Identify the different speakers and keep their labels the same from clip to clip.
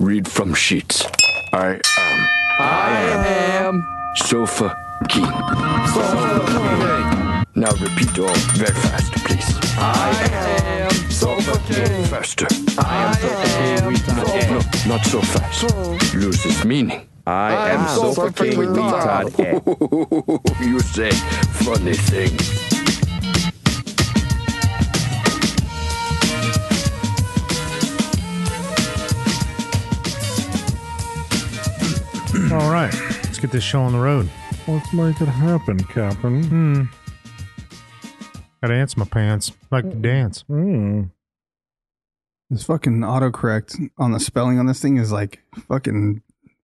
Speaker 1: read from sheets. I am. I am. Sofa King. Now repeat all very fast, please. I am. Sofa King. Faster. I am Sofa King. No, not so fast. Loses meaning.
Speaker 2: I am so fucking retarded.
Speaker 1: you say funny thing.
Speaker 3: All right, let's get this show on the road. Hmm.
Speaker 4: Let's make it happen, Captain.
Speaker 3: Gotta answer my pants. Like
Speaker 4: Mm.
Speaker 3: to dance.
Speaker 2: This fucking autocorrect on the spelling on this thing is like fucking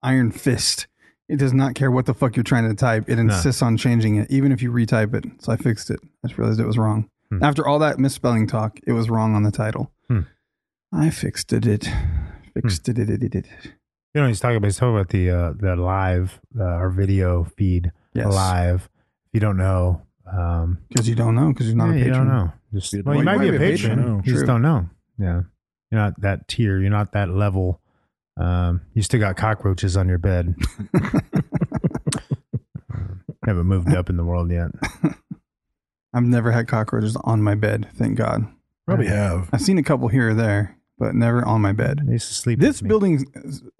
Speaker 2: iron fist. It does not care what the fuck you're trying to type. It insists on changing it, even if you retype it. So I fixed it. I just realized it was wrong.
Speaker 3: Hmm.
Speaker 2: After all that misspelling talk, it was wrong on the title. I fixed it. It fixed
Speaker 3: Hmm.
Speaker 2: it. It. It. It. it.
Speaker 3: You know, he's talking about he's talking about the uh, the live uh, our video feed
Speaker 2: Yes.
Speaker 3: live. If you don't know, um,
Speaker 2: Because you don't know. Because you're not
Speaker 3: yeah,
Speaker 2: a
Speaker 3: you
Speaker 2: patron.
Speaker 3: don't know. Just
Speaker 4: You-
Speaker 3: well, you, might, be a patron.
Speaker 4: no.
Speaker 3: You just
Speaker 2: True.
Speaker 3: don't know. Yeah, you're not that tier. You're not that level. Um, you still got cockroaches on your bed. Haven't moved up in the world yet.
Speaker 2: I've never had cockroaches on my bed. Thank God.
Speaker 4: Probably have.
Speaker 2: I've seen a couple here or there, but never on my bed.
Speaker 3: They used to sleep.
Speaker 2: This
Speaker 3: with me.
Speaker 2: building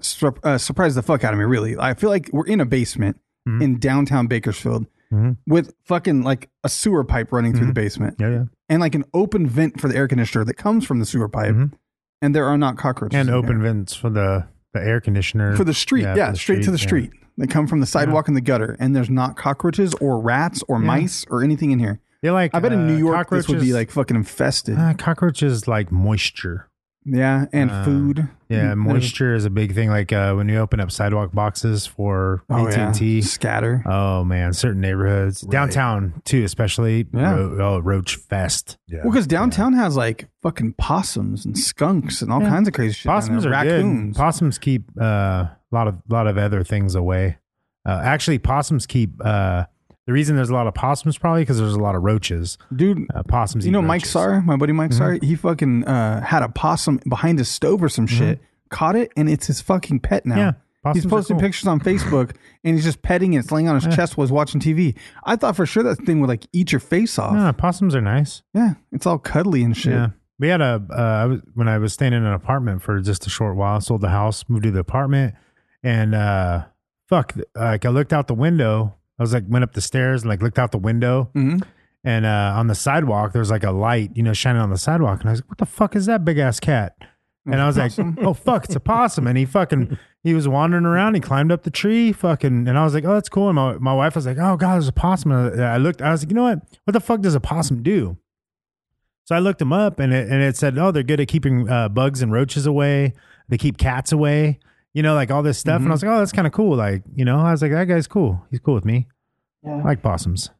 Speaker 2: sur- uh, surprised the fuck out of me. Really, I feel like we're in a basement
Speaker 3: Mm-hmm.
Speaker 2: in downtown Bakersfield
Speaker 3: Mhm.
Speaker 2: with fucking like a sewer pipe running through the basement
Speaker 3: Mm-hmm. Yeah, yeah.
Speaker 2: and like an open vent for the air conditioner that comes from the sewer pipe.
Speaker 3: Mhm.
Speaker 2: And there are not cockroaches
Speaker 3: And
Speaker 2: in
Speaker 3: open
Speaker 2: there.
Speaker 3: vents for the the air conditioner
Speaker 2: for the street. Yeah,
Speaker 3: for
Speaker 2: straight to the
Speaker 3: yeah.
Speaker 2: street. They come from the sidewalk and the gutter, and there's not cockroaches or rats or mice or anything in here.
Speaker 3: They like.
Speaker 2: I bet in
Speaker 3: uh,
Speaker 2: New York this would be
Speaker 3: cockroaches-
Speaker 2: like fucking infested.
Speaker 3: Uh, cockroaches like moisture.
Speaker 2: yeah, and
Speaker 3: uh,
Speaker 2: food.
Speaker 3: Yeah,
Speaker 2: There's-
Speaker 3: moisture is a big thing. Like uh, when you open up sidewalk boxes for
Speaker 2: Oh,
Speaker 3: AT
Speaker 2: yeah.
Speaker 3: and T.
Speaker 2: scatter.
Speaker 3: Oh man, certain neighborhoods, downtown too, especially.
Speaker 2: Yeah.
Speaker 3: Ro- oh, Roach Fest.
Speaker 4: Yeah.
Speaker 2: Well, because downtown has like fucking possums and skunks and all kinds of crazy shit. down
Speaker 3: Possums are
Speaker 2: there.
Speaker 3: good.
Speaker 2: raccoons.
Speaker 3: Possums keep uh, a lot of lot of other things away. Uh, actually, possums keep. Uh, the reason there's a lot of possums probably because there's a lot of roaches.
Speaker 2: Dude,
Speaker 3: Uh, possums.
Speaker 2: you
Speaker 3: eat
Speaker 2: know Mike
Speaker 3: roaches. Mm-hmm.
Speaker 2: Sar, my buddy Mike Sar, he fucking uh, had a possum behind his stove or some shit, caught it, and it's his fucking pet now.
Speaker 3: Mm-hmm. Yeah, possums
Speaker 2: He's
Speaker 3: are
Speaker 2: posting
Speaker 3: cool.
Speaker 2: pictures on Facebook and he's just petting it, it's laying on his chest while he's watching TV. I thought for sure that thing would like eat your face off.
Speaker 3: Yeah, possums are nice.
Speaker 2: Yeah, it's all cuddly and shit.
Speaker 3: Yeah. We had a, uh, I was, when I was staying in an apartment for just a short while, sold the house, moved to the apartment, and uh, fuck, th- like I looked out the window. I was like, went up the stairs and like looked out the window. And uh, on the sidewalk, there was like a light, you know, shining on the sidewalk. And I was like, what the fuck is that big ass cat? And I was like, oh, fuck, it's a possum. And he fucking, he was wandering around. He climbed up the tree, fucking. And I was like, oh, that's cool. And my, my wife was like, oh, God, there's a possum. And I I looked, I was like, you know what? What the fuck does a possum do? So I looked them up, and it, and it said, oh, they're good at keeping uh, bugs and roaches away. They keep cats away. You know, like all this stuff.
Speaker 2: Mm-hmm.
Speaker 3: And I was like, oh, that's kind of cool. Like, you know, I was like, that guy's cool. He's cool with me. I like possums.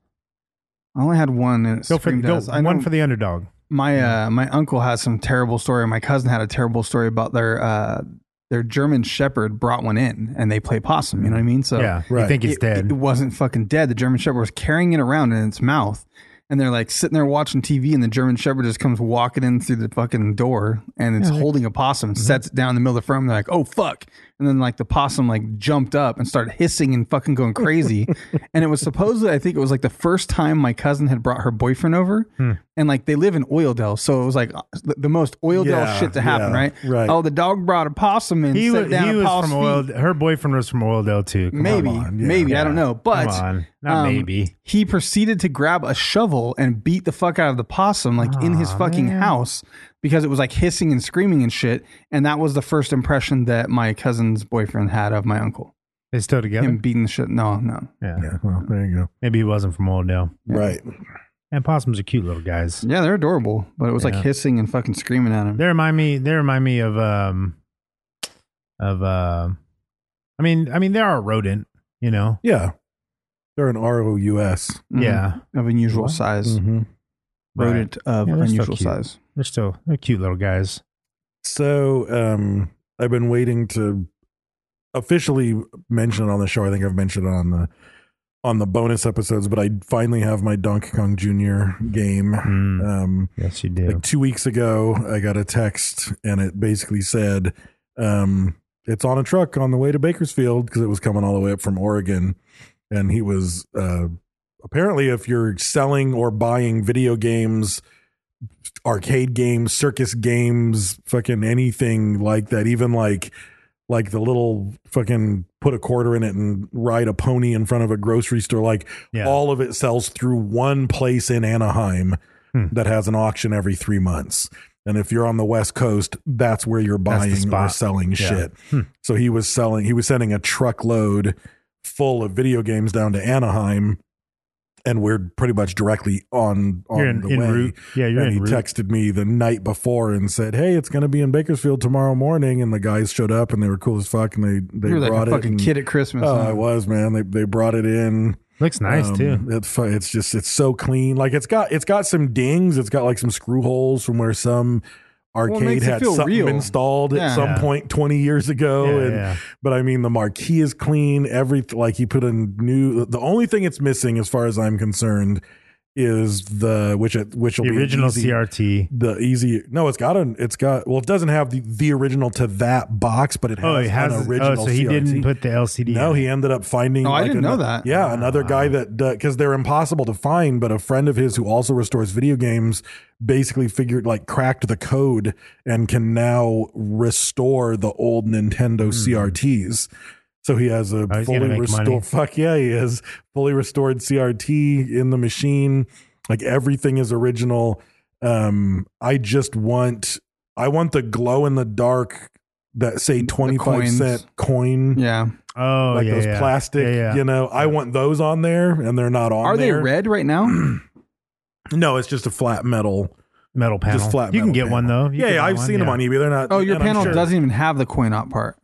Speaker 2: I only had one and it
Speaker 3: Go for
Speaker 2: screamed
Speaker 3: go,
Speaker 2: at us. I
Speaker 3: one
Speaker 2: know-
Speaker 3: for the underdog.
Speaker 2: my uh my uncle has some terrible story. My cousin had a terrible story about their uh their German Shepherd brought one in and they play possum. You know what I mean? So
Speaker 3: yeah, you
Speaker 4: right.
Speaker 3: think he's
Speaker 2: it,
Speaker 3: dead?
Speaker 2: it wasn't fucking dead. The German Shepherd was carrying it around in its mouth, and they're like sitting there watching TV, and the German Shepherd just comes walking in through the fucking door, and it's holding a possum,
Speaker 3: Mm-hmm.
Speaker 2: and sets it down in the middle of the front. And they're like, "Oh fuck!" And then like the possum like jumped up and started hissing and fucking going crazy, and it was supposedly I think it was like the first time my cousin had brought her boyfriend over,
Speaker 3: Hmm.
Speaker 2: and like they live in Oildale, so it was like the, the most Oildale
Speaker 4: Yeah,
Speaker 2: shit to happen,
Speaker 4: yeah,
Speaker 2: right?
Speaker 4: right.
Speaker 2: Oh, the dog brought a possum and
Speaker 3: he
Speaker 2: sat
Speaker 3: was,
Speaker 2: down
Speaker 3: he
Speaker 2: at
Speaker 3: was
Speaker 2: Paul's
Speaker 3: from
Speaker 2: feet.
Speaker 3: oil. Her boyfriend was from Oildale too. Come
Speaker 2: Maybe,
Speaker 3: on.
Speaker 4: yeah.
Speaker 2: maybe I don't
Speaker 3: Yeah.
Speaker 2: know, but um,
Speaker 3: Come on. Not maybe.
Speaker 2: He proceeded to grab a shovel and beat the fuck out of the possum, like in his fucking house, because it was like hissing and screaming and shit. And that was the first impression that my cousin's boyfriend had of my uncle.
Speaker 3: They still together.
Speaker 2: Him beating the shit. No, no.
Speaker 3: yeah.
Speaker 4: Yeah, well, there you go.
Speaker 3: Maybe he wasn't from Oildale.
Speaker 4: Right.
Speaker 3: And possums are cute little guys.
Speaker 2: Yeah, they're adorable, but it was like hissing and fucking screaming at him.
Speaker 3: They remind me. They remind me of um, uh, of uh, I mean, I mean, they are a rodent, you know.
Speaker 4: Yeah. They're an R O U S.
Speaker 3: Yeah,
Speaker 2: of unusual
Speaker 3: What? Mm,
Speaker 2: size,
Speaker 4: Mm-hmm.
Speaker 2: rodent of
Speaker 3: Yeah, they're still
Speaker 2: unusual
Speaker 3: cute.
Speaker 2: size.
Speaker 3: they're still they're cute little guys.
Speaker 4: So um I've been waiting to officially mention it on the show. I think I've mentioned it on the on the bonus episodes, but I finally have my Donkey Kong Jr. game.
Speaker 3: Mm.
Speaker 4: Um
Speaker 3: Yes, you do.
Speaker 4: like two weeks ago, I got a text and it basically said, um, it's on a truck on the way to Bakersfield because it was coming all the way up from Oregon. And he was uh, apparently, if you're selling or buying video games, arcade games, circus games, fucking anything like that, even like like the little fucking put a quarter in it and ride a pony in front of a grocery store like
Speaker 3: Yeah.
Speaker 4: all of it sells through one place in Anaheim that has an auction every 3 months and if you're on the west coast that's where you're
Speaker 3: That's the
Speaker 4: buying or
Speaker 3: spot.
Speaker 4: selling
Speaker 3: Yeah. Hmm.
Speaker 4: shit so he was selling he was sending a truckload full of video games down to Anaheim and we're pretty much directly on on
Speaker 3: You're in-
Speaker 4: the
Speaker 3: en
Speaker 4: way.
Speaker 3: route. Yeah, you're
Speaker 4: and
Speaker 3: en
Speaker 4: he
Speaker 3: route.
Speaker 4: texted me the night before and said, "Hey, it's going to be in Bakersfield tomorrow morning." And the guys showed up and they were cool as fuck and they they
Speaker 2: You're like
Speaker 4: brought
Speaker 2: a
Speaker 4: it.
Speaker 2: fucking
Speaker 4: and-
Speaker 2: kid at Christmas.
Speaker 4: Oh,
Speaker 2: huh?
Speaker 4: I was man. They they brought it in.
Speaker 3: Looks nice
Speaker 4: Um,
Speaker 3: too.
Speaker 4: It's fu- it's just it's so clean. Like it's got it's got some dings. It's got like some screw holes from where some
Speaker 2: it
Speaker 4: arcade
Speaker 2: makes it
Speaker 4: had
Speaker 2: feel
Speaker 4: something
Speaker 2: real.
Speaker 4: installed
Speaker 2: Yeah.
Speaker 4: at some
Speaker 3: Yeah.
Speaker 4: point twenty years ago.
Speaker 3: Yeah,
Speaker 4: and
Speaker 3: yeah.
Speaker 4: but I mean the marquee is clean. Every like he put in new. The only thing it's missing, as far as I'm concerned, is the which it which will
Speaker 3: The
Speaker 4: be an
Speaker 3: original
Speaker 4: easy-
Speaker 3: CRT.
Speaker 4: the easy no it's got an it's got well it doesn't have the, the original to that box but it has,
Speaker 3: Oh, it has.
Speaker 4: an original
Speaker 3: oh, so he
Speaker 4: CRT.
Speaker 3: didn't put the LCD.
Speaker 4: no
Speaker 3: in.
Speaker 4: he ended up finding
Speaker 2: Oh, I
Speaker 4: like,
Speaker 2: didn't
Speaker 4: ano-
Speaker 2: know that.
Speaker 4: yeah another guy that because they're impossible to find but a friend of his who also restores video games basically figured like cracked the code and can now restore the old
Speaker 2: Hmm.
Speaker 4: nintendo crts so he has a
Speaker 3: Oh, he's gonna
Speaker 4: fully
Speaker 3: make money.
Speaker 4: restored fuck yeah he is fully restored crt in the machine like everything is original um i just want i want the glow in the dark that say 25
Speaker 2: coins.
Speaker 4: cent coin
Speaker 2: yeah.
Speaker 3: Oh,
Speaker 4: like
Speaker 3: yeah,
Speaker 4: those
Speaker 3: yeah.
Speaker 4: plastic
Speaker 3: Yeah, yeah.
Speaker 4: you know i want those on there and they're not on
Speaker 2: Are they
Speaker 4: there.
Speaker 2: red right now?
Speaker 4: no it's just a flat metal
Speaker 3: metal panel.
Speaker 4: just flat
Speaker 3: You can
Speaker 4: metal
Speaker 3: get
Speaker 4: panel.
Speaker 3: one though. You
Speaker 4: yeah,
Speaker 3: can
Speaker 4: yeah
Speaker 3: buy
Speaker 4: i've
Speaker 3: one,
Speaker 4: seen them
Speaker 3: yeah.
Speaker 4: on E- ebay they're not
Speaker 2: Oh, your
Speaker 4: and I'm
Speaker 2: panel
Speaker 4: sure-
Speaker 2: doesn't even have the coin op part.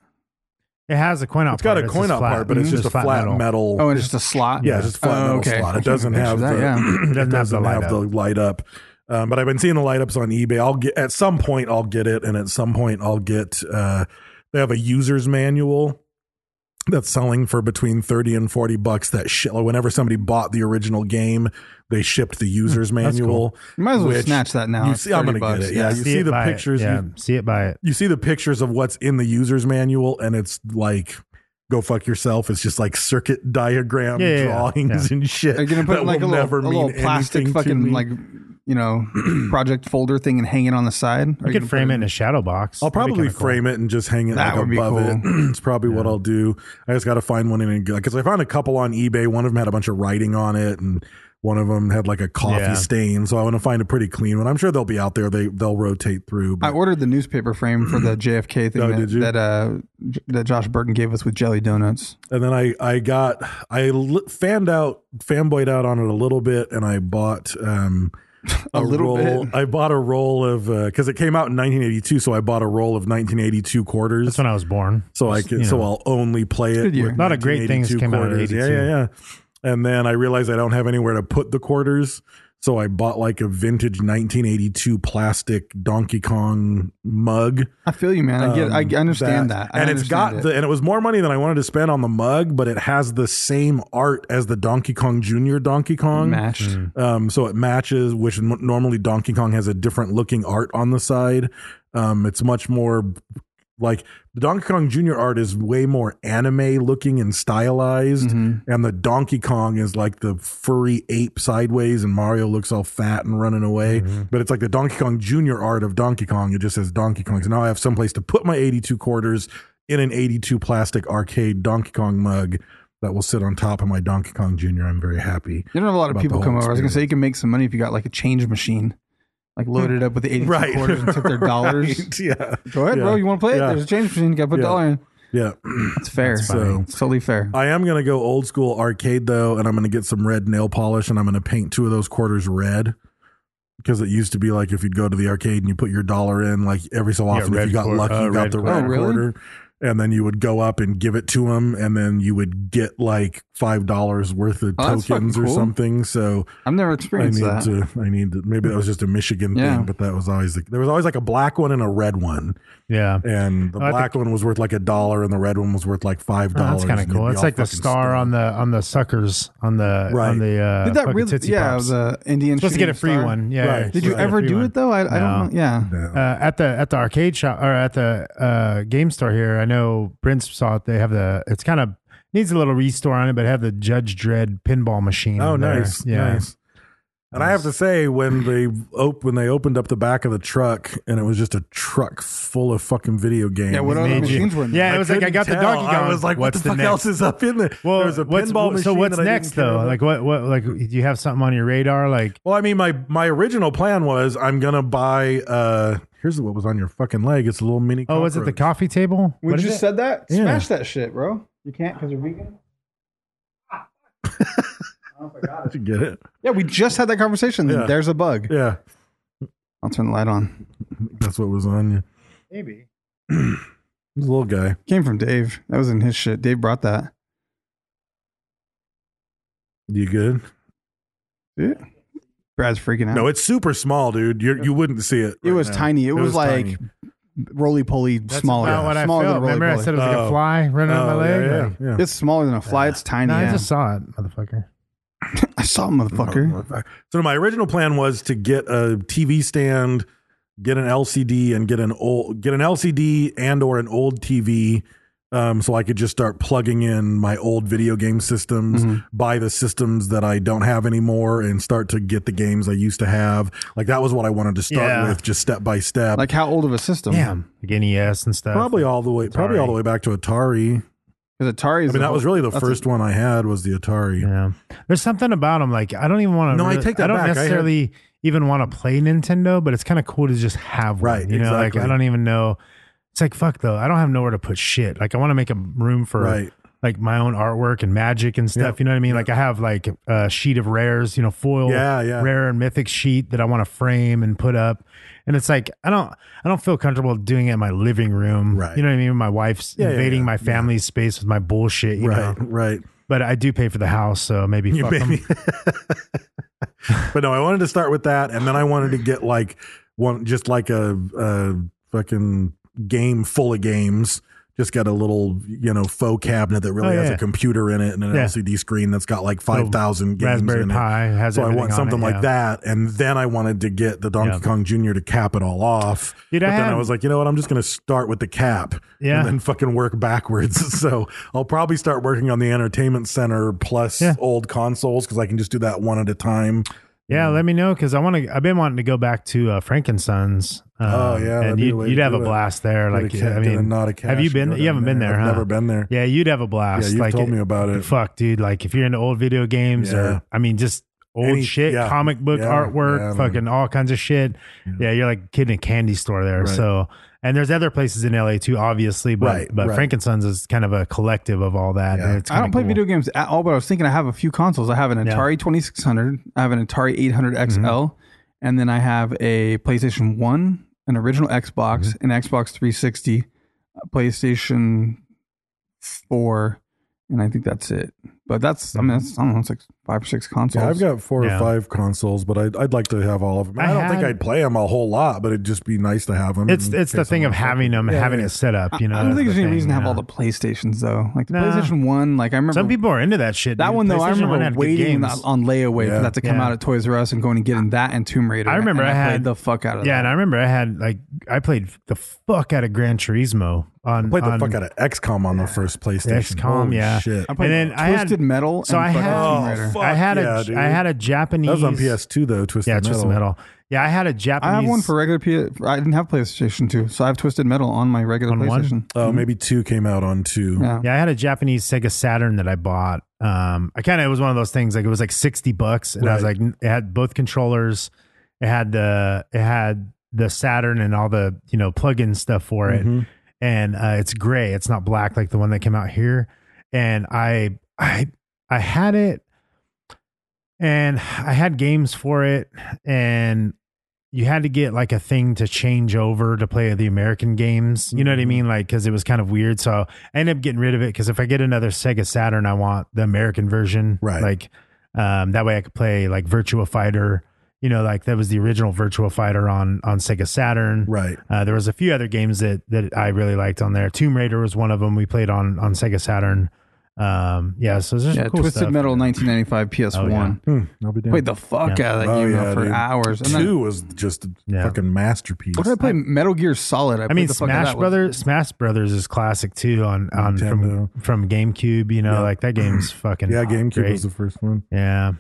Speaker 3: It has a coin op.
Speaker 4: it's got a
Speaker 3: part,
Speaker 4: coin
Speaker 3: just
Speaker 4: out
Speaker 3: flat.
Speaker 4: part but it's
Speaker 3: Mhm.
Speaker 4: just a flat metal,
Speaker 2: Oh, and it's just a slot.
Speaker 4: yeah, it's just a flat
Speaker 2: Oh,
Speaker 4: metal slot it doesn't
Speaker 2: Picture
Speaker 4: have
Speaker 2: that,
Speaker 4: the,
Speaker 2: yeah.
Speaker 4: it
Speaker 3: Doesn't have
Speaker 4: doesn't
Speaker 3: the light
Speaker 4: have the light up um, but i've been seeing the light ups on ebay i'll get at some point i'll get it and at some point i'll get uh, they have a user's manual that's selling for between 30 and 40 bucks that sh- whenever somebody bought the original game they shipped the user's manual
Speaker 2: You Hmm, might as well
Speaker 4: which
Speaker 2: snatch that now.
Speaker 4: you
Speaker 2: It's
Speaker 4: see i'm
Speaker 2: 30
Speaker 4: gonna
Speaker 2: bucks.
Speaker 4: get it yeah,
Speaker 3: Yeah,
Speaker 4: you see,
Speaker 3: it,
Speaker 4: the
Speaker 3: buy it.
Speaker 4: pictures
Speaker 3: Yeah,
Speaker 4: you,
Speaker 3: see it by it.
Speaker 4: you see the pictures of what's in the user's manual and it's like go fuck yourself it's just like circuit diagram
Speaker 3: Yeah, yeah, yeah.
Speaker 4: drawings
Speaker 3: Yeah.
Speaker 4: and shit
Speaker 2: They're gonna put
Speaker 4: that
Speaker 2: in, like a
Speaker 4: will
Speaker 2: little,
Speaker 4: never
Speaker 2: a little
Speaker 4: mean
Speaker 2: plastic
Speaker 4: anything to
Speaker 2: fucking
Speaker 4: me.
Speaker 2: like you know project folder thing and hang it on the side. Are
Speaker 3: You
Speaker 2: gonna
Speaker 3: could frame
Speaker 2: put
Speaker 3: it in a shadow box.
Speaker 4: I'll probably
Speaker 3: it.
Speaker 4: frame it and just hang it
Speaker 2: That
Speaker 4: like
Speaker 2: would be
Speaker 4: above
Speaker 2: cool.
Speaker 4: it. it's probably what I'll do. I just got to find one in because I found a couple on eBay. One of them had a bunch of writing on it, and one of them had like a coffee
Speaker 3: Yeah.
Speaker 4: stain. So I want to find a pretty clean one. I'm sure they'll be out there. They they'll rotate through.
Speaker 2: I
Speaker 4: But
Speaker 2: ordered the newspaper frame for the JFK thing
Speaker 4: Oh,
Speaker 2: that,
Speaker 4: did you?
Speaker 2: that uh J- that Josh Burton gave us with jelly donuts.
Speaker 4: and then I I got I l- fanned out fanboyed out on it a little bit, and I bought um
Speaker 2: A little
Speaker 4: roll,
Speaker 2: bit.
Speaker 4: I bought a roll of because it came out in 1982, so I bought a roll of 1982 quarters.
Speaker 3: That's when I was born.
Speaker 4: so I
Speaker 3: Just,
Speaker 4: can
Speaker 3: you
Speaker 4: so
Speaker 3: know.
Speaker 4: I'll only play it.
Speaker 2: Good year.
Speaker 4: with
Speaker 2: A
Speaker 3: lot of great things
Speaker 4: 1982
Speaker 3: came out of
Speaker 4: quarters. Yeah,
Speaker 3: 82.
Speaker 4: yeah, yeah. And then I realized I don't have anywhere to put the quarters, so I bought like a vintage 1982 plastic Donkey Kong mug.
Speaker 2: I feel you, man. I get. I understand that. I
Speaker 4: um, and it's got
Speaker 2: understand
Speaker 4: the
Speaker 2: it.
Speaker 4: and it was more money than I wanted to spend on the mug, but it has the same art as the Donkey Kong Junior Donkey Kong.
Speaker 2: matched.
Speaker 4: Um, so it matches, which n- normally Donkey Kong has a different looking art on the side. Um, it's much more like the Donkey Kong Jr. art is way more anime looking and stylized, and the Donkey Kong is like the furry ape sideways, and Mario looks all fat and running away. But it's like the Donkey Kong Jr. art of Donkey Kong. It just says Donkey Kong. So now I have someplace to put my 82 quarters in an 82 plastic arcade Donkey Kong mug. That will sit on top of my Donkey Kong Jr. I'm very happy.
Speaker 2: You don't have a lot of
Speaker 4: about
Speaker 2: people
Speaker 4: the
Speaker 2: come
Speaker 4: whole
Speaker 2: over. I was gonna say you
Speaker 4: experience.
Speaker 2: can make some money if you got like a change machine, like loaded up with the eighty
Speaker 4: Right.
Speaker 2: quarters and took their dollars.
Speaker 4: Right, Yeah.
Speaker 2: Go ahead,
Speaker 4: Yeah.
Speaker 2: bro. You want to play
Speaker 4: Yeah.
Speaker 2: it? There's a change machine. You got to put a
Speaker 4: Yeah.
Speaker 2: dollar in.
Speaker 4: Yeah.
Speaker 2: It's fair.
Speaker 4: fine.
Speaker 2: It's totally fair.
Speaker 4: I am going to go old school arcade though, and I'm going to get some red nail polish and I'm going to paint two of those quarters red because it used to be like if you'd go to the arcade and you put your dollar in, like every so often,
Speaker 3: red
Speaker 4: if you got
Speaker 3: quar-
Speaker 4: lucky,
Speaker 3: uh,
Speaker 4: you got
Speaker 3: red
Speaker 4: the
Speaker 3: quarter.
Speaker 4: red
Speaker 2: Oh, really?
Speaker 4: quarter. and then you would go up and give it to him, and then you would get like five dollars worth of
Speaker 2: Oh, that's
Speaker 4: tokens
Speaker 2: fucking
Speaker 4: or
Speaker 2: cool.
Speaker 4: something. So
Speaker 2: I've never
Speaker 4: I need
Speaker 2: experienced that.
Speaker 4: to. uh, I need to. Maybe that was just a Michigan
Speaker 2: Yeah.
Speaker 4: thing, but that was always the, there was always like a black one and a red one,
Speaker 3: Yeah.
Speaker 4: and the
Speaker 3: I think-
Speaker 4: black one was worth like a dollar, and the red one was worth like five
Speaker 3: Oh,
Speaker 4: dollars.
Speaker 3: that's kind of
Speaker 4: and you'd
Speaker 3: cool.
Speaker 4: be
Speaker 3: It's
Speaker 4: all
Speaker 3: like the
Speaker 4: fucking
Speaker 3: star
Speaker 4: stoked.
Speaker 3: on the on the suckers on the
Speaker 4: Right.
Speaker 3: on the uh,
Speaker 2: Did that
Speaker 3: fucking
Speaker 2: really?
Speaker 3: Tootsie
Speaker 2: Yeah,
Speaker 3: Pops.
Speaker 2: the Indian.
Speaker 3: supposed to get a
Speaker 2: shooting
Speaker 3: free
Speaker 2: star.
Speaker 3: one. Yeah.
Speaker 4: Right.
Speaker 3: yeah,
Speaker 2: Did
Speaker 3: supposed
Speaker 2: you
Speaker 3: to get a
Speaker 2: ever
Speaker 3: free
Speaker 2: do
Speaker 3: one.
Speaker 2: it though? I, I
Speaker 3: No.
Speaker 2: don't know. Yeah.
Speaker 3: Uh, at the at the arcade shop or at the uh, game store here, I know Brent saw it. They have the it's kind of needs a little restore on it, but have the Judge Dredd pinball machine.
Speaker 4: Oh,
Speaker 3: in there.
Speaker 4: nice,
Speaker 3: Yeah.
Speaker 4: nice. And I have to say, when they op- when they opened up the back of the truck, and it was just a truck full of fucking video games.
Speaker 2: Yeah, what other
Speaker 3: Made you-
Speaker 2: machines were in there?
Speaker 3: Yeah, it was like I
Speaker 4: couldn't
Speaker 3: got the
Speaker 4: tell.
Speaker 3: donkey
Speaker 4: I
Speaker 3: Kong.
Speaker 4: was like, "What
Speaker 3: What's
Speaker 4: the, fuck
Speaker 3: next?
Speaker 4: else is up in there?"
Speaker 3: Well,
Speaker 4: there was a
Speaker 3: what's,
Speaker 4: pinball
Speaker 3: so
Speaker 4: machine
Speaker 3: what's
Speaker 4: that I didn't
Speaker 3: next
Speaker 4: care
Speaker 3: though?
Speaker 4: about.
Speaker 3: Like what what like do you have something on your radar? Like
Speaker 4: Well, I mean, my my original plan was I'm gonna buy. uh Here's what was on your fucking leg. It's a little mini.
Speaker 3: oh, was it the
Speaker 4: cockroach.
Speaker 3: coffee table?
Speaker 2: We
Speaker 3: What is
Speaker 2: just
Speaker 3: it?
Speaker 2: said that.
Speaker 4: Yeah.
Speaker 2: Smash that shit, bro. You can't because you're vegan.
Speaker 4: Did you get it?
Speaker 2: Yeah, we just had that conversation.
Speaker 4: Yeah.
Speaker 2: There's a bug.
Speaker 4: Yeah,
Speaker 2: I'll turn the light on.
Speaker 4: that's what was on you.
Speaker 3: Maybe.
Speaker 4: This little guy.
Speaker 2: Came from Dave. That was in his shit. Dave brought that.
Speaker 4: You good?
Speaker 2: Yeah. Brad's freaking out.
Speaker 4: No, it's super small, dude. You you wouldn't see it.
Speaker 2: It
Speaker 4: right
Speaker 2: was
Speaker 4: now.
Speaker 2: tiny. It, was, like
Speaker 4: tiny.
Speaker 2: roly poly
Speaker 3: That's
Speaker 2: smaller.
Speaker 3: about what I
Speaker 2: smaller
Speaker 3: felt.
Speaker 2: than roly
Speaker 3: Remember, I said it
Speaker 2: poly.
Speaker 3: was like
Speaker 4: Oh.
Speaker 3: a fly running on my
Speaker 4: Oh, yeah,
Speaker 3: leg.
Speaker 4: yeah,
Speaker 3: Like,
Speaker 4: yeah.
Speaker 2: It's smaller than a fly. It's tiny.
Speaker 3: No, I
Speaker 2: yeah.
Speaker 3: just saw it, motherfucker.
Speaker 2: I saw a motherfucker.
Speaker 4: So Oh, my original plan was to get a TV stand, get an LCD, and get an old get an LCD and or an old TV, um, so I could just start plugging in my old video game systems,
Speaker 2: Mm-hmm.
Speaker 4: buy the systems that I don't have anymore, and start to get the games I used to have. Like that was what I wanted to start
Speaker 3: Yeah.
Speaker 4: with, just step by step.
Speaker 2: Like how old of a system?
Speaker 3: Damn, like NES and stuff.
Speaker 4: probably all the way, probably all the way back to Atari.
Speaker 2: Because Atari.
Speaker 4: I
Speaker 2: Is
Speaker 4: mean,
Speaker 2: a
Speaker 4: that
Speaker 2: whole-
Speaker 4: was really the
Speaker 2: that's a-
Speaker 4: first one I had was the Atari.
Speaker 3: Yeah, there's something about them. Like I don't even want to.
Speaker 4: No, I take that
Speaker 3: I don't
Speaker 4: back. I had-
Speaker 3: necessarily even want to play Nintendo, but it's kind of cool to just have one.
Speaker 4: Right,
Speaker 3: You know,
Speaker 4: exactly.
Speaker 3: like I don't even know. It's like fuck though. I don't have nowhere to put shit. Like I want to make a room for
Speaker 4: Right.
Speaker 3: like my own artwork and magic and
Speaker 4: Yeah.
Speaker 3: stuff. You know what I mean? Like I have like a sheet of rares. You know, foil.
Speaker 4: Yeah, yeah.
Speaker 3: Rare and mythic sheet that I want to frame and put up. And it's like I don't I don't feel comfortable doing it in my living room.
Speaker 4: Right.
Speaker 3: You know what I mean? My wife's
Speaker 4: Yeah, yeah,
Speaker 3: invading
Speaker 4: yeah,
Speaker 3: my
Speaker 4: yeah.
Speaker 3: family's space with my bullshit. You
Speaker 4: Right,
Speaker 3: Know?
Speaker 4: right.
Speaker 3: But I do pay for the house, so maybe
Speaker 4: You
Speaker 3: fuck 'em.
Speaker 4: made me- but no, I wanted to start with that, and then I wanted to get like one, just like a, a fucking game full of games. Just got a little, you know, faux cabinet that really
Speaker 3: Oh,
Speaker 4: has
Speaker 3: yeah.
Speaker 4: a computer in it and an
Speaker 3: Yeah. Oh,
Speaker 4: LCD screen that's got like five thousand games.
Speaker 3: Raspberry
Speaker 4: in it.
Speaker 3: Pi has
Speaker 4: so I
Speaker 3: everything
Speaker 4: want
Speaker 3: on
Speaker 4: something
Speaker 3: it,
Speaker 4: like
Speaker 3: yeah.
Speaker 4: that, and then I wanted to get the Donkey
Speaker 3: Yeah.
Speaker 4: Kong Jr. to cap it all off.
Speaker 3: Dude, I
Speaker 4: but then
Speaker 3: had-
Speaker 4: I was like, you know what? I'm just going to start with the cap,
Speaker 3: Yeah.
Speaker 4: and then fucking work backwards. so I'll probably start working on the entertainment center plus
Speaker 3: Yeah.
Speaker 4: old consoles because I can just do that one at a time.
Speaker 3: Yeah,
Speaker 4: Mm.
Speaker 3: let me know because I want to. I've been wanting to go back to uh, Frankenson's.
Speaker 4: Oh, yeah, that'd
Speaker 3: and
Speaker 4: be a
Speaker 3: you'd,
Speaker 4: way
Speaker 3: you'd
Speaker 4: to
Speaker 3: have a
Speaker 4: do it.
Speaker 3: blast there.
Speaker 4: Get a
Speaker 3: Like,
Speaker 4: ca-
Speaker 3: I
Speaker 4: get a
Speaker 3: mean,
Speaker 4: knot of
Speaker 3: have
Speaker 4: cash
Speaker 3: you
Speaker 4: and
Speaker 3: been?
Speaker 4: go
Speaker 3: You haven't
Speaker 4: down
Speaker 3: been
Speaker 4: there.
Speaker 3: there.
Speaker 4: I've
Speaker 3: huh?
Speaker 4: never been there.
Speaker 3: Yeah, you'd have a blast.
Speaker 4: you've
Speaker 3: like,
Speaker 4: told me about it.
Speaker 3: Fuck, dude. Like, if you're into old video games
Speaker 4: Yeah.
Speaker 3: or, I mean, just old
Speaker 4: Any-
Speaker 3: shit,
Speaker 4: yeah.
Speaker 3: comic book
Speaker 4: Yeah,
Speaker 3: artwork,
Speaker 4: yeah, man.
Speaker 3: fucking all kinds of shit. Yeah. you're like a kid in a candy store there.
Speaker 4: Right.
Speaker 3: So, and there's other places in LA too, obviously, but
Speaker 4: Right,
Speaker 3: but
Speaker 4: right.
Speaker 3: Frankenson's is kind of a collective of all that.
Speaker 4: Yeah.
Speaker 3: and it's
Speaker 2: I don't
Speaker 3: kinda
Speaker 2: play
Speaker 3: cool.
Speaker 2: video games at all, but I was thinking I have a few consoles. I have an
Speaker 3: Yeah.
Speaker 2: Atari 2600, I have an Atari 800 XL,
Speaker 3: Mm-hmm.
Speaker 2: and then I have a PlayStation 1, an original Xbox,
Speaker 3: Mm-hmm.
Speaker 2: an Xbox 360, a PlayStation 4, and I think that's it. But that's, I mean, that's, I don't know, it's like five or six consoles.
Speaker 4: Yeah, I've got four
Speaker 3: Yeah.
Speaker 4: or five consoles, but I'd, I'd like to have all of them. I,
Speaker 3: I
Speaker 4: don't think
Speaker 3: had-
Speaker 4: I'd play them a whole lot, but it'd just be nice to have them.
Speaker 3: It's
Speaker 2: Mm-hmm.
Speaker 3: it's the thing of having them and having it set up. You know,
Speaker 2: I don't
Speaker 3: that's
Speaker 2: think there's
Speaker 3: the
Speaker 2: any
Speaker 3: thing,
Speaker 2: reason to have
Speaker 3: you
Speaker 2: all
Speaker 3: know.
Speaker 2: the PlayStations, though. Like the
Speaker 3: Nah.
Speaker 2: PlayStation 1, like I remember.
Speaker 3: Some people are into that shit.
Speaker 2: That
Speaker 3: dude.
Speaker 2: one though,
Speaker 3: PlayStation
Speaker 2: I
Speaker 3: one had
Speaker 2: remember
Speaker 3: good
Speaker 2: waiting
Speaker 3: games.
Speaker 2: on layaway
Speaker 4: Yeah.
Speaker 2: for that to come
Speaker 3: Yeah.
Speaker 2: out at Toys R Us and going and getting that and Tomb Raider.
Speaker 3: I remember
Speaker 2: and
Speaker 3: I had
Speaker 2: played the fuck out of
Speaker 3: Yeah,
Speaker 2: that.
Speaker 3: and I remember I had like I played the fuck out of Gran Turismo on
Speaker 4: Played the
Speaker 3: on
Speaker 4: fuck out of XCOM on the first PlayStation.
Speaker 3: XCOM.
Speaker 4: Holy
Speaker 3: yeah,
Speaker 4: shit.
Speaker 2: I played
Speaker 3: and then I
Speaker 2: Twisted
Speaker 3: had,
Speaker 2: Metal
Speaker 3: So
Speaker 2: and
Speaker 3: I
Speaker 2: fucking
Speaker 3: had
Speaker 2: Tomb Raider.
Speaker 4: fuck
Speaker 3: I had a
Speaker 4: yeah,
Speaker 3: I
Speaker 4: dude.
Speaker 3: had a Japanese.
Speaker 4: That was on PS2 though. Twisted
Speaker 3: Yeah,
Speaker 4: Metal.
Speaker 3: Twisted Metal. Yeah, I had a
Speaker 2: I
Speaker 3: Japanese.
Speaker 2: have one for regular P. I didn't have PlayStation 2, so I have Twisted Metal on my regular
Speaker 3: On one?
Speaker 2: PlayStation.
Speaker 4: Oh, maybe two came out on two.
Speaker 2: Yeah.
Speaker 3: Mm-hmm. Yeah, I had a Japanese Sega Saturn that I bought. Um, I kind of it was one of those things like it was like sixty bucks, and I was
Speaker 4: Right.
Speaker 3: like, n- it had both controllers, it had the it had the Saturn and all the you know plug-in stuff for it, and uh, it's gray, it's not black like the one that came out here, and I I I had it, and I had games for it, and you had to get like a thing to change over to play the American games. You know what I mean? Like, because it was kind of weird. So I ended up getting rid of it because if I get another Sega Saturn, I want the American version.
Speaker 4: Right.
Speaker 3: Like, um, that way I could play like Virtua Fighter. You know, like that was the original Virtua Fighter on on Sega Saturn.
Speaker 4: Right.
Speaker 3: Uh, there was a few other games that that I really liked on there. Tomb Raider was one of them we played on on Sega Saturn. Um, yeah. So there's
Speaker 2: Yeah,
Speaker 3: some cool
Speaker 2: Twisted
Speaker 3: stuff.
Speaker 2: Metal 1995 PS1.
Speaker 4: Hmm, I'll be damned.
Speaker 2: Played the fuck
Speaker 3: Oh, Yeah.
Speaker 2: out of that
Speaker 4: Oh,
Speaker 2: game
Speaker 4: yeah,
Speaker 2: for
Speaker 4: dude.
Speaker 2: hours. And then-
Speaker 4: Two was just a
Speaker 3: Yeah.
Speaker 4: fucking masterpiece.
Speaker 2: what did I play? Metal Gear Solid.
Speaker 3: I
Speaker 2: played
Speaker 3: mean,
Speaker 2: the fuck out of
Speaker 3: Smash
Speaker 2: that one.
Speaker 3: Brothers. Smash Brothers is classic too. On on from
Speaker 4: Nintendo.
Speaker 3: from GameCube. You know,
Speaker 4: Yeah. Mm.
Speaker 3: like that game's fucking
Speaker 4: Yeah, GameCube
Speaker 3: great.
Speaker 4: was the first one.
Speaker 3: yeah.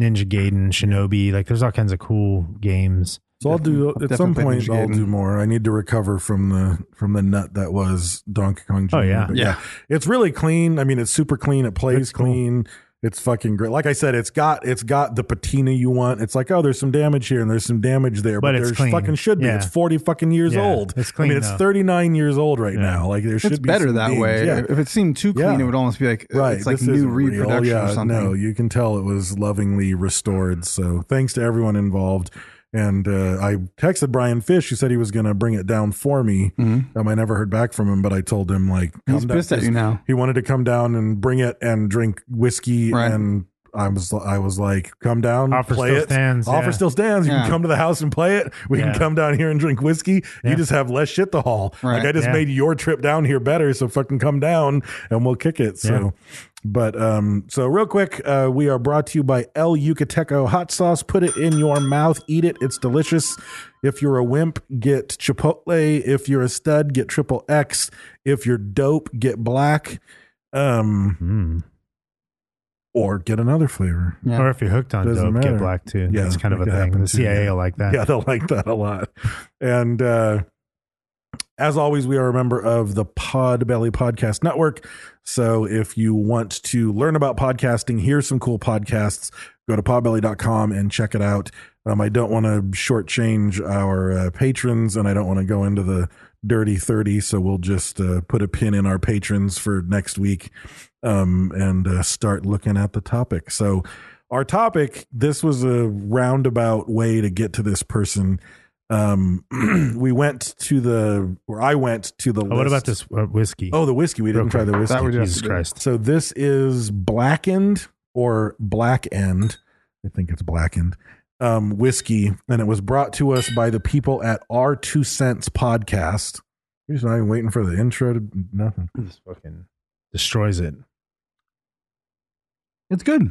Speaker 3: Ninja Gaiden, Shinobi, like there's all kinds of cool games.
Speaker 4: So I'll do
Speaker 2: I've
Speaker 4: at some
Speaker 2: definitely played
Speaker 4: point. I'll
Speaker 2: Ninja Gaiden.
Speaker 4: do more. I need to recover from the from the nut that was Donkey Kong. Jr.
Speaker 3: Oh, yeah.
Speaker 4: But
Speaker 2: Yeah.
Speaker 4: it's really clean. I mean, it's super clean. It plays
Speaker 3: That's cool.
Speaker 4: clean. It's fucking great. Like I said, it's got it's got the patina you want. It's like oh, there's some damage here and there's some damage there,
Speaker 3: But
Speaker 4: but,
Speaker 3: it's
Speaker 4: there's
Speaker 3: clean.
Speaker 4: fucking should be.
Speaker 3: Yeah.
Speaker 4: It's forty fucking years
Speaker 3: Yeah,
Speaker 4: old.
Speaker 3: it's
Speaker 4: I
Speaker 3: clean,
Speaker 4: mean, it's
Speaker 3: though.
Speaker 4: thirty nine years old right
Speaker 3: Yeah.
Speaker 4: now. Like there should
Speaker 2: It's
Speaker 4: be
Speaker 2: better
Speaker 4: some
Speaker 2: that
Speaker 4: dings.
Speaker 2: way.
Speaker 4: Yeah.
Speaker 2: If it seemed too
Speaker 4: Yeah.
Speaker 2: clean, it would almost be like uh,
Speaker 4: Right,
Speaker 2: it's like
Speaker 4: this
Speaker 2: new
Speaker 4: isn't real.
Speaker 2: reproduction
Speaker 4: yeah,
Speaker 2: or something.
Speaker 4: No, you can tell it was lovingly restored. So thanks to everyone involved. And uh, I texted Brian Fish, who said he was going to bring it down for me. Um, I never heard back from him, but I told him like
Speaker 2: Mm-hmm. He's
Speaker 4: come down-
Speaker 2: pissed at you now.
Speaker 4: He wanted to come down and bring it and drink whiskey
Speaker 2: Right.
Speaker 4: and. I was I was like, come down,
Speaker 3: Offer
Speaker 4: play
Speaker 3: still
Speaker 4: it.
Speaker 3: stands,
Speaker 4: Offer
Speaker 3: yeah.
Speaker 4: still stands. You
Speaker 2: Yeah.
Speaker 4: can come to the house and play it. We
Speaker 3: Yeah.
Speaker 4: can come down here and drink whiskey.
Speaker 3: Yeah.
Speaker 4: You just have less shit to haul.
Speaker 2: Right,
Speaker 4: Like I just
Speaker 3: yeah.
Speaker 4: made your trip down here better, so fucking come down and we'll kick it. So
Speaker 3: Yeah.
Speaker 4: but um, so real quick, uh, we are brought to you by El Yucateco hot sauce. Put it in your mouth, eat it. It's delicious. If you're a wimp, get Chipotle. If you're a stud, get triple X. If you're dope, get black. Um, or get another flavor.
Speaker 2: Yeah.
Speaker 3: Or if you're hooked on
Speaker 4: Doesn't
Speaker 3: dope,
Speaker 4: matter.
Speaker 3: get black too.
Speaker 4: Yeah,
Speaker 3: Yeah, it's kind of
Speaker 4: that
Speaker 3: a
Speaker 4: could
Speaker 3: thing.
Speaker 4: happen
Speaker 3: The
Speaker 4: too,
Speaker 3: CIA
Speaker 4: yeah.
Speaker 3: will like that.
Speaker 4: Yeah, they'll like that a lot. And uh, as always, we are a member of the Podbelly Podcast Network. So if you want to learn about podcasting, hear some cool podcasts, go to podbelly.com and check it out. Um, I don't want to shortchange our uh, patrons and I don't want to go into the dirty 30. So we'll just uh, put a pin in our patrons for next week um, and uh, start looking at the topic. So, our topic this was a roundabout way to get to this person. Um, we went to the, or I went to the.
Speaker 3: Oh,
Speaker 4: list-
Speaker 3: what about this uh, whiskey?
Speaker 4: Oh, the whiskey. We didn't
Speaker 3: Real
Speaker 4: try
Speaker 3: quick.
Speaker 4: the whiskey.
Speaker 2: That we did.
Speaker 3: Jesus Christ.
Speaker 4: So this is blackened or black end. I think it's blackened um, whiskey, and it was brought to us by the people at Our Two Cents Podcast. You're just not even waiting for the intro to nothing.
Speaker 3: This fucking destroys it.
Speaker 2: It's good.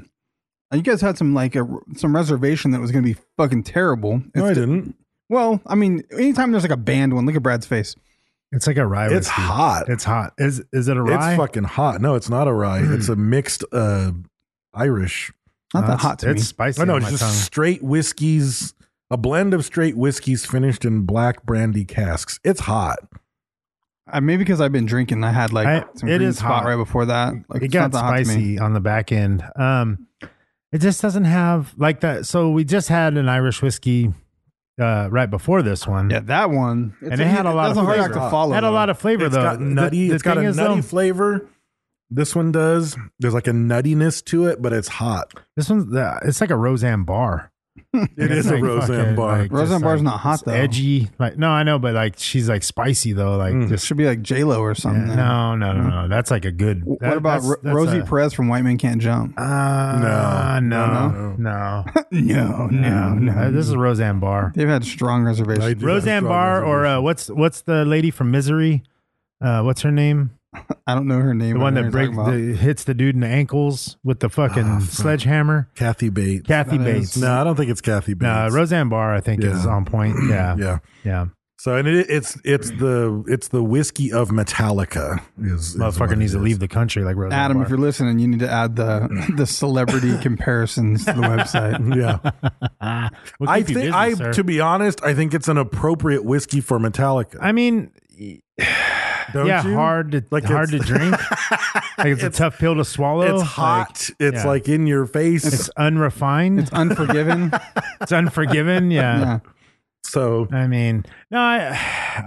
Speaker 2: Uh, You guys had some like a, some reservation that was going to be fucking terrible.
Speaker 4: No,
Speaker 2: It's
Speaker 4: I
Speaker 2: di-
Speaker 4: didn't.
Speaker 2: well, I mean, anytime there's like a banned one, look at Brad's face.
Speaker 3: It's like a rye.
Speaker 4: It's
Speaker 3: whiskey.
Speaker 4: hot.
Speaker 3: It's hot. Is is it a rye? Hmm.
Speaker 4: It's fucking hot. No, it's not a rye. it's a mixed uh, Irish.
Speaker 2: Not
Speaker 3: Uh,
Speaker 2: that
Speaker 3: it's-
Speaker 2: hot to
Speaker 3: It's
Speaker 2: me.
Speaker 3: spicy.
Speaker 4: Oh no,
Speaker 3: on
Speaker 4: it's
Speaker 3: my
Speaker 4: just
Speaker 3: tongue.
Speaker 4: straight whiskeys. A blend of straight whiskeys finished in black brandy casks. It's hot.
Speaker 2: I, Uh, maybe because I've been drinking, I had like
Speaker 3: I-
Speaker 2: some
Speaker 3: it
Speaker 2: green
Speaker 3: is
Speaker 2: spot
Speaker 3: hot.
Speaker 2: right before that. Like
Speaker 3: it
Speaker 2: it's
Speaker 3: got
Speaker 2: not that hot to me.
Speaker 3: spicy on the back end. Um, it just doesn't have like that. So we just had an Irish whiskey uh, right before this one.
Speaker 2: Yeah, that one.
Speaker 3: And it had a lot
Speaker 2: that's
Speaker 3: of
Speaker 2: hard
Speaker 3: flavor.
Speaker 2: act to follow.
Speaker 3: had a
Speaker 2: though.
Speaker 3: lot of flavor
Speaker 4: It's
Speaker 3: though.
Speaker 4: got nutty.
Speaker 3: The- the
Speaker 4: it's got
Speaker 3: thing
Speaker 4: a
Speaker 3: is,
Speaker 4: nutty
Speaker 3: though,
Speaker 4: flavor. This one does. There's like a nuttiness to it, but it's hot.
Speaker 3: This one's the, it's like a Roseanne bar.
Speaker 4: It is a Roseanne bar.
Speaker 2: Roseanne bar's not hot,
Speaker 3: it's
Speaker 2: though.
Speaker 3: Edgy, like no, I know, but like she's like spicy though. Like
Speaker 2: It
Speaker 3: just
Speaker 2: should be like J Lo or Mm. something.
Speaker 3: yeah, no, no, no, no. That's like a good.
Speaker 2: W-
Speaker 3: that-
Speaker 2: what about
Speaker 3: that's-
Speaker 2: Ro-
Speaker 3: that's
Speaker 2: Rosie
Speaker 3: a-
Speaker 2: Perez from White Man Can't Jump?
Speaker 3: Uh, no, no, no,
Speaker 4: no,
Speaker 2: no,
Speaker 3: Uh, This is Roseanne Barr.
Speaker 2: They've had strong
Speaker 4: I
Speaker 2: reservations.
Speaker 4: do.
Speaker 3: Roseanne
Speaker 4: That's
Speaker 3: Barr
Speaker 4: wrong,
Speaker 3: or uh,
Speaker 4: reservation.
Speaker 3: what's what's the lady from Misery? Uh, what's her name?
Speaker 2: I don't know her name.
Speaker 3: The
Speaker 2: but I
Speaker 3: one
Speaker 2: know
Speaker 3: that
Speaker 2: who you're
Speaker 3: breaks,
Speaker 2: talking
Speaker 3: the, hits the dude in the ankles with the fucking
Speaker 4: Ah,
Speaker 3: sledgehammer.
Speaker 4: Kathy Bates.
Speaker 3: Kathy
Speaker 2: That
Speaker 3: Bates.
Speaker 2: is-
Speaker 4: No, I don't think it's Kathy Bates.
Speaker 3: No, Roseanne Barr, I think, is
Speaker 4: Yeah.
Speaker 3: on point. Yeah,
Speaker 4: Yeah.
Speaker 3: yeah.
Speaker 4: So and it, it's it's the it's the whiskey of Metallica. Is, is what
Speaker 3: Motherfucker
Speaker 4: it
Speaker 3: needs to
Speaker 4: is.
Speaker 3: leave the country, like Roseanne
Speaker 2: Adam,
Speaker 3: Barr.
Speaker 2: if you're listening, you need to add the the celebrity comparisons to the website.
Speaker 4: Yeah.
Speaker 3: We'll
Speaker 4: I
Speaker 3: keep you
Speaker 4: think
Speaker 3: busy,
Speaker 4: I
Speaker 3: sir.
Speaker 4: to be honest, I think it's an appropriate whiskey for Metallica.
Speaker 3: I mean,
Speaker 4: don't
Speaker 3: Uh, yeah,
Speaker 4: you?
Speaker 3: hard to
Speaker 4: Like,
Speaker 3: hard to
Speaker 4: it's-
Speaker 3: drink. like it's, a tough pill to swallow.
Speaker 4: It's
Speaker 3: Like,
Speaker 4: hot. it's
Speaker 3: yeah.
Speaker 4: like in your face.
Speaker 3: It's unrefined.
Speaker 2: It's
Speaker 3: It's,
Speaker 2: unforgiven.
Speaker 3: unforgiven. Yeah.
Speaker 2: yeah.
Speaker 4: so
Speaker 3: I mean, no, I,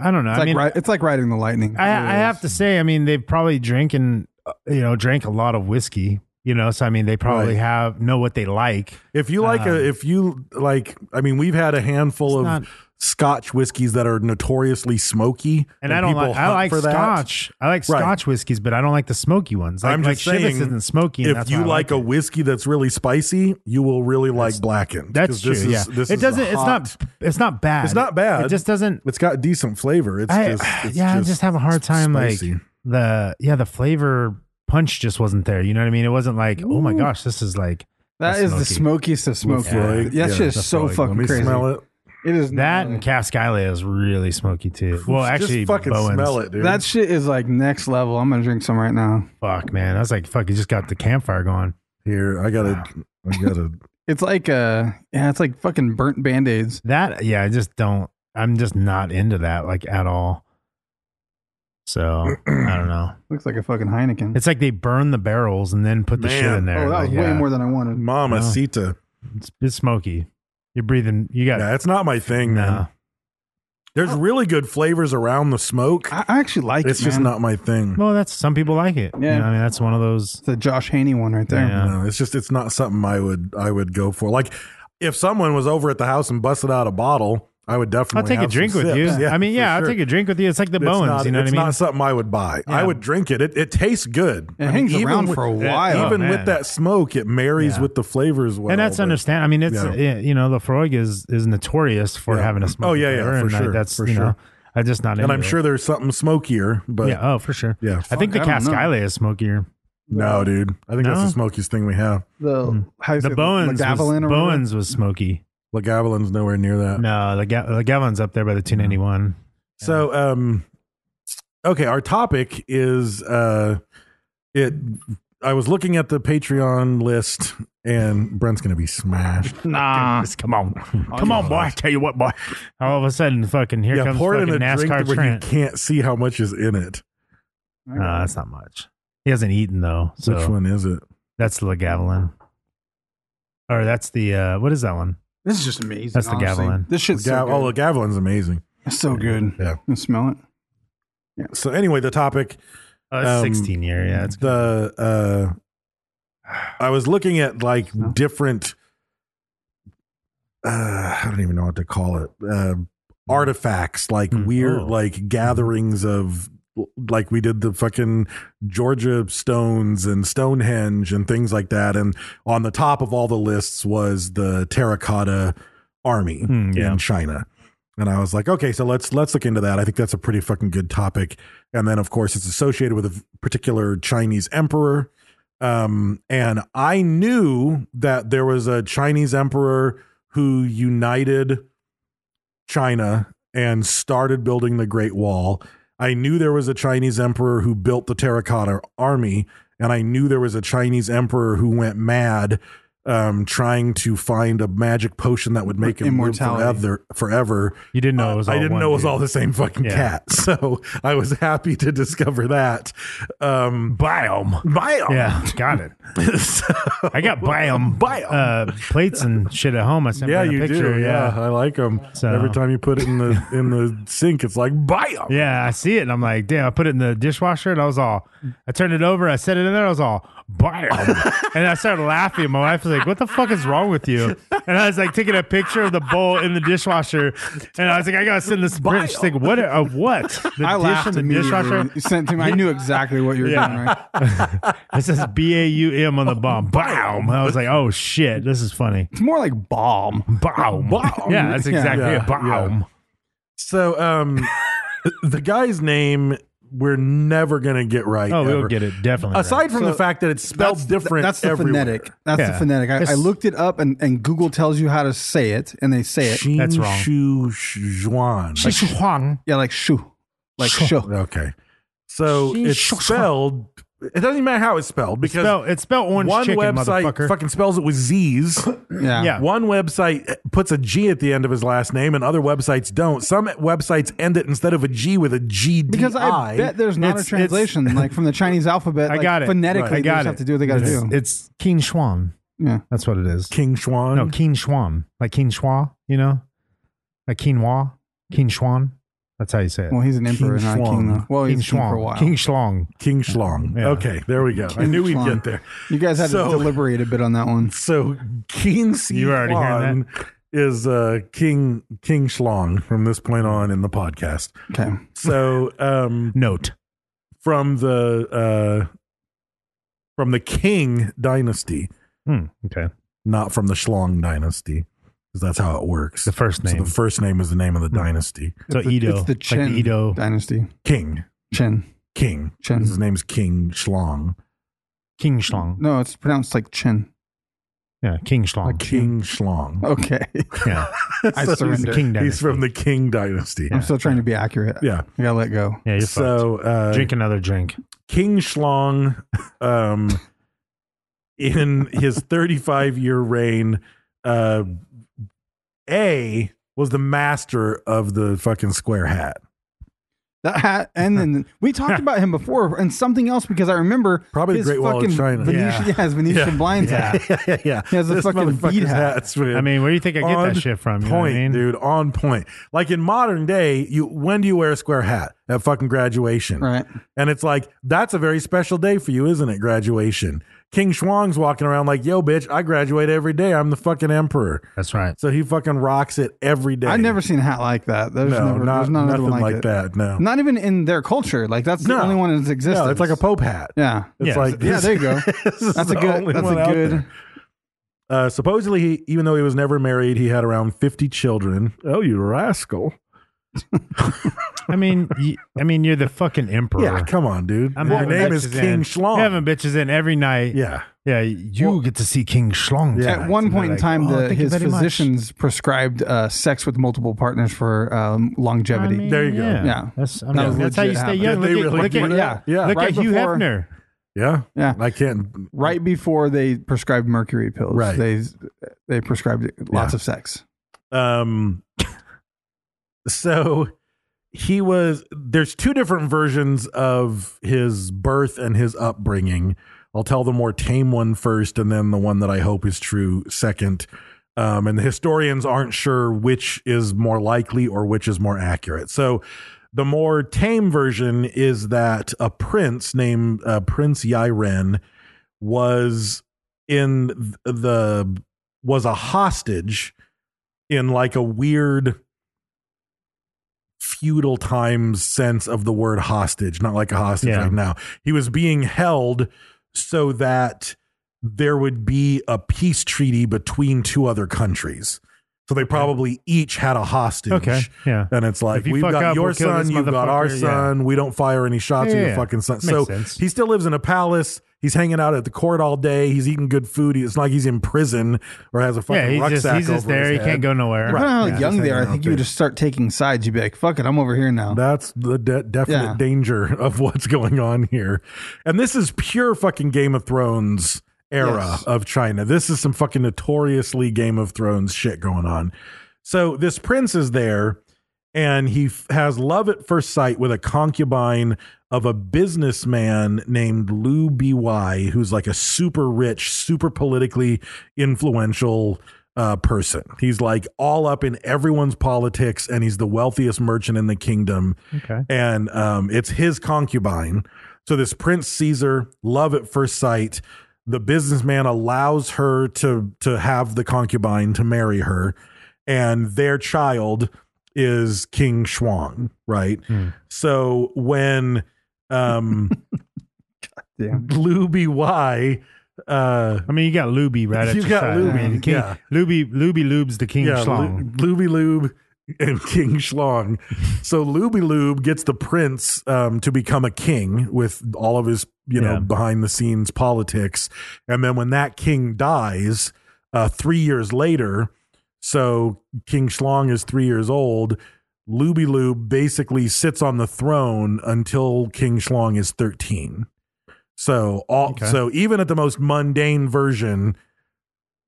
Speaker 3: I don't know.
Speaker 2: It's
Speaker 3: I
Speaker 2: like
Speaker 3: mean,
Speaker 2: ri- it's like riding the lightning.
Speaker 3: I, I have to say, I mean, they've probably drinking, you know, drank a lot of whiskey. You know, so I mean, they probably
Speaker 4: Right.
Speaker 3: have know what they like.
Speaker 4: If you like a, if you like, I mean, we've had a handful of
Speaker 3: Uh, not-
Speaker 4: Scotch whiskeys that are notoriously smoky,
Speaker 3: And, I don't
Speaker 4: people
Speaker 3: like. I
Speaker 4: hunt
Speaker 3: like
Speaker 4: for that.
Speaker 3: Scotch. I like
Speaker 4: Right.
Speaker 3: Scotch whiskeys, but I don't like the smoky ones. Like,
Speaker 4: I'm
Speaker 3: like
Speaker 4: just saying,
Speaker 3: Chivas isn't smoky. and
Speaker 4: If
Speaker 3: that's
Speaker 4: you
Speaker 3: why I
Speaker 4: like,
Speaker 3: it.
Speaker 4: a whiskey that's really spicy, you will really like blackened.
Speaker 3: that's
Speaker 4: 'cause
Speaker 3: true.
Speaker 4: this
Speaker 3: yeah,
Speaker 4: is- this
Speaker 3: it
Speaker 4: is
Speaker 3: doesn't. It's
Speaker 4: hot-
Speaker 3: not. It's not bad.
Speaker 4: It's not bad.
Speaker 3: It just doesn't.
Speaker 4: It's got decent flavor. It's
Speaker 3: I,
Speaker 4: just. It's
Speaker 3: yeah, I just have a hard time
Speaker 4: spicy.
Speaker 3: like the yeah the flavor punch just wasn't there. You know what I mean? It wasn't like oh my gosh, this is like
Speaker 2: That is
Speaker 3: smoky.
Speaker 2: the smokiest of smoky.
Speaker 4: Lefroy,
Speaker 2: That shit
Speaker 4: yeah,
Speaker 2: is so
Speaker 3: Lefroy.
Speaker 4: Let
Speaker 2: fucking
Speaker 4: me
Speaker 2: crazy.
Speaker 4: smell it.
Speaker 2: It is
Speaker 3: That
Speaker 2: gnarly.
Speaker 3: and Cascalia is really smoky too. Well,
Speaker 4: Mm.
Speaker 3: actually,
Speaker 4: just fucking
Speaker 3: Bowen's,
Speaker 4: smell it, dude.
Speaker 2: That shit is like next level. I'm gonna drink some right now.
Speaker 3: Fuck, man, I was like, fuck, you just got the campfire going.
Speaker 4: here. I gotta. I gotta.
Speaker 2: It's like uh yeah, it's like fucking burnt band aids.
Speaker 3: That yeah, I just don't. I'm just not into that like at all. So I don't know.
Speaker 2: Looks like a fucking Heineken.
Speaker 3: It's like they burn the barrels and then put the shit
Speaker 4: Man.
Speaker 3: in there.
Speaker 2: oh, that was
Speaker 3: Like,
Speaker 2: way
Speaker 3: yeah.
Speaker 2: more than I wanted.
Speaker 4: Mama Sita.
Speaker 3: It's, it's smoky. You're breathing. You got uh,
Speaker 4: Yeah, that's not my thing,
Speaker 3: no.
Speaker 4: man. There's really good flavors around the smoke.
Speaker 2: I I actually like
Speaker 4: it's
Speaker 2: it.
Speaker 4: just
Speaker 2: man.
Speaker 4: not my thing.
Speaker 3: Well, that's some people like it.
Speaker 2: Yeah.
Speaker 3: You know, I mean, that's one of those.
Speaker 2: It's the Josh Haney one right there.
Speaker 3: Yeah.
Speaker 4: No, it's just it's not something I would I would go for. Like if someone was over at the house and busted out a bottle, I would definitely.
Speaker 3: I'll take a
Speaker 4: have some
Speaker 3: drink with you.
Speaker 4: sips.
Speaker 3: I mean,
Speaker 4: for
Speaker 3: yeah, I'll
Speaker 4: sure.
Speaker 3: take a drink with you. It's like the
Speaker 4: It's
Speaker 3: Bowens.
Speaker 4: not,
Speaker 3: you know what I
Speaker 4: it's
Speaker 3: mean?
Speaker 4: not something I would buy.
Speaker 3: Yeah.
Speaker 4: I would drink it. It, it tastes good.
Speaker 2: It
Speaker 4: I mean,
Speaker 2: hangs
Speaker 4: even
Speaker 2: around
Speaker 4: with-
Speaker 2: for a
Speaker 3: Yeah,
Speaker 2: while.
Speaker 3: Oh,
Speaker 4: even
Speaker 3: man.
Speaker 4: with that smoke, it marries
Speaker 3: Yeah.
Speaker 4: with the flavors well.
Speaker 3: and that's
Speaker 4: but-
Speaker 3: understandable. I mean, it's
Speaker 4: Yeah.
Speaker 3: yeah, you know, Lafroig is is notorious for
Speaker 4: Yeah.
Speaker 3: having a smoke.
Speaker 4: Oh, yeah, yeah, for sure,
Speaker 3: that's
Speaker 4: for
Speaker 3: you know,
Speaker 4: sure.
Speaker 3: I just not.
Speaker 4: And
Speaker 3: into
Speaker 4: I'm
Speaker 3: it.
Speaker 4: sure there's something smokier, but
Speaker 3: yeah. Oh, for sure.
Speaker 4: Yeah.
Speaker 3: I think the
Speaker 2: Fuck, I don't know.
Speaker 3: Cascalia is smokier.
Speaker 4: no, dude. I think that's
Speaker 3: No?
Speaker 4: the smokiest thing we have.
Speaker 2: The how you
Speaker 3: Mm.
Speaker 2: say
Speaker 3: The
Speaker 2: it?
Speaker 3: Bowens was,
Speaker 2: Lagavulin or whatever?
Speaker 3: Bowens was smoky.
Speaker 4: Lagavelin's nowhere near that.
Speaker 3: No, the Ga- the Gavin's up there by the 291.
Speaker 4: So, um, okay, our topic is uh, it. I was looking at the Patreon list, and Brent's gonna be smashed. Ah,
Speaker 3: Nah, come on, come on, boy. I tell you what, boy. All of a sudden, fucking here
Speaker 4: yeah,
Speaker 3: comes
Speaker 4: pour it
Speaker 3: fucking
Speaker 4: in a
Speaker 3: NASCAR
Speaker 4: drink where you
Speaker 3: Trent.
Speaker 4: can't see how much is in it.
Speaker 3: No, that's not much. He hasn't eaten though. So
Speaker 4: Which one is it?
Speaker 3: That's the Gavilin. Or that's the uh, what is that one?
Speaker 2: This is just amazing.
Speaker 3: That's the
Speaker 2: honestly.
Speaker 3: Gavilin.
Speaker 2: This shit's so
Speaker 4: Gav-
Speaker 2: good.
Speaker 4: oh, Lagavelin's amazing.
Speaker 2: it's so good.
Speaker 4: Yeah.
Speaker 2: You smell it.
Speaker 4: So anyway, the topic
Speaker 3: Oh, it's
Speaker 4: Um,
Speaker 3: 16 year. Yeah, it's
Speaker 4: the uh i was looking at like different uh i don't even know what to call it uh artifacts like
Speaker 3: Hmm.
Speaker 4: weird
Speaker 3: Oh.
Speaker 4: like gatherings of like we did the fucking Georgia stones and Stonehenge and things like that and on the top of all the lists was the terracotta army
Speaker 3: Hmm, yeah.
Speaker 4: in China and I was like, okay, so let's let's look into that. I think that's a pretty fucking good topic. And then of course it's associated with a v- particular Chinese emperor. Um, and I knew that there was a Chinese emperor who united China and started building the Great Wall. I knew there was a Chinese emperor who built the terracotta army, and I knew there was a Chinese emperor who went mad um, trying to find a magic potion that would make him
Speaker 2: Immortality.
Speaker 4: live forever. forever. Uh,
Speaker 3: You didn't know it was
Speaker 4: I
Speaker 3: all
Speaker 4: didn't
Speaker 3: one
Speaker 4: know it was
Speaker 3: dude.
Speaker 4: all the same fucking
Speaker 3: Yeah.
Speaker 4: cat. So I was happy to discover that. Um,
Speaker 3: biome.
Speaker 4: biome.
Speaker 3: Yeah, got it.
Speaker 4: So-
Speaker 3: I got biome,
Speaker 4: Biome.
Speaker 3: uh, plates and shit at home. I sent
Speaker 4: yeah,
Speaker 3: Brent a
Speaker 4: you
Speaker 3: picture.
Speaker 4: do. Yeah.
Speaker 3: yeah,
Speaker 4: I like them.
Speaker 3: So-
Speaker 4: Every time you put it in the in the sink, it's like biome.
Speaker 3: Yeah, I see it, and I'm like, damn. I put it in the dishwasher, and I was all, I turned it over, I set it in there, I was all, biome, and I started laughing. My wife was like, "What the fuck is wrong with you?" And I was like, taking a picture of the bowl in the dishwasher, and I was like, I gotta send this. Brent. She's like, what of what? The
Speaker 2: I
Speaker 3: dish in
Speaker 2: laughed
Speaker 3: the
Speaker 2: immediately.
Speaker 3: dishwasher.
Speaker 2: You sent it to me. I knew exactly what you were
Speaker 3: Yeah.
Speaker 2: doing. Right.
Speaker 3: It says B A U M
Speaker 4: Oh,
Speaker 3: on the bomb. Biome. I was like, oh shit, this is funny.
Speaker 2: It's more like bomb.
Speaker 3: Biome. Yeah, that's
Speaker 2: Yeah.
Speaker 3: exactly
Speaker 4: Oh, Yeah,
Speaker 3: it. Biome.
Speaker 4: So um, the guy's name we're never gonna get right.
Speaker 3: Oh, we'll
Speaker 4: ever.
Speaker 3: get it definitely.
Speaker 4: Aside from
Speaker 2: So
Speaker 4: the fact that it's spelled different,
Speaker 2: That's the
Speaker 4: everywhere.
Speaker 2: phonetic. That's
Speaker 3: Yeah.
Speaker 2: the phonetic. I, I
Speaker 3: It's-
Speaker 2: looked it up, and, and Google tells you how to say it, and they say it.
Speaker 4: Xin
Speaker 3: That's wrong.
Speaker 4: Shu Zhuan.
Speaker 3: right. Like, Huang.
Speaker 2: Yeah, like shoo, like shoo.
Speaker 4: Okay. So it's spelled. It doesn't even matter how it's spelled because
Speaker 3: spell- it's spelled orange
Speaker 4: one
Speaker 3: chicken, motherfucker.
Speaker 4: website fucking spells it with Z's.
Speaker 2: Yeah.
Speaker 3: Yeah.
Speaker 4: One website puts a G at the end of his last name, and other websites don't. Some websites end it instead of a G with a G D I.
Speaker 2: Because I, bet there's not
Speaker 3: It's-
Speaker 2: a
Speaker 3: it's-
Speaker 2: translation like from the Chinese alphabet.
Speaker 3: I
Speaker 2: like,
Speaker 3: got it.
Speaker 2: Phonetically,
Speaker 3: I
Speaker 2: they
Speaker 3: got
Speaker 2: just
Speaker 3: it.
Speaker 2: have to do what they got to
Speaker 3: it's,
Speaker 2: do.
Speaker 3: It's King Schwan.
Speaker 2: yeah.
Speaker 3: That's what it is.
Speaker 4: King Schwan.
Speaker 3: no, King Schwan. Like King Schwa, you know? Like Quinoa. King Schwan. That's how you say it.
Speaker 2: Well, he's an emperor,
Speaker 4: King
Speaker 2: not a king.
Speaker 4: Shlong.
Speaker 2: Though. Well, he's
Speaker 3: King
Speaker 2: a king for a
Speaker 3: Schlong.
Speaker 2: while.
Speaker 3: King Schlong.
Speaker 4: King Schlong.
Speaker 3: Yeah.
Speaker 4: Okay, there we go. I
Speaker 2: King
Speaker 4: knew we'd
Speaker 2: Shlong.
Speaker 4: get there.
Speaker 2: You guys had
Speaker 4: So-
Speaker 2: to deliberate a bit on that one.
Speaker 4: So King Si
Speaker 3: You already hearing
Speaker 4: Huang is uh, King King Schlong from this point on in the podcast.
Speaker 2: Okay.
Speaker 3: Oh,
Speaker 4: So um,
Speaker 3: Note.
Speaker 4: from the uh, from the King dynasty,
Speaker 3: Hmm, okay.
Speaker 4: not from the Schlong dynasty, because that's how it works.
Speaker 3: The first
Speaker 4: So
Speaker 3: name.
Speaker 4: the first name is the name of the dynasty.
Speaker 3: So
Speaker 2: It's the-
Speaker 3: Edo.
Speaker 2: It's the
Speaker 3: like
Speaker 2: Chen
Speaker 3: Edo.
Speaker 2: dynasty.
Speaker 4: King,
Speaker 2: Chen.
Speaker 4: King.
Speaker 2: Chen.
Speaker 4: His name's King Schlong.
Speaker 3: King Schlong.
Speaker 2: No, it's pronounced like Chen.
Speaker 3: Yeah, King Schlong.
Speaker 4: King Schlong.
Speaker 2: Okay.
Speaker 3: Yeah.
Speaker 2: I
Speaker 4: So he's-
Speaker 2: surrender.
Speaker 3: King
Speaker 4: He's
Speaker 3: dynasty.
Speaker 4: from the King dynasty.
Speaker 2: I'm still trying to be accurate.
Speaker 4: Yeah.
Speaker 2: I gotta let go.
Speaker 3: Yeah, you're so,
Speaker 4: So uh,
Speaker 3: Drink another drink.
Speaker 4: King Schlong, um, in his 35 year reign, uh, A was the master of the fucking square hat.
Speaker 2: That hat, and then we talked about him before, and something else because I remember
Speaker 4: Probably the
Speaker 2: his
Speaker 4: Great Wall of
Speaker 2: fucking
Speaker 4: China.
Speaker 2: Venetian,
Speaker 3: Yeah.
Speaker 2: yeah. his Venetian blinds hat.
Speaker 4: yeah, yeah, yeah.
Speaker 2: He has a
Speaker 4: This
Speaker 2: fucking bead
Speaker 4: motherfucker's
Speaker 2: hat.
Speaker 4: hat's weird.
Speaker 3: I mean, where do you think I get
Speaker 4: On
Speaker 3: that shit from? You know what I
Speaker 4: point,
Speaker 3: mean?
Speaker 4: dude. On point. Like in modern day, you when do you wear a square hat at fucking graduation?
Speaker 2: Right.
Speaker 4: And it's like that's a very special day for you, isn't it? Graduation. King Shuang's walking around like, "Yo, bitch, I graduate every day. I'm the fucking emperor."
Speaker 3: That's right.
Speaker 4: So he fucking rocks it every day.
Speaker 2: I've never seen a hat like that. There's
Speaker 4: No,
Speaker 2: never,
Speaker 4: not-
Speaker 2: there's not another
Speaker 4: nothing
Speaker 2: one like,
Speaker 4: like
Speaker 2: it.
Speaker 4: that, no.
Speaker 2: Not even in their culture. Like that's
Speaker 4: No.
Speaker 2: the only one that's existed.
Speaker 4: No, it's like a pope hat.
Speaker 2: Yeah.
Speaker 4: It's
Speaker 3: Yeah.
Speaker 4: like
Speaker 2: Yeah, there you go.
Speaker 4: this is
Speaker 2: That's a
Speaker 4: the
Speaker 2: good.
Speaker 4: only
Speaker 2: That's
Speaker 4: one
Speaker 2: a
Speaker 4: out
Speaker 2: good.
Speaker 4: there. Uh, supposedly, he, even though he was never married, he had around fifty children. Oh, you rascal!
Speaker 3: I mean, y- I mean, you're the fucking emperor.
Speaker 4: Yeah, come on, dude.
Speaker 3: I'm
Speaker 4: Your
Speaker 3: having
Speaker 4: name is
Speaker 3: bitches
Speaker 4: King
Speaker 3: in.
Speaker 4: Schlong.
Speaker 3: You're having bitches in every night.
Speaker 4: yeah,
Speaker 3: Yeah, you get to see King Schlong.
Speaker 4: Yeah.
Speaker 3: tonight.
Speaker 2: At one
Speaker 3: And
Speaker 2: point
Speaker 3: they're
Speaker 2: in
Speaker 3: like,
Speaker 2: time,
Speaker 3: "Oh,
Speaker 2: the,
Speaker 3: thank you
Speaker 2: his
Speaker 3: very much."
Speaker 2: physicians prescribed uh, sex with multiple partners for um, longevity.
Speaker 3: I mean,
Speaker 4: There you go.
Speaker 3: Yeah,
Speaker 2: Yeah.
Speaker 3: That's, I
Speaker 2: That
Speaker 3: mean,
Speaker 2: was
Speaker 3: that's how you
Speaker 2: legit
Speaker 3: stay
Speaker 2: happened.
Speaker 4: Did
Speaker 3: young. Look
Speaker 4: they
Speaker 3: at,
Speaker 4: really
Speaker 3: look
Speaker 4: do
Speaker 3: at,
Speaker 4: that?
Speaker 3: yeah,
Speaker 4: Yeah.
Speaker 3: look
Speaker 2: Right
Speaker 3: at Hugh
Speaker 2: before-
Speaker 3: Hefner.
Speaker 4: yeah,
Speaker 2: Yeah.
Speaker 4: I can't.
Speaker 2: right before they prescribed mercury pills,
Speaker 4: Right.
Speaker 2: they they prescribed lots
Speaker 4: Yeah.
Speaker 2: of sex.
Speaker 4: Um, so he was. There's two different versions of his birth and his upbringing. I'll tell the more tame one first, and then the one that I hope is true second. Um, and the historians aren't sure which is more likely or which is more accurate. So the more tame version is that a prince named uh, Prince Yairen was in th- the was a hostage in like a weird feudal times sense of the word hostage, not like a hostage
Speaker 3: Yeah.
Speaker 4: right now. He was being held so that there would be a peace treaty between two other countries. So they probably each had a hostage.
Speaker 3: Okay, yeah.
Speaker 4: And it's like
Speaker 3: If you
Speaker 4: we've
Speaker 3: fuck
Speaker 4: got
Speaker 3: up,
Speaker 4: your
Speaker 3: we'll kill
Speaker 4: son,
Speaker 3: this
Speaker 4: you've got our
Speaker 3: motherfucker, yeah.
Speaker 4: son. We don't fire any shots
Speaker 3: Yeah,
Speaker 4: at your
Speaker 3: yeah.
Speaker 4: fucking son.
Speaker 3: Makes
Speaker 4: so
Speaker 3: sense.
Speaker 4: he still lives in a palace. He's hanging out at the court all day. He's eating good food. He- It's not like he's in prison or has a fucking
Speaker 3: Yeah, he's
Speaker 4: rucksack
Speaker 3: just, he's just
Speaker 4: over his
Speaker 3: there. He
Speaker 4: head.
Speaker 3: can't go nowhere.
Speaker 2: Depending on how
Speaker 4: yeah,
Speaker 2: young
Speaker 4: just
Speaker 2: they are, I
Speaker 4: hanging out
Speaker 2: think you would
Speaker 4: there.
Speaker 2: just start taking sides. You'd be like, "Fuck it, I'm over here now."
Speaker 4: That's the de- definite
Speaker 2: Yeah.
Speaker 4: danger of what's going on here. And this is pure fucking Game of Thrones era
Speaker 2: Yes.
Speaker 4: of China. This is some fucking notoriously Game of Thrones shit going on. So this prince is there and he f- has love at first sight with a concubine of a businessman named Liu BY, who's like a super rich, super politically influential uh, person. He's like all up in everyone's politics and he's the wealthiest merchant in the kingdom.
Speaker 3: Okay.
Speaker 4: And um, it's his concubine. So this Prince Caesar, love at first sight. The businessman allows her to to have the concubine to marry her, and their child is King Shuang, right? So when um
Speaker 2: Damn.
Speaker 4: Liu BY uh
Speaker 3: I mean, you got Luby right at
Speaker 4: You
Speaker 3: your
Speaker 4: got
Speaker 3: side.
Speaker 4: Luby,
Speaker 3: I mean, the King,
Speaker 4: yeah.
Speaker 3: Luby, Luby lubes the King
Speaker 4: yeah,
Speaker 3: Schlong.
Speaker 4: Lu- Luby Lube and King Schlong. So Luby Lube gets the prince um, to become a king with all of his, you know,
Speaker 3: Yeah.
Speaker 4: behind the scenes politics. And then when that king dies, uh, three years later, so King Schlong is three years old. Luby Lube basically sits on the throne until King Schlong is 13. So all
Speaker 3: Okay.
Speaker 4: so even at the most mundane version,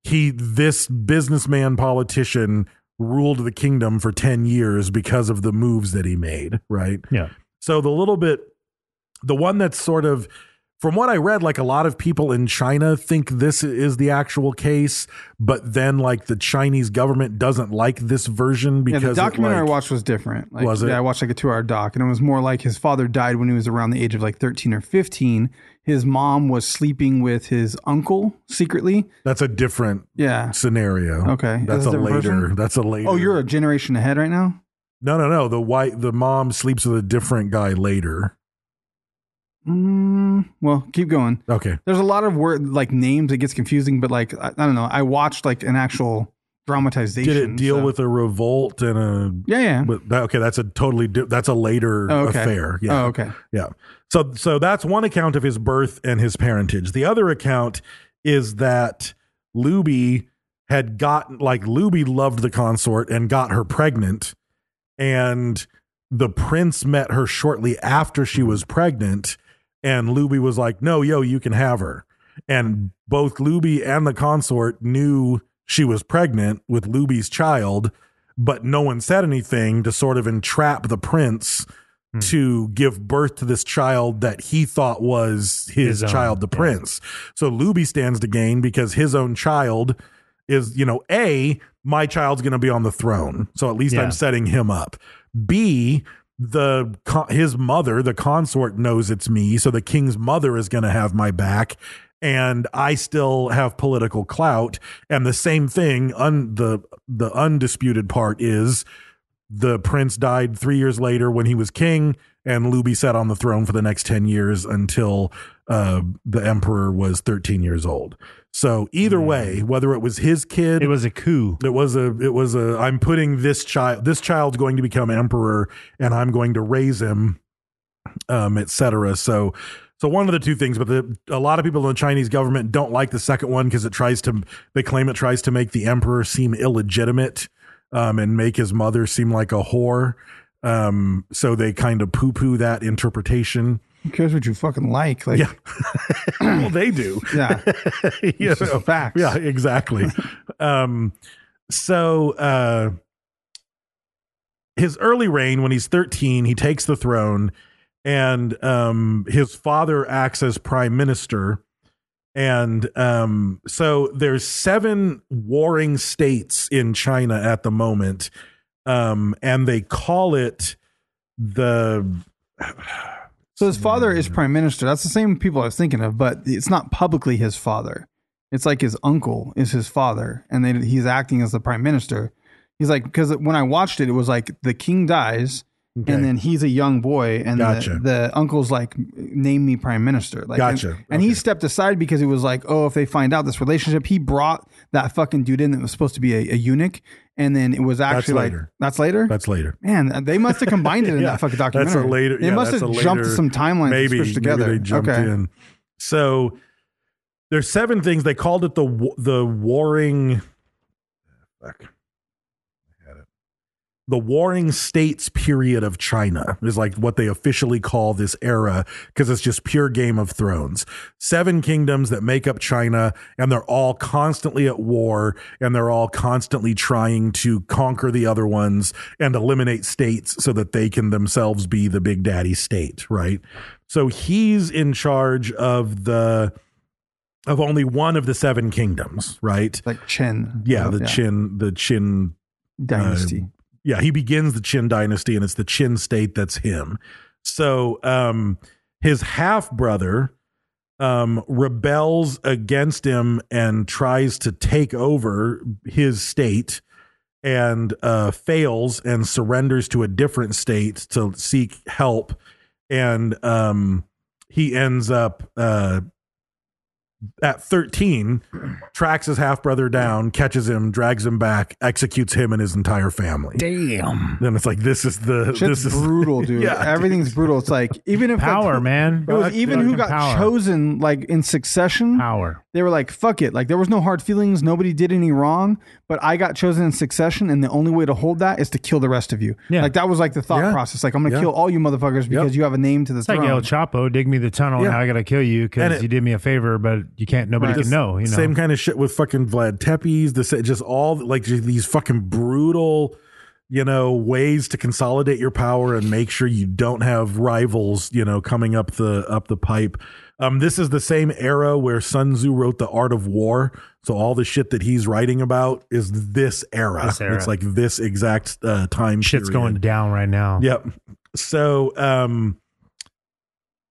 Speaker 4: he this businessman politician ruled the kingdom for 10 years because of the moves that he made, right?
Speaker 3: yeah.
Speaker 4: So the little bit the one that's sort of from what I read, like a lot of people in China think this is the actual case, but then like the Chinese government doesn't like this version
Speaker 2: Yeah,
Speaker 4: because
Speaker 2: the
Speaker 4: it,
Speaker 2: documentary
Speaker 4: like-
Speaker 2: I watched was different. Like,
Speaker 4: Was it?
Speaker 2: Yeah, I watched like a two-hour doc, and it was more like his father died when he was around the age of like thirteen or fifteen. His mom was sleeping with his uncle secretly.
Speaker 4: That's a different
Speaker 2: Yeah.
Speaker 4: scenario.
Speaker 2: Okay.
Speaker 4: that's
Speaker 2: Is
Speaker 4: a
Speaker 2: it a
Speaker 4: later.
Speaker 2: version?
Speaker 4: That's a later.
Speaker 2: Oh, you're a generation ahead right now.
Speaker 4: no, no, no. The white, the mom sleeps with a different guy later.
Speaker 2: Mm, well, keep going.
Speaker 4: Okay,
Speaker 2: There's a lot of word like names. It gets confusing, but like I, I don't know. I watched like an actual dramatization.
Speaker 4: did it deal
Speaker 2: so-
Speaker 4: with a revolt and a?
Speaker 2: Yeah, yeah.
Speaker 4: But that, okay, that's a totally di- that's a later
Speaker 2: Oh, okay.
Speaker 4: affair. Yeah.
Speaker 2: Oh, okay.
Speaker 4: Yeah. So so that's one account of his birth and his parentage. The other account is that Luby had gotten like Luby loved the consort and got her pregnant and the prince met her shortly after she was pregnant and Luby was like, "No, yo, you can have her." And both Luby and the consort knew she was pregnant with Luby's child, but no one said anything to sort of entrap the prince
Speaker 3: Hmm.
Speaker 4: to give birth to this child that he thought was his,
Speaker 3: His own,
Speaker 4: child, the
Speaker 3: yeah.
Speaker 4: prince. So Luby stands to gain because his own child is, you know, A, my child's going to be on the throne. So at least
Speaker 3: Yeah.
Speaker 4: I'm setting him up. B, the con- his mother, the consort knows it's me, so the king's mother is going to have my back and I still have political clout and the same thing un- the the undisputed part is the prince died three years later when he was king, and Luby sat on the throne for the next 10 years until uh, the emperor was 13 years old. So either way, whether it was his kid,
Speaker 3: Hmm. It was a coup.
Speaker 4: it was a it was a I'm putting this child this child's going to become emperor and I'm going to raise him um etc so so one of the two things but the, a lot of people in the Chinese government don't like the second one cuz it tries to they claim it tries to make the emperor seem illegitimate um and make his mother seem like a whore um so they kind of poo poo that interpretation
Speaker 2: Who cares what you fucking like? Like,
Speaker 4: Yeah. well they do
Speaker 2: yeah.
Speaker 4: you
Speaker 2: It's just
Speaker 4: know.
Speaker 2: facts.
Speaker 4: Yeah, exactly. um, so uh, his early reign, when he's 13, he takes the throne, and um, his father acts as prime minister. And um, so there's seven warring states in China at the moment, um, and they call it the
Speaker 2: So his father
Speaker 4: Mm.
Speaker 2: is prime minister. That's the same people I was thinking of, but it's not publicly his father. It's like his uncle is his father, and then he's acting as the prime minister. He's like because when I watched it, it was like the king dies,
Speaker 4: Okay.
Speaker 2: and then he's a young boy, and the-
Speaker 4: Gotcha.
Speaker 2: the, uncle's like, "Name me prime minister." Like,
Speaker 4: Gotcha.
Speaker 2: And, and he
Speaker 4: Okay.
Speaker 2: stepped aside because he was like, "Oh, if they find out this relationship, he brought that fucking dude in that was supposed to be a, a eunuch, and then it was actually like
Speaker 4: later.
Speaker 2: that's later.
Speaker 4: that's later.
Speaker 2: Man, uh, they must have combined it in
Speaker 4: Yeah,
Speaker 2: that fucking documentary.
Speaker 4: That's a later.
Speaker 2: They
Speaker 4: yeah,
Speaker 2: must
Speaker 4: that's
Speaker 2: have
Speaker 4: a later-
Speaker 2: jumped some timelines and
Speaker 4: Maybe
Speaker 2: switched together.
Speaker 4: Maybe they jumped
Speaker 2: okay.
Speaker 4: in. So there's seven things they called it the wa- the warring. Fuck. I had it. The Warring States period of China is like what they officially call this era because it's just pure Game of Thrones. Seven kingdoms that make up China, and they're all constantly at war, and they're all constantly trying to conquer the other ones and eliminate states so that they can themselves be the big daddy state, right? So he's in charge of the of only one of the seven kingdoms, right?
Speaker 2: Like Chen.
Speaker 4: Yeah, the Chin, uh, the Chin
Speaker 2: dynasty.
Speaker 4: yeah, he begins the Qin dynasty, and it's the Qin state that's him. So um, his half brother um, rebels against him and tries to take over his state, and uh, fails and surrenders to a different state to seek help, and um, he ends up. Uh, at 13 tracks his half brother down catches him drags him back executes him and his entire family
Speaker 5: Damn.
Speaker 4: then it's like this is the
Speaker 2: Shit's
Speaker 4: this is
Speaker 2: brutal, dude.
Speaker 4: Yeah, dude.
Speaker 2: Everything's brutal. It's like even if like,
Speaker 3: Power,
Speaker 2: who-
Speaker 3: man.
Speaker 2: It was
Speaker 3: Fuck
Speaker 2: even
Speaker 3: fucking
Speaker 2: who got
Speaker 3: power.
Speaker 2: chosen like in succession.
Speaker 3: Power.
Speaker 2: They were like, fuck it. Like there was no hard feelings. Nobody did any wrong. But I got chosen in succession, and the only way to hold that is to kill the rest of you.
Speaker 3: Yeah.
Speaker 2: Like that was like the thought
Speaker 4: Yeah.
Speaker 2: process. Like I'm gonna
Speaker 4: Yeah.
Speaker 2: kill all you motherfuckers because you have a name to the
Speaker 3: It's
Speaker 2: throne.
Speaker 3: like El Chapo, dig me the tunnel,
Speaker 4: Yeah.
Speaker 3: and now I gotta kill you
Speaker 4: And it-
Speaker 3: because you did me a favor, but you can't. Nobody
Speaker 2: Right.
Speaker 3: can know. You know.
Speaker 4: same kind of shit with fucking Vlad Tepes the sa- just all like just these fucking brutal you know ways to consolidate your power and make sure you don't have rivals you know coming up the up the pipe Um, this is the same era where Sun Tzu wrote The Art of War. So all the shit that he's writing about is this era.
Speaker 3: This era.
Speaker 4: It's like this exact uh, time
Speaker 3: Shit's
Speaker 4: period.
Speaker 3: going down right now.
Speaker 4: Yep. So um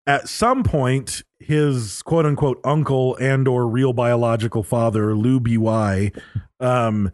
Speaker 4: at some point his quote unquote uncle and or real biological father Liu BY um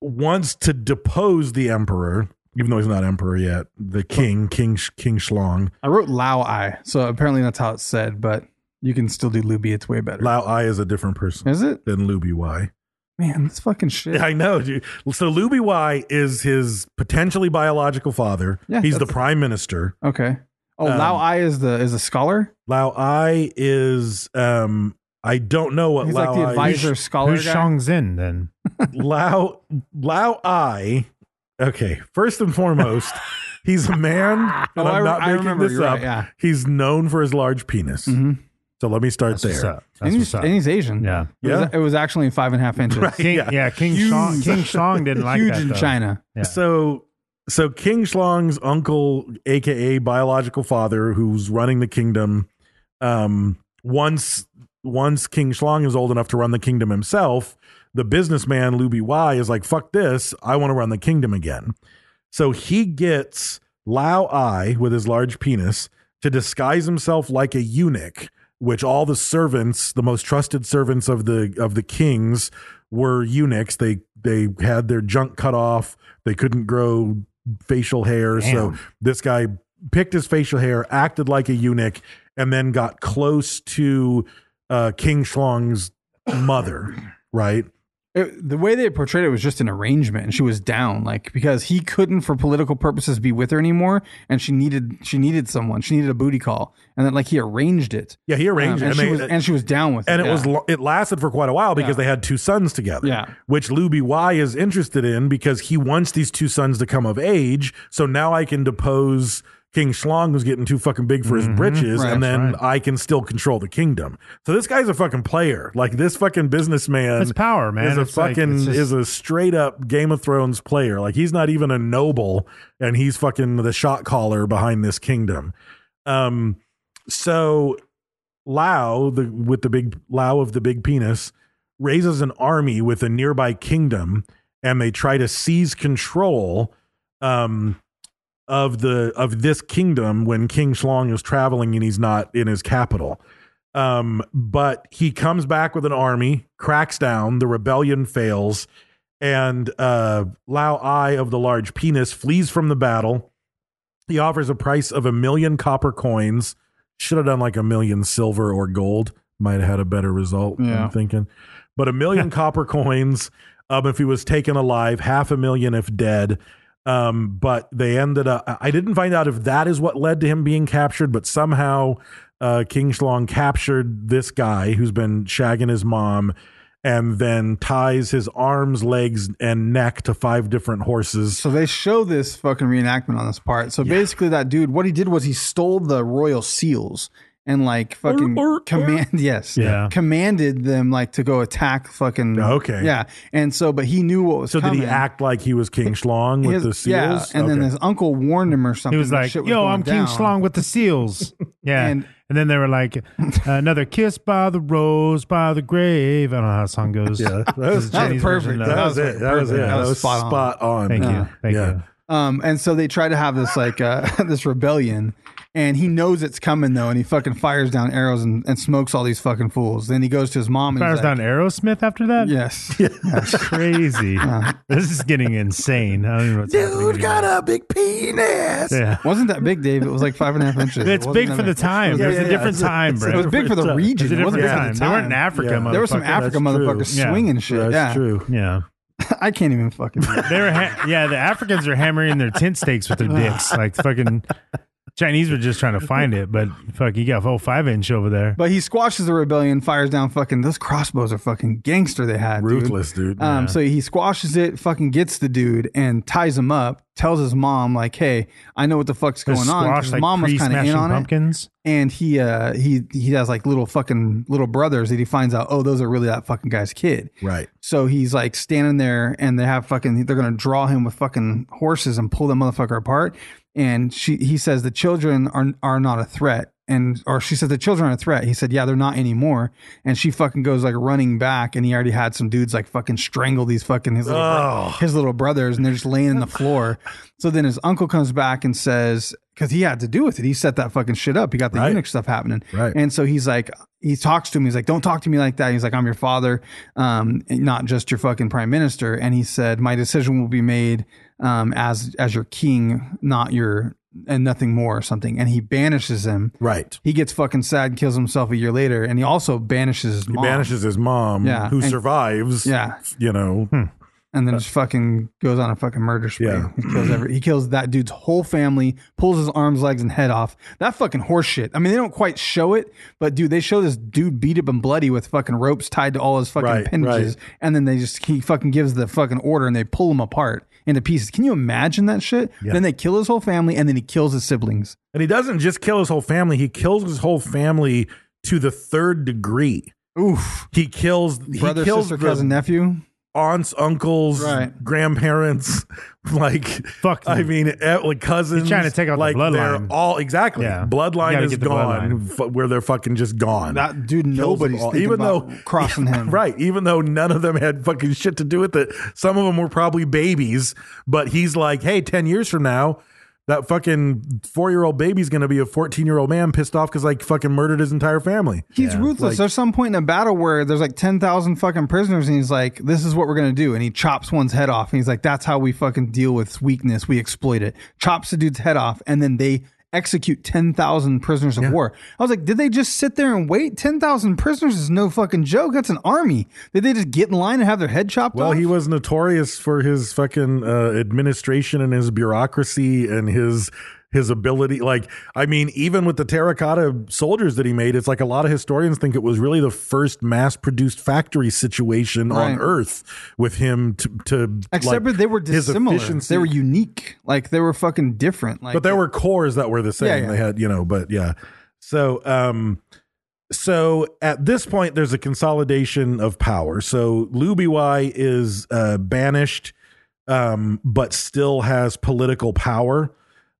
Speaker 4: wants to depose the emperor even though he's not emperor yet the king king Sh- king Shlong
Speaker 2: I wrote Lao I, so apparently that's how it's said, but you can still do Luby. It's way better.
Speaker 4: Lao Ai is a different person
Speaker 2: Is it?
Speaker 4: than Liu BY
Speaker 2: Man, that's fucking shit.
Speaker 4: I know, dude. So Liu BY is his potentially biological father.
Speaker 2: Yeah,
Speaker 4: he's the
Speaker 2: that's-
Speaker 4: prime minister.
Speaker 2: Okay. Oh,
Speaker 4: Um,
Speaker 2: Lao I is the is a scholar.
Speaker 4: Lao Ai is um I don't know what
Speaker 2: He's
Speaker 4: Lao
Speaker 2: like the
Speaker 4: Ai
Speaker 2: advisor scholar
Speaker 3: Who's
Speaker 2: guy.
Speaker 3: Shang Zin then?
Speaker 4: Lao Lao Ai. Okay, first and foremost, he's a man.
Speaker 2: Oh,
Speaker 4: And
Speaker 2: I-
Speaker 4: I'm not
Speaker 2: I
Speaker 4: making
Speaker 2: remember,
Speaker 4: this
Speaker 2: you're
Speaker 4: up.
Speaker 2: right, yeah. Mm-hmm.
Speaker 4: He's known for his large penis. So let me start
Speaker 3: That's what's
Speaker 4: there.
Speaker 3: up.
Speaker 2: and,
Speaker 3: That's
Speaker 2: he's,
Speaker 3: what's up.
Speaker 2: and he's Asian.
Speaker 3: Yeah.
Speaker 2: It was,
Speaker 4: Yeah.
Speaker 2: it was actually five and a half inches.
Speaker 3: King, yeah.
Speaker 4: Yeah.
Speaker 3: King
Speaker 4: Huge.
Speaker 3: Shang King Shang didn't like
Speaker 2: Huge
Speaker 3: that,
Speaker 2: in
Speaker 3: though.
Speaker 2: China.
Speaker 3: Yeah.
Speaker 4: So so King Shlong's uncle, aka biological father, who's running the kingdom, um, once once King Shlong is old enough to run the kingdom himself, the businessman Lu BY is like, fuck this, I want to run the kingdom again. So he gets Lao Ai with his large penis to disguise himself like a eunuch, which all the servants, the most trusted servants of the of the kings, were eunuchs. They they had their junk cut off. They couldn't grow facial hair. So
Speaker 3: Damn.
Speaker 4: this guy picked his facial hair, acted like a eunuch, and then got close to uh, King Shlong's mother. Right?
Speaker 2: It- the way they portrayed it was just an arrangement, and she was down, like because he couldn't, for political purposes, be with her anymore, and she needed she needed someone. She needed a booty call, and then like he arranged it.
Speaker 4: Yeah, he arranged
Speaker 2: Um,
Speaker 4: it.
Speaker 2: and, she
Speaker 4: they-
Speaker 2: was, and she was down with
Speaker 4: and
Speaker 2: it.
Speaker 4: it was
Speaker 2: yeah.
Speaker 4: lo- it lasted for quite a while because
Speaker 2: Yeah.
Speaker 4: they had two sons together.
Speaker 2: Yeah.
Speaker 4: which Luby Y is interested in because he wants these two sons to come of age. So now I can depose King Shlong, who's getting too fucking big for his britches,
Speaker 2: Mm-hmm. Right.
Speaker 4: and then
Speaker 3: That's
Speaker 4: I can still control the kingdom. So this guy's a fucking player. Like this fucking businessman.
Speaker 3: That's power, man.
Speaker 4: Is a
Speaker 3: It's like-
Speaker 4: fucking
Speaker 3: it's just-
Speaker 4: is a straight up Game of Thrones player. Like he's not even a noble, and he's fucking the shot caller behind this kingdom. Um, so Lao, the with the big Lao of the big penis, raises an army with a nearby kingdom, and they try to seize control um, of the of this kingdom when King Shlong is traveling and he's not in his capital. Um, but he comes back with an army, cracks down, the rebellion fails, and uh, Lao Ai of the large penis flees from the battle. He offers a price of a million copper coins. Should have done like a million silver or gold. Might have had a better result.
Speaker 2: Yeah.
Speaker 4: I'm thinking, but a million copper coins. Um, if he was taken alive, half a million if dead. Um, but they ended up. I- I didn't find out if that is what led to him being captured, but somehow uh, King Shlong captured this guy who's been shagging his mom, and then ties his arms, legs, and neck to five different horses.
Speaker 2: So they show this fucking reenactment on this part. So basically, that dude, what he did was he stole the royal seals and like fucking
Speaker 4: Or- or- or-
Speaker 2: command. Yes,
Speaker 3: Yeah.
Speaker 2: commanded them like to go attack fucking.
Speaker 4: Oh, Okay.
Speaker 2: yeah. And so, but he knew what was
Speaker 4: So did
Speaker 2: coming.
Speaker 4: he act like he was King Shlong with
Speaker 2: His-
Speaker 4: the seals?
Speaker 2: Yeah, and then
Speaker 4: Okay.
Speaker 2: his uncle warned him or something.
Speaker 3: He was
Speaker 2: that
Speaker 3: like,
Speaker 2: shit
Speaker 3: "Yo,
Speaker 2: going
Speaker 3: I'm
Speaker 2: down."
Speaker 3: King Shlong with the seals." Yeah,
Speaker 2: And-
Speaker 3: and, then they were like, "Another kiss by the rose, by the grave." I don't know how the song goes. Yeah,
Speaker 4: that was- that was
Speaker 2: perfect.
Speaker 4: that, was it. That was it.
Speaker 2: That
Speaker 4: That
Speaker 2: was
Speaker 4: was
Speaker 2: spot
Speaker 4: spot
Speaker 2: on.
Speaker 4: on.
Speaker 3: Thank
Speaker 4: Yeah.
Speaker 3: you, thank
Speaker 4: Yeah.
Speaker 3: you.
Speaker 2: Um, and so they try to have this like uh, this rebellion, and he knows it's coming though, and he fucking fires down arrows and, and smokes all these fucking fools. Then he goes to his mom and
Speaker 3: Fires
Speaker 2: he's
Speaker 3: down
Speaker 2: like,
Speaker 3: Aerosmith after that.
Speaker 2: Yes.
Speaker 3: that's crazy. this is getting insane. I don't know what's happening.
Speaker 4: Dude
Speaker 3: anymore.
Speaker 4: got a big penis.
Speaker 3: yeah.
Speaker 2: Wasn't that big, Dave? It was like five and a half inches. It
Speaker 3: It's
Speaker 2: wasn't
Speaker 3: big
Speaker 2: that
Speaker 3: for the
Speaker 2: big.
Speaker 3: time.
Speaker 4: Yeah,
Speaker 3: It was
Speaker 4: yeah,
Speaker 3: a
Speaker 4: yeah.
Speaker 3: different
Speaker 4: It's a-
Speaker 3: time,
Speaker 4: it's a
Speaker 3: bro.
Speaker 2: It was big for the
Speaker 4: Yeah.
Speaker 2: region.
Speaker 3: It's a
Speaker 2: It wasn't
Speaker 3: different
Speaker 2: big for
Speaker 3: time.
Speaker 2: the
Speaker 3: They were in
Speaker 2: time.
Speaker 3: Africa,
Speaker 4: Yeah.
Speaker 3: motherfucker.
Speaker 2: There were some Africa
Speaker 4: That's true.
Speaker 2: motherfuckers
Speaker 3: Yeah.
Speaker 2: swinging shit.
Speaker 4: That's
Speaker 2: yeah.
Speaker 4: true.
Speaker 3: Yeah.
Speaker 2: I can't even fucking.
Speaker 3: They were ha- yeah, the Africans are hammering their tent stakes with their dicks. Like fucking Chinese were just trying to find it, but fuck, you got a whole five inch over there.
Speaker 2: But he squashes the rebellion, fires down fucking those crossbows are fucking gangster they had. dude.
Speaker 4: Ruthless, dude.
Speaker 2: Um,
Speaker 4: Yeah.
Speaker 2: so he squashes it, fucking gets the dude and ties him up, tells his mom, like, hey, I know what the fuck's
Speaker 3: Just
Speaker 2: going on. 'cause
Speaker 3: squash,
Speaker 2: His
Speaker 3: like,
Speaker 2: mom was kind of in
Speaker 3: pre-smashing
Speaker 2: on it.
Speaker 3: pumpkins.
Speaker 2: And he uh he he has like little fucking little brothers that he finds out, oh, those are really that fucking guy's kid.
Speaker 4: Right.
Speaker 2: So he's like standing there and they have fucking they're gonna draw him with fucking horses and pull that motherfucker apart. And she he says the children are are not a threat. and or she said the children are a threat. He said, yeah, they're not anymore. And she fucking goes like running back, and he already had some dudes like fucking strangle these fucking his little, bro- his little brothers, and they're just laying in the floor. So then his uncle comes back and says, because he had to do with it, he set that fucking shit up. He got the
Speaker 4: Right.
Speaker 2: eunuch stuff happening,
Speaker 4: Right.
Speaker 2: And so he's like, he talks to him. He's like, don't talk to me like that. He's like, I'm your father, um, and not just your fucking prime minister. And he said, my decision will be made um, as as your king, not your and nothing more or something. And he banishes him.
Speaker 4: Right.
Speaker 2: He gets fucking sad and kills himself a year later. And he also banishes his
Speaker 4: He
Speaker 2: mom.
Speaker 4: banishes his mom,
Speaker 2: Yeah,
Speaker 4: who
Speaker 2: and-
Speaker 4: survives.
Speaker 2: Yeah.
Speaker 4: You know, Hmm.
Speaker 2: and then just fucking goes on a fucking murder spree.
Speaker 4: Uh, Yeah.
Speaker 2: He kills every, he kills that dude's whole family, pulls his arms, legs, and head off. That fucking horse shit. I mean, they don't quite show it, but dude, they show this dude beat up and bloody with fucking ropes tied to all his fucking
Speaker 4: Right,
Speaker 2: appendages,
Speaker 4: right.
Speaker 2: and then they just he fucking gives the fucking order and they pull him apart into pieces. Can you imagine that shit? Then they kill his whole family and then he kills his siblings.
Speaker 4: and he doesn't just kill his whole family; he kills his whole family to the third degree.
Speaker 2: Oof.
Speaker 4: He kills
Speaker 2: Brother,
Speaker 4: he kills
Speaker 2: sister,
Speaker 4: the
Speaker 2: cousin, nephew.
Speaker 4: aunts, uncles,
Speaker 2: Right.
Speaker 4: grandparents, like
Speaker 3: Fuck
Speaker 4: I
Speaker 3: you.
Speaker 4: mean, eh, like cousins.
Speaker 3: He's trying to take out the
Speaker 4: like They're
Speaker 3: bloodline.
Speaker 4: all exactly
Speaker 3: Yeah. You
Speaker 4: bloodline
Speaker 3: gotta
Speaker 4: is
Speaker 3: get the
Speaker 4: gone. fu- Where they're fucking just gone.
Speaker 2: That dude,
Speaker 4: Kills them
Speaker 2: nobody's
Speaker 4: all.
Speaker 2: thinking
Speaker 4: even
Speaker 2: about
Speaker 4: though
Speaker 2: crossing him.
Speaker 4: Right, even though none of them had fucking shit to do with it. Some of them were probably babies, but he's like, hey, ten years from now. That fucking four year old baby's gonna be a 14 year old man pissed off because like fucking murdered his entire family.
Speaker 2: He's ruthless.
Speaker 4: Like-
Speaker 2: there's some point in a battle where there's like 10,000 fucking prisoners and he's like, this is what we're going to do. And he chops one's head off. And he's like, that's how we fucking deal with weakness. We exploit it. Chops the dude's head off. And then they execute 10,000 prisoners of war. I was like, did they just sit there and wait? 10,000 prisoners is no fucking joke. That's an army. Did they just get in line and have their head chopped
Speaker 4: Well,
Speaker 2: off?
Speaker 4: he was notorious for his fucking uh, administration and his bureaucracy and his his ability. Like, I mean, even with the terracotta soldiers that he made, it's like a lot of historians think it was really the first mass-produced factory situation
Speaker 2: Right.
Speaker 4: on Earth with him to. to
Speaker 2: Except
Speaker 4: like,
Speaker 2: they were
Speaker 4: his
Speaker 2: dissimilar.
Speaker 4: efficiency.
Speaker 2: They were unique. Like they were fucking different. Like,
Speaker 4: but there were cores that were the same.
Speaker 2: Yeah, yeah.
Speaker 4: They had, you know, but yeah. So, um, so at this point, there's a consolidation of power. So Luby is uh, banished, um, but still has political power.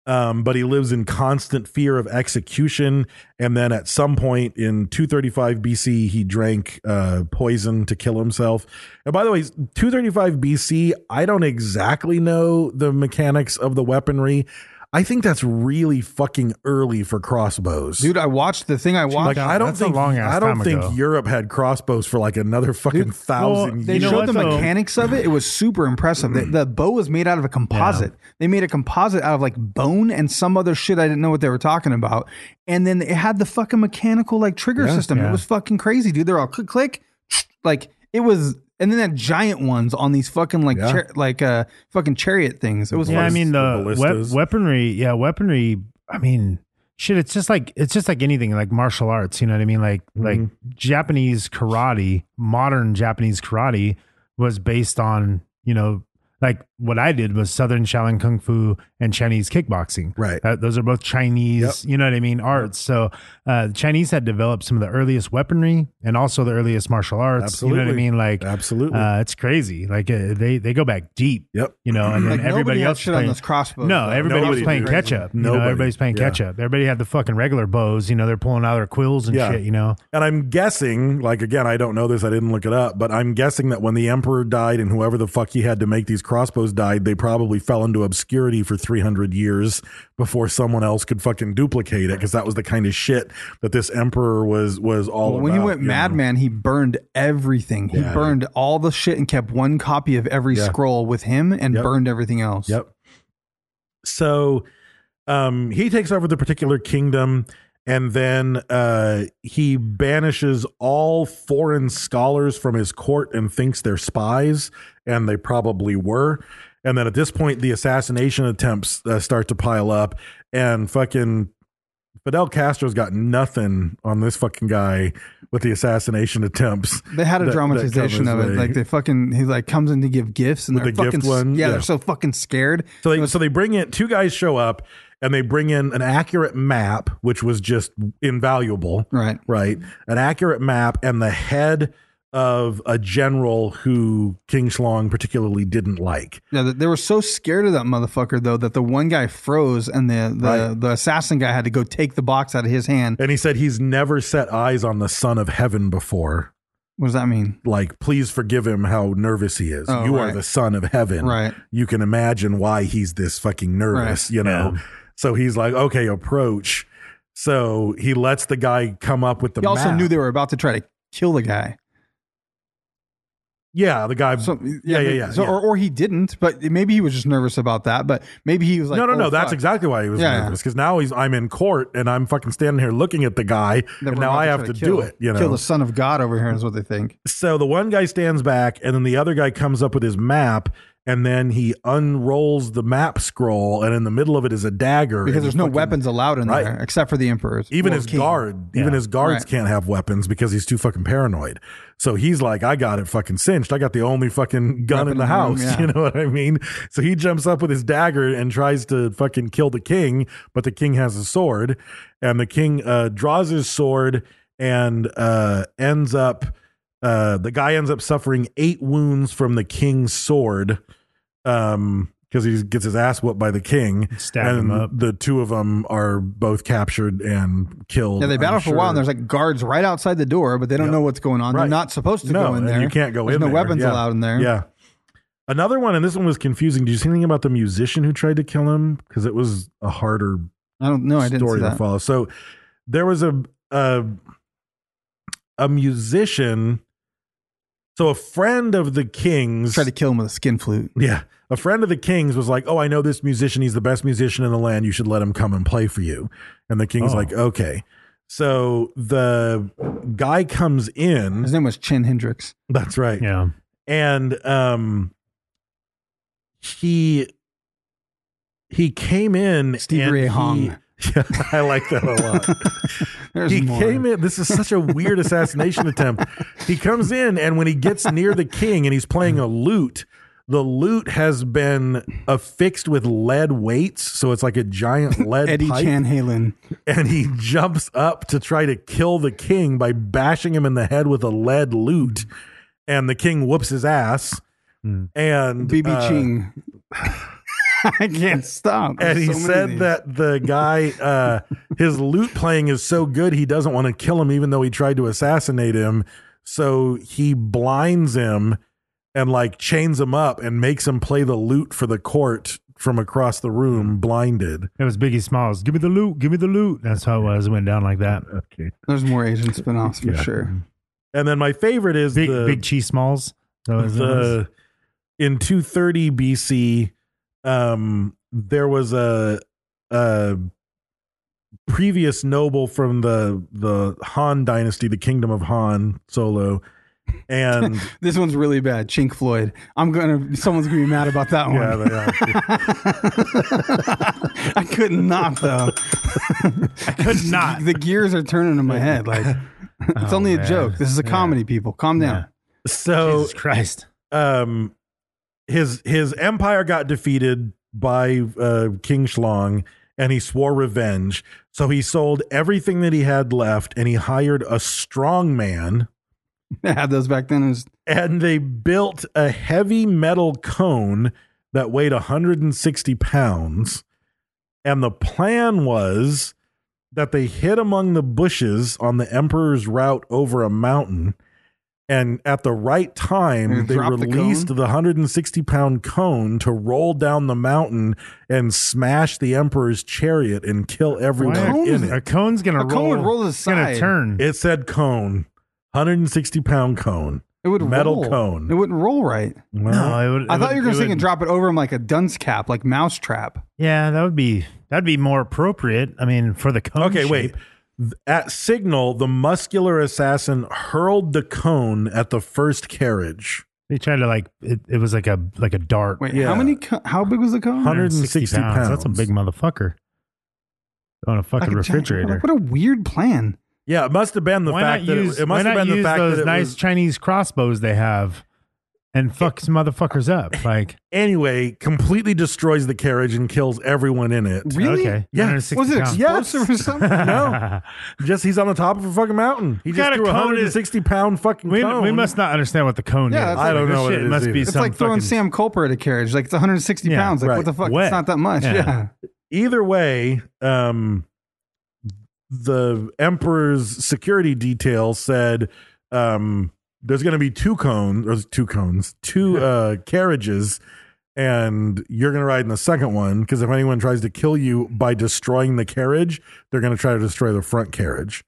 Speaker 4: Um, but he lives in constant fear of execution. And then at some point in 235 BC, he drank uh, poison to kill himself. And by the way, 235 BC, I don't exactly know the mechanics of the weaponry. I think that's really fucking early for crossbows.
Speaker 2: dude, I watched the thing I watched.
Speaker 4: Like I don't
Speaker 3: That's a
Speaker 4: think
Speaker 3: long-ass
Speaker 4: I don't
Speaker 3: time
Speaker 4: think
Speaker 3: ago.
Speaker 4: Europe had crossbows for like another fucking
Speaker 2: Dude,
Speaker 4: thousand
Speaker 2: They
Speaker 3: You know
Speaker 4: years.
Speaker 2: showed
Speaker 3: what,
Speaker 2: the
Speaker 3: though?
Speaker 2: mechanics of it. It was super impressive. The, the bow was made out of a composite. They made a composite out of like bone and some other shit. I didn't know what they were talking about. And then it had the fucking mechanical like trigger system. It
Speaker 3: yeah.
Speaker 2: was fucking crazy, dude. They're all click click, like it was. And then that giant ones on these fucking like
Speaker 4: Yeah.
Speaker 2: char- like uh fucking chariot things. It was
Speaker 3: Yeah, I
Speaker 2: like,
Speaker 3: mean
Speaker 4: the
Speaker 3: the wep-
Speaker 4: ballistas.
Speaker 3: weaponry. Yeah, weaponry. I mean, shit. It's just like it's just like anything, like martial arts. You know what I mean? Like
Speaker 4: Mm-hmm.
Speaker 3: like Japanese karate, modern Japanese karate was based on you know like what I did was Southern Shaolin Kung Fu and Chinese kickboxing.
Speaker 4: Right.
Speaker 3: Uh, those are both Chinese. You know what I mean? Arts. So uh, the Chinese had developed some of the earliest weaponry and also the earliest martial arts. You know what I
Speaker 4: Absolutely.
Speaker 3: mean? Like
Speaker 4: Absolutely.
Speaker 3: Uh, it's crazy. Like uh, they they go back deep.
Speaker 4: Yep.
Speaker 3: You know, and then
Speaker 2: Like, nobody
Speaker 3: everybody
Speaker 2: had
Speaker 3: else is
Speaker 2: shit on
Speaker 3: playing,
Speaker 2: those crossbows,
Speaker 3: No,
Speaker 2: though.
Speaker 3: everybody
Speaker 4: Nobody
Speaker 3: was playing
Speaker 4: did.
Speaker 3: catch up. You know,
Speaker 4: Nobody.
Speaker 3: everybody's playing
Speaker 4: Yeah.
Speaker 3: catch up. Everybody had the fucking regular bows. You know, they're pulling out their quills and
Speaker 4: Yeah.
Speaker 3: shit. You know,
Speaker 4: And I'm guessing, like again, I don't know this, I didn't look it up, but I'm guessing that when the emperor died and whoever the fuck he had to make these crossbows died, they probably fell into obscurity for 300 years before someone else could fucking duplicate it because that was the kind of shit that this emperor was was all
Speaker 2: Well, when
Speaker 4: about,
Speaker 2: he went
Speaker 4: you know?
Speaker 2: madman, he burned everything. He
Speaker 4: Yeah.
Speaker 2: burned all the shit and kept one copy of every
Speaker 4: Yeah.
Speaker 2: scroll with him and
Speaker 4: Yep.
Speaker 2: burned everything else.
Speaker 4: Yep. So um, he takes over the particular kingdom and then uh, he banishes all foreign scholars from his court and thinks they're spies, and they probably were. And then at this point, the assassination attempts uh, start to pile up, and fucking Fidel Castro's got nothing on this fucking guy with the assassination attempts.
Speaker 2: They had a
Speaker 4: that- that come
Speaker 2: dramatization
Speaker 4: his
Speaker 2: of it.
Speaker 4: way.
Speaker 2: Like they fucking he like comes in to give gifts and
Speaker 4: With
Speaker 2: they're
Speaker 4: the gift
Speaker 2: fucking
Speaker 4: one,
Speaker 2: yeah, they're
Speaker 4: yeah.
Speaker 2: so fucking scared.
Speaker 4: So they so they bring in two guys show up and they bring in an accurate map, which was just invaluable.
Speaker 2: Right.
Speaker 4: Right. An accurate map and the head of a general who King Shlong particularly didn't like.
Speaker 2: Yeah, they- they were so scared of that motherfucker though that the one guy froze and the the,
Speaker 4: Right.
Speaker 2: the assassin guy had to go take the box out of his hand.
Speaker 4: And he said he's never set eyes on the Son of Heaven before.
Speaker 2: What does that mean?
Speaker 4: Like, please forgive him how nervous he is.
Speaker 2: Oh,
Speaker 4: you are
Speaker 2: right.
Speaker 4: the Son of Heaven.
Speaker 2: Right.
Speaker 4: You can imagine why he's this fucking nervous,
Speaker 2: Right.
Speaker 4: you know? So he's like, okay, approach. So he lets the guy come up with the
Speaker 2: He also
Speaker 4: map.
Speaker 2: knew they were about to try to kill the guy.
Speaker 4: Yeah, the guy.
Speaker 2: So
Speaker 4: yeah, yeah, yeah.
Speaker 2: So,
Speaker 4: yeah.
Speaker 2: Or, or he didn't, but maybe he was just nervous about that. But maybe he was like,
Speaker 4: no, no,
Speaker 2: oh,
Speaker 4: no. That's
Speaker 2: fuck.
Speaker 4: exactly why he was
Speaker 2: Yeah,
Speaker 4: nervous because now he's I'm in court and I'm fucking standing here looking at the guy
Speaker 2: That
Speaker 4: and
Speaker 2: we're
Speaker 4: now
Speaker 2: about
Speaker 4: I have to
Speaker 2: try kill-
Speaker 4: do it. You
Speaker 2: kill
Speaker 4: know,
Speaker 2: the son of God over here is what they think.
Speaker 4: so the one guy stands back and then the other guy comes up with his map and then he unrolls the map scroll and in the middle of it is a dagger
Speaker 2: Because
Speaker 4: and
Speaker 2: there's
Speaker 4: he
Speaker 2: no
Speaker 4: fucking-
Speaker 2: weapons allowed in
Speaker 4: Right.
Speaker 2: there except for the emperors.
Speaker 4: Even
Speaker 2: Well,
Speaker 4: his
Speaker 2: king.
Speaker 4: guard, even
Speaker 3: Yeah.
Speaker 4: his guards
Speaker 2: Right.
Speaker 4: can't have weapons because he's too fucking paranoid. So he's like, I got it fucking cinched. I got the only fucking gun
Speaker 2: Weapon
Speaker 4: in the
Speaker 2: in the room,
Speaker 4: house.
Speaker 2: yeah.
Speaker 4: You know what I mean? So he jumps up with his dagger and tries to fucking kill the king, but the king has a sword, and the king uh, draws his sword and uh, ends up. Uh, the guy ends up suffering eight wounds from the king's sword. Um. Because he gets his ass whooped by the king,
Speaker 3: Stab
Speaker 4: and
Speaker 3: him up.
Speaker 4: the two of them are both captured and killed.
Speaker 2: Yeah, they
Speaker 4: I'm
Speaker 2: battle for a while, and
Speaker 4: sure.
Speaker 2: there's like guards right outside the door, but they don't
Speaker 4: Yep.
Speaker 2: know what's going on. They're
Speaker 4: Right.
Speaker 2: not supposed to
Speaker 4: no,
Speaker 2: go in
Speaker 4: and
Speaker 2: there.
Speaker 4: You can't go
Speaker 2: There's eh.
Speaker 4: in
Speaker 2: no
Speaker 4: there.
Speaker 2: weapons
Speaker 4: Yeah.
Speaker 2: allowed in there.
Speaker 4: Yeah. Another one, and this one was confusing. Did you see anything about the musician who tried to kill him? Because it was a harder
Speaker 2: I don't know. I didn't
Speaker 4: story
Speaker 2: see
Speaker 4: to
Speaker 2: that.
Speaker 4: follow. So there was a a, a musician. So a friend of the king's
Speaker 2: Try to kill him with a skin flute.
Speaker 4: yeah. A friend of the king's was like, Oh, I know this musician. He's the best musician in the land. You should let him come and play for you. And the king's
Speaker 3: Oh.
Speaker 4: like, Okay. So the guy comes
Speaker 2: His
Speaker 4: in.
Speaker 2: name was Chin Hendricks.
Speaker 4: That's right.
Speaker 3: Yeah.
Speaker 4: And um he he came in
Speaker 2: Stevie
Speaker 4: and
Speaker 2: Ray
Speaker 4: he-
Speaker 2: Hong.
Speaker 4: Yeah, I like that a lot
Speaker 2: There's
Speaker 4: he
Speaker 2: more.
Speaker 4: came in. This is such a weird assassination attempt. He comes in, and when he gets near the king and he's playing a lute, the lute has been affixed with lead weights. So it's like a giant lead
Speaker 2: Eddie
Speaker 4: pipe.
Speaker 2: Chan Halen.
Speaker 4: And he jumps up to try to kill the king by bashing him in the head with a lead lute. And the king whoops his ass. And
Speaker 2: BB
Speaker 4: uh,
Speaker 2: Hmm. Ching. I can't stop.
Speaker 4: and
Speaker 2: There's
Speaker 4: he
Speaker 2: so many of
Speaker 4: said
Speaker 2: these.
Speaker 4: that the guy uh his lute playing is so good he doesn't want to kill him even though he tried to assassinate him so he blinds him and like chains him up and makes him play the lute for the court from across the
Speaker 2: Hmm.
Speaker 4: room blinded
Speaker 3: It was Biggie Smalls. Give me the loot. Give me the loot. That's how it was. It went down like that. Okay.
Speaker 2: there's more Asian spinoffs for sure.
Speaker 4: and then my favorite is
Speaker 3: Big
Speaker 4: the
Speaker 3: Big Cheese Smalls. That was-
Speaker 4: the uh, in 230 BC, um, there was a a previous noble from the the Han dynasty, the kingdom of Han Solo, and
Speaker 2: This one's really bad. Chink Floyd. I'm gonna. Someone's gonna be mad about that one.
Speaker 4: yeah, they are.
Speaker 2: I could not though. I could
Speaker 3: not.
Speaker 2: The gears are turning in my head. Like it's
Speaker 3: Oh,
Speaker 2: only a
Speaker 3: man.
Speaker 2: joke. This is a
Speaker 3: Yeah.
Speaker 2: comedy. People, calm down.
Speaker 4: so
Speaker 3: Jesus Christ.
Speaker 4: um his his empire got defeated by uh King Shlong and he swore revenge. So he sold everything that he had left and he hired a strong man
Speaker 2: They had those back then. It was-
Speaker 4: and they built a heavy metal cone that weighed 160 pounds. And the plan was that they hid among the bushes on the emperor's route over a mountain. And at the right time,
Speaker 2: And
Speaker 4: they
Speaker 2: dropped the
Speaker 4: released the,
Speaker 2: cone?
Speaker 4: 160 pound cone to roll down the mountain and smash the emperor's chariot and kill everyone
Speaker 3: Why-
Speaker 4: in it.
Speaker 3: a cone's gonna
Speaker 2: A cone
Speaker 3: roll.
Speaker 2: would roll to the
Speaker 3: it's gonna
Speaker 2: side.
Speaker 3: turn.
Speaker 4: It said cone, 160 pound cone.
Speaker 2: it would
Speaker 4: metal
Speaker 2: roll.
Speaker 4: cone.
Speaker 2: It wouldn't roll right.
Speaker 3: no, it would,
Speaker 2: I
Speaker 3: it
Speaker 2: thought
Speaker 3: would-
Speaker 2: you were
Speaker 3: it
Speaker 2: gonna sing
Speaker 3: would-
Speaker 2: and drop it over him like a dunce cap, like mousetrap.
Speaker 3: Yeah, that would be that'd be more appropriate. I mean, for the cone.
Speaker 4: Okay,
Speaker 3: shape.
Speaker 4: wait. Th- At signal, the muscular assassin hurled the cone at the first carriage.
Speaker 3: They tried to like it, it was like a like a dart.
Speaker 2: Wait,
Speaker 4: Yeah.
Speaker 2: how many? Co- how big was the cone?
Speaker 4: 160 pounds.
Speaker 3: That's a big motherfucker. On a fucking
Speaker 2: Like a giant-
Speaker 3: refrigerator.
Speaker 2: What a weird plan.
Speaker 4: Yeah, it must have been the
Speaker 3: why
Speaker 4: fact
Speaker 3: not
Speaker 4: that
Speaker 3: use
Speaker 4: it, it must
Speaker 3: why
Speaker 4: have
Speaker 3: not
Speaker 4: been the
Speaker 3: use
Speaker 4: fact
Speaker 3: those
Speaker 4: that it
Speaker 3: nice
Speaker 4: was,
Speaker 3: Chinese crossbows they have? and fucks motherfuckers up. Like
Speaker 4: Anyway, completely destroys the carriage and kills everyone in it.
Speaker 2: Really?
Speaker 3: okay,
Speaker 4: Yeah.
Speaker 3: 160
Speaker 2: Was it
Speaker 3: pounds.
Speaker 4: Yes.
Speaker 2: explosive or something?
Speaker 4: No, just he's on the top of a fucking mountain. He just
Speaker 3: Got a
Speaker 4: threw a
Speaker 3: cone.
Speaker 4: hundred and sixty pound fucking
Speaker 3: We,
Speaker 4: cone.
Speaker 3: we must not understand what the cone
Speaker 2: Yeah,
Speaker 3: is.
Speaker 2: that's I like-
Speaker 4: don't
Speaker 3: This
Speaker 4: know what
Speaker 3: shit
Speaker 4: it is
Speaker 3: must be
Speaker 4: either.
Speaker 2: It's
Speaker 3: some
Speaker 2: like throwing
Speaker 3: fucking-
Speaker 2: Sam Culper at a carriage. Like it's 160
Speaker 3: Yeah,
Speaker 2: pounds. Like
Speaker 4: right.
Speaker 2: what the fuck?
Speaker 3: Wet.
Speaker 2: It's not that much.
Speaker 3: Yeah.
Speaker 2: Yeah.
Speaker 4: Either way, um, the emperor's security detail said um, there's going to be two cones, or two cones, two uh, carriages, and you're going to ride in the second one because if anyone tries to kill you by destroying the carriage, they're going to try to destroy the front carriage.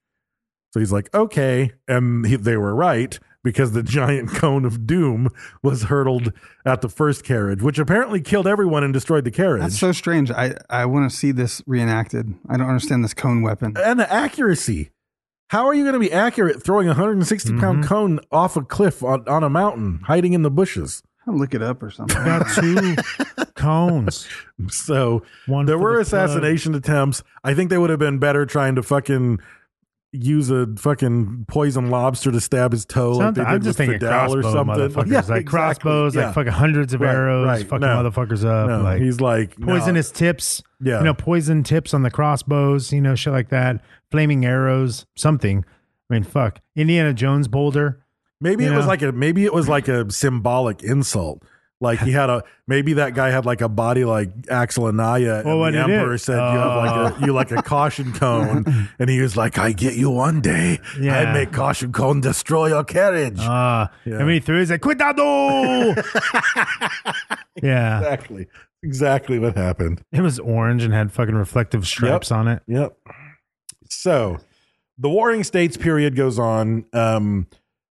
Speaker 4: So he's like, okay. And he, they were right because the giant cone of doom was hurtled at the first carriage, which apparently killed everyone and destroyed the carriage.
Speaker 2: That's so strange. I, I want to see this reenacted. I don't understand this cone weapon.
Speaker 4: and the accuracy. How are you going to be accurate throwing a 160 pound
Speaker 3: Mm-hmm.
Speaker 4: cone off a cliff on, on a mountain, hiding in the bushes?
Speaker 2: I'll look it up or something.
Speaker 3: Got two cones.
Speaker 4: So
Speaker 3: One
Speaker 4: there
Speaker 3: for
Speaker 4: were
Speaker 3: the
Speaker 4: assassination attempts. I think they would have been better trying to fucking use a fucking poison lobster to stab his toe. like
Speaker 3: Sounds-
Speaker 4: they did
Speaker 3: I'm just
Speaker 4: with
Speaker 3: thinking
Speaker 4: Fidel
Speaker 3: crossbow
Speaker 4: or something.
Speaker 3: motherfuckers, like
Speaker 4: Yeah, exactly.
Speaker 3: crossbows,
Speaker 4: Yeah.
Speaker 3: like fucking hundreds of
Speaker 4: Right,
Speaker 3: arrows,
Speaker 4: right.
Speaker 3: fucking
Speaker 4: No.
Speaker 3: motherfuckers up,
Speaker 4: No,
Speaker 3: like
Speaker 4: he's like no.
Speaker 3: poisonous tips.
Speaker 4: Yeah.
Speaker 3: you know, poison tips on the crossbows. You know, shit like that. Flaming arrows, something. I mean, fuck. Indiana Jones boulder.
Speaker 4: Maybe
Speaker 3: You
Speaker 4: it was
Speaker 3: know?
Speaker 4: like a maybe it was like a symbolic insult. Like he had a maybe that guy had like a body like Axel Anaya, and
Speaker 3: Well, what
Speaker 4: the
Speaker 3: it Oh.
Speaker 4: emperor
Speaker 3: is-
Speaker 4: said you have like a you like a caution cone, and he was like, "I get you one day. I
Speaker 3: Yeah.
Speaker 4: make caution cone destroy your carriage."
Speaker 3: Ah,
Speaker 4: Yeah.
Speaker 3: and when he threw, it, he's like, "Cuidado!" yeah,
Speaker 4: exactly, exactly what happened.
Speaker 3: it was orange and had fucking reflective stripes on it.
Speaker 4: Yep. So the Warring States period goes on, um,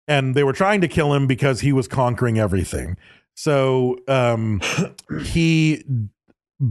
Speaker 4: and they were trying to kill him because he was conquering everything. So um, he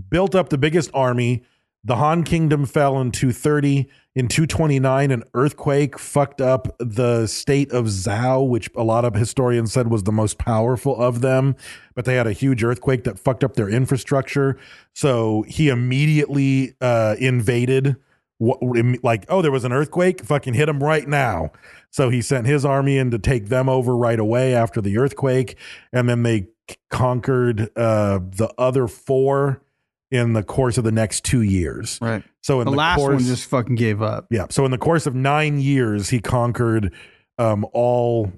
Speaker 4: built up the biggest army. The Han kingdom fell in 230. In 229, an earthquake fucked up the state of Zhao, which a lot of historians said was the most powerful of them. But they had a huge earthquake that fucked up their infrastructure. So he immediately uh, invaded. What, like, oh, there was an earthquake? Fucking hit him right now. So he sent his army in to take them over right away after the earthquake. And then they c- conquered uh, the other four in the course of the next two years.
Speaker 2: Right.
Speaker 4: So in
Speaker 2: the,
Speaker 4: the,
Speaker 2: last
Speaker 4: course,
Speaker 2: one just fucking gave up.
Speaker 4: yeah. So in the course of nine years, he conquered um, all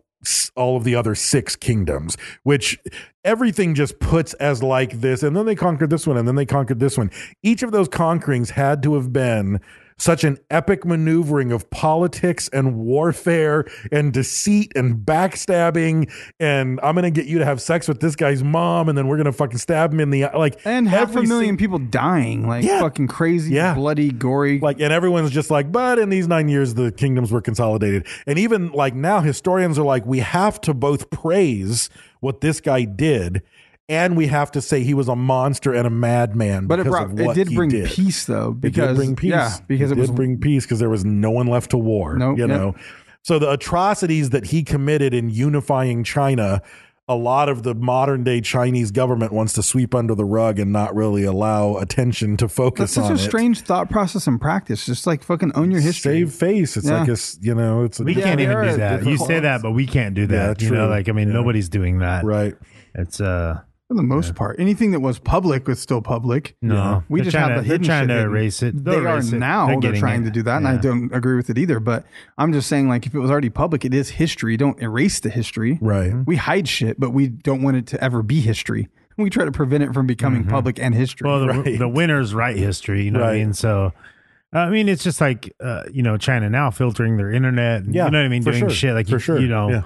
Speaker 4: all of the other six kingdoms, which everything just puts as like this. And then they conquered this one, and then they conquered this one. Each of those conquerings had to have been such an epic maneuvering of politics and warfare and deceit and backstabbing and I'm gonna get you to have sex with this guy's mom and then we're gonna fucking stab him in the eye. like
Speaker 2: And half a
Speaker 4: every
Speaker 2: million
Speaker 4: sing-
Speaker 2: people dying. Like
Speaker 4: Yeah.
Speaker 2: fucking crazy,
Speaker 4: Yeah.
Speaker 2: bloody, gory.
Speaker 4: like and everyone's just like but in these nine years the kingdoms were consolidated and even like now historians are like we have to both praise what this guy did and we have to say he was a monster and a madman
Speaker 2: but it
Speaker 4: because
Speaker 2: brought
Speaker 4: of
Speaker 2: it
Speaker 4: what
Speaker 2: did
Speaker 4: he
Speaker 2: bring
Speaker 4: did.
Speaker 2: peace though.
Speaker 4: It
Speaker 2: Because
Speaker 4: did bring peace
Speaker 2: Yeah, because it,
Speaker 4: did
Speaker 2: was
Speaker 4: bring peace because there was no one left to war
Speaker 2: Nope,
Speaker 4: you
Speaker 2: yep.
Speaker 4: know so the atrocities that he committed in unifying china a lot of the modern day chinese government wants to sweep under the rug and not really allow attention to
Speaker 2: that's
Speaker 4: focus
Speaker 2: such
Speaker 4: on
Speaker 2: a
Speaker 4: it
Speaker 2: strange thought process and practice. Just like fucking own your history.
Speaker 4: save face. It's
Speaker 2: Yeah.
Speaker 4: like a s- you know, it's a
Speaker 3: We
Speaker 2: Yeah,
Speaker 3: can't
Speaker 2: they
Speaker 3: even
Speaker 2: are
Speaker 3: do
Speaker 2: a
Speaker 3: that. You
Speaker 2: different
Speaker 3: say that,
Speaker 2: class.
Speaker 3: but we can't do that.
Speaker 4: Yeah,
Speaker 3: you
Speaker 4: true.
Speaker 3: know, like I mean,
Speaker 4: Yeah.
Speaker 3: nobody's doing that.
Speaker 4: right.
Speaker 3: It's uh
Speaker 2: For the most part, anything that was public was still public.
Speaker 3: no.
Speaker 2: We
Speaker 3: They're
Speaker 2: just
Speaker 3: trying
Speaker 2: have
Speaker 3: to,
Speaker 2: the
Speaker 3: they're
Speaker 2: hidden
Speaker 3: trying
Speaker 2: shit
Speaker 3: to
Speaker 2: hidden.
Speaker 3: erase it.
Speaker 2: They
Speaker 3: They'll
Speaker 2: are
Speaker 3: erase it.
Speaker 2: now. They're,
Speaker 3: getting
Speaker 2: trying
Speaker 3: it.
Speaker 2: to do that, and I
Speaker 3: Yeah.
Speaker 2: don't agree with it either. But I'm just saying, like, if it was already public, it is history. Don't erase the history.
Speaker 4: Right.
Speaker 3: Mm-hmm.
Speaker 2: We hide shit, but we don't want it to ever be history. We try to prevent it from
Speaker 4: Mm-hmm.
Speaker 2: becoming public and history.
Speaker 3: Well, the,
Speaker 4: Right.
Speaker 3: the winners write history. You know what I
Speaker 4: Right.
Speaker 3: mean? So, I mean, it's just like uh, you know China now filtering their internet. and,
Speaker 4: Yeah,
Speaker 3: you know what I mean?
Speaker 4: for
Speaker 3: Doing
Speaker 4: sure,
Speaker 3: shit like
Speaker 4: for
Speaker 3: you,
Speaker 4: sure,
Speaker 3: you know.
Speaker 4: yeah.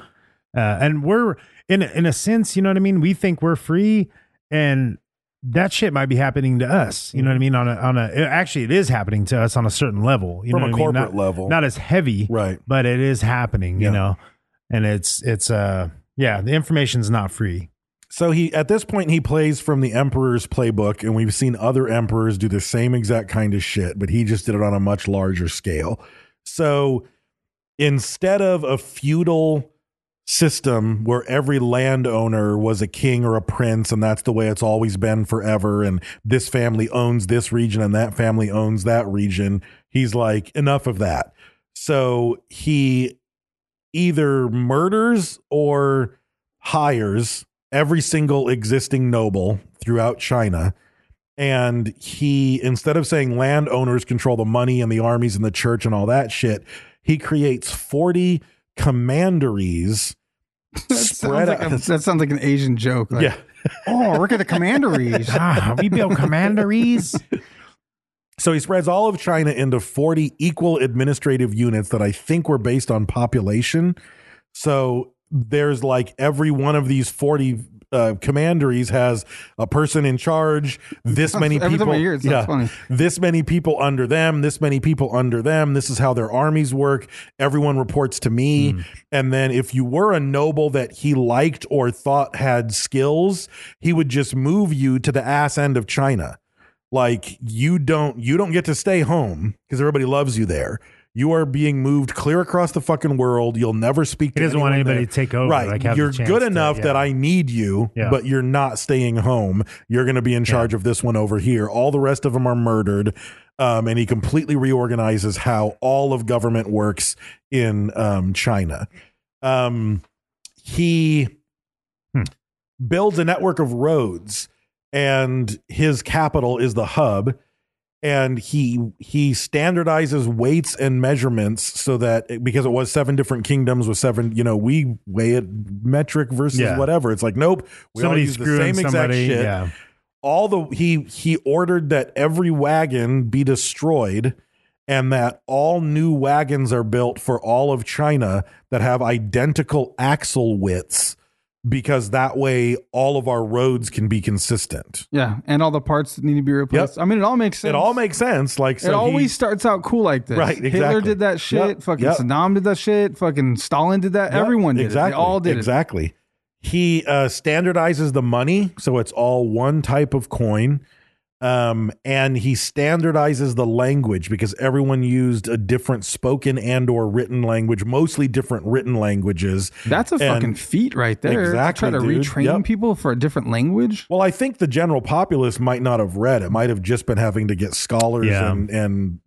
Speaker 3: Uh, and we're in a- in a sense, you know what I mean. We think we're free, and that shit might be happening to us. You
Speaker 4: Mm-hmm.
Speaker 3: know what I mean? On a on a actually, it is happening to us on a certain level. You
Speaker 4: From
Speaker 3: know
Speaker 4: a
Speaker 3: what I mean?
Speaker 4: corporate
Speaker 3: Not-
Speaker 4: level.
Speaker 3: not as heavy,
Speaker 4: Right.
Speaker 3: But it is happening.
Speaker 4: Yeah.
Speaker 3: You know, and it's it's uh yeah, the information's not free.
Speaker 4: So he at this point he plays from the emperor's playbook, and we've seen other emperors do the same exact kind of shit, but he just did it on a much larger scale. So instead of a feudal system where every landowner was a king or a prince and that's the way it's always been forever and this family owns this region and that family owns that region he's like enough of that so he either murders or hires every single existing noble throughout China. And he, instead of saying landowners control the money and the armies and the church and all that shit, he creates 40 commanderies.
Speaker 2: That
Speaker 4: Spread
Speaker 2: sounds, like
Speaker 4: out-
Speaker 2: a- that sounds like an Asian joke. Like,
Speaker 4: Yeah.
Speaker 2: Oh, look at the commanderies.
Speaker 3: Ah, we build commanderies.
Speaker 4: So he spreads all of China into 40 equal administrative units that I think were based on population. So there's like every one of these 40 uh, commanderies has a person in charge, this many
Speaker 2: Every time
Speaker 4: people.
Speaker 2: I hear it, it's not funny.
Speaker 4: This many people under them, this many people under them. This is how their armies work. Everyone reports to me.
Speaker 2: Hmm.
Speaker 4: And then if you were a noble that he liked or thought had skills, he would just move you to the ass end of China like you don't you don't get to stay home because everybody loves you there you are being moved clear across the fucking world you'll never speak
Speaker 3: He
Speaker 4: to
Speaker 3: doesn't want
Speaker 4: anyone
Speaker 3: anybody
Speaker 4: there.
Speaker 3: to take over,
Speaker 4: right
Speaker 3: like, have the
Speaker 4: you're
Speaker 3: chance
Speaker 4: good
Speaker 3: to-
Speaker 4: enough that
Speaker 3: yeah.
Speaker 4: i need you
Speaker 3: Yeah.
Speaker 4: but you're not staying home you're going to be in charge of this one over here all the rest of them are murdered um, and he completely reorganizes how all of government works in um, china um, he builds a network of roads and his capital is the hub and he he standardizes weights and measurements so that because it was seven different kingdoms with seven you know we weigh it metric versus
Speaker 3: Yeah.
Speaker 4: whatever it's like nope we all
Speaker 3: Somebody
Speaker 4: use the same
Speaker 3: screwing
Speaker 4: exact
Speaker 3: somebody.
Speaker 4: shit
Speaker 3: Yeah.
Speaker 4: all the he he ordered that every wagon be destroyed and that all new wagons are built for all of China that have identical axle widths because that way all of our roads can be consistent.
Speaker 2: Yeah, and all the parts that need to be replaced.
Speaker 4: Yep.
Speaker 2: I mean, it all makes sense.
Speaker 4: It all makes sense. Like so
Speaker 2: it always
Speaker 4: he,
Speaker 2: starts out cool like this.
Speaker 4: Right,
Speaker 2: Hitler
Speaker 4: exactly.
Speaker 2: did that shit.
Speaker 4: Yep,
Speaker 2: Fucking
Speaker 4: yep.
Speaker 2: Saddam did that shit. Fucking Stalin did that.
Speaker 4: Yep,
Speaker 2: Everyone did
Speaker 4: exactly,
Speaker 2: it. They all did it.
Speaker 4: exactly. He uh, standardizes the money, so it's all one type of coin. Um, and he standardizes the language because everyone used a different spoken and or written language, mostly different written languages.
Speaker 2: That's a
Speaker 4: And-
Speaker 2: fucking feat right there. to
Speaker 4: Exactly,
Speaker 2: Try to
Speaker 4: dude.
Speaker 2: retrain
Speaker 4: Yep.
Speaker 2: people for a different language.
Speaker 4: Well, I think the general populace might not have read. It might have just been having to get scholars
Speaker 3: Yeah.
Speaker 4: and and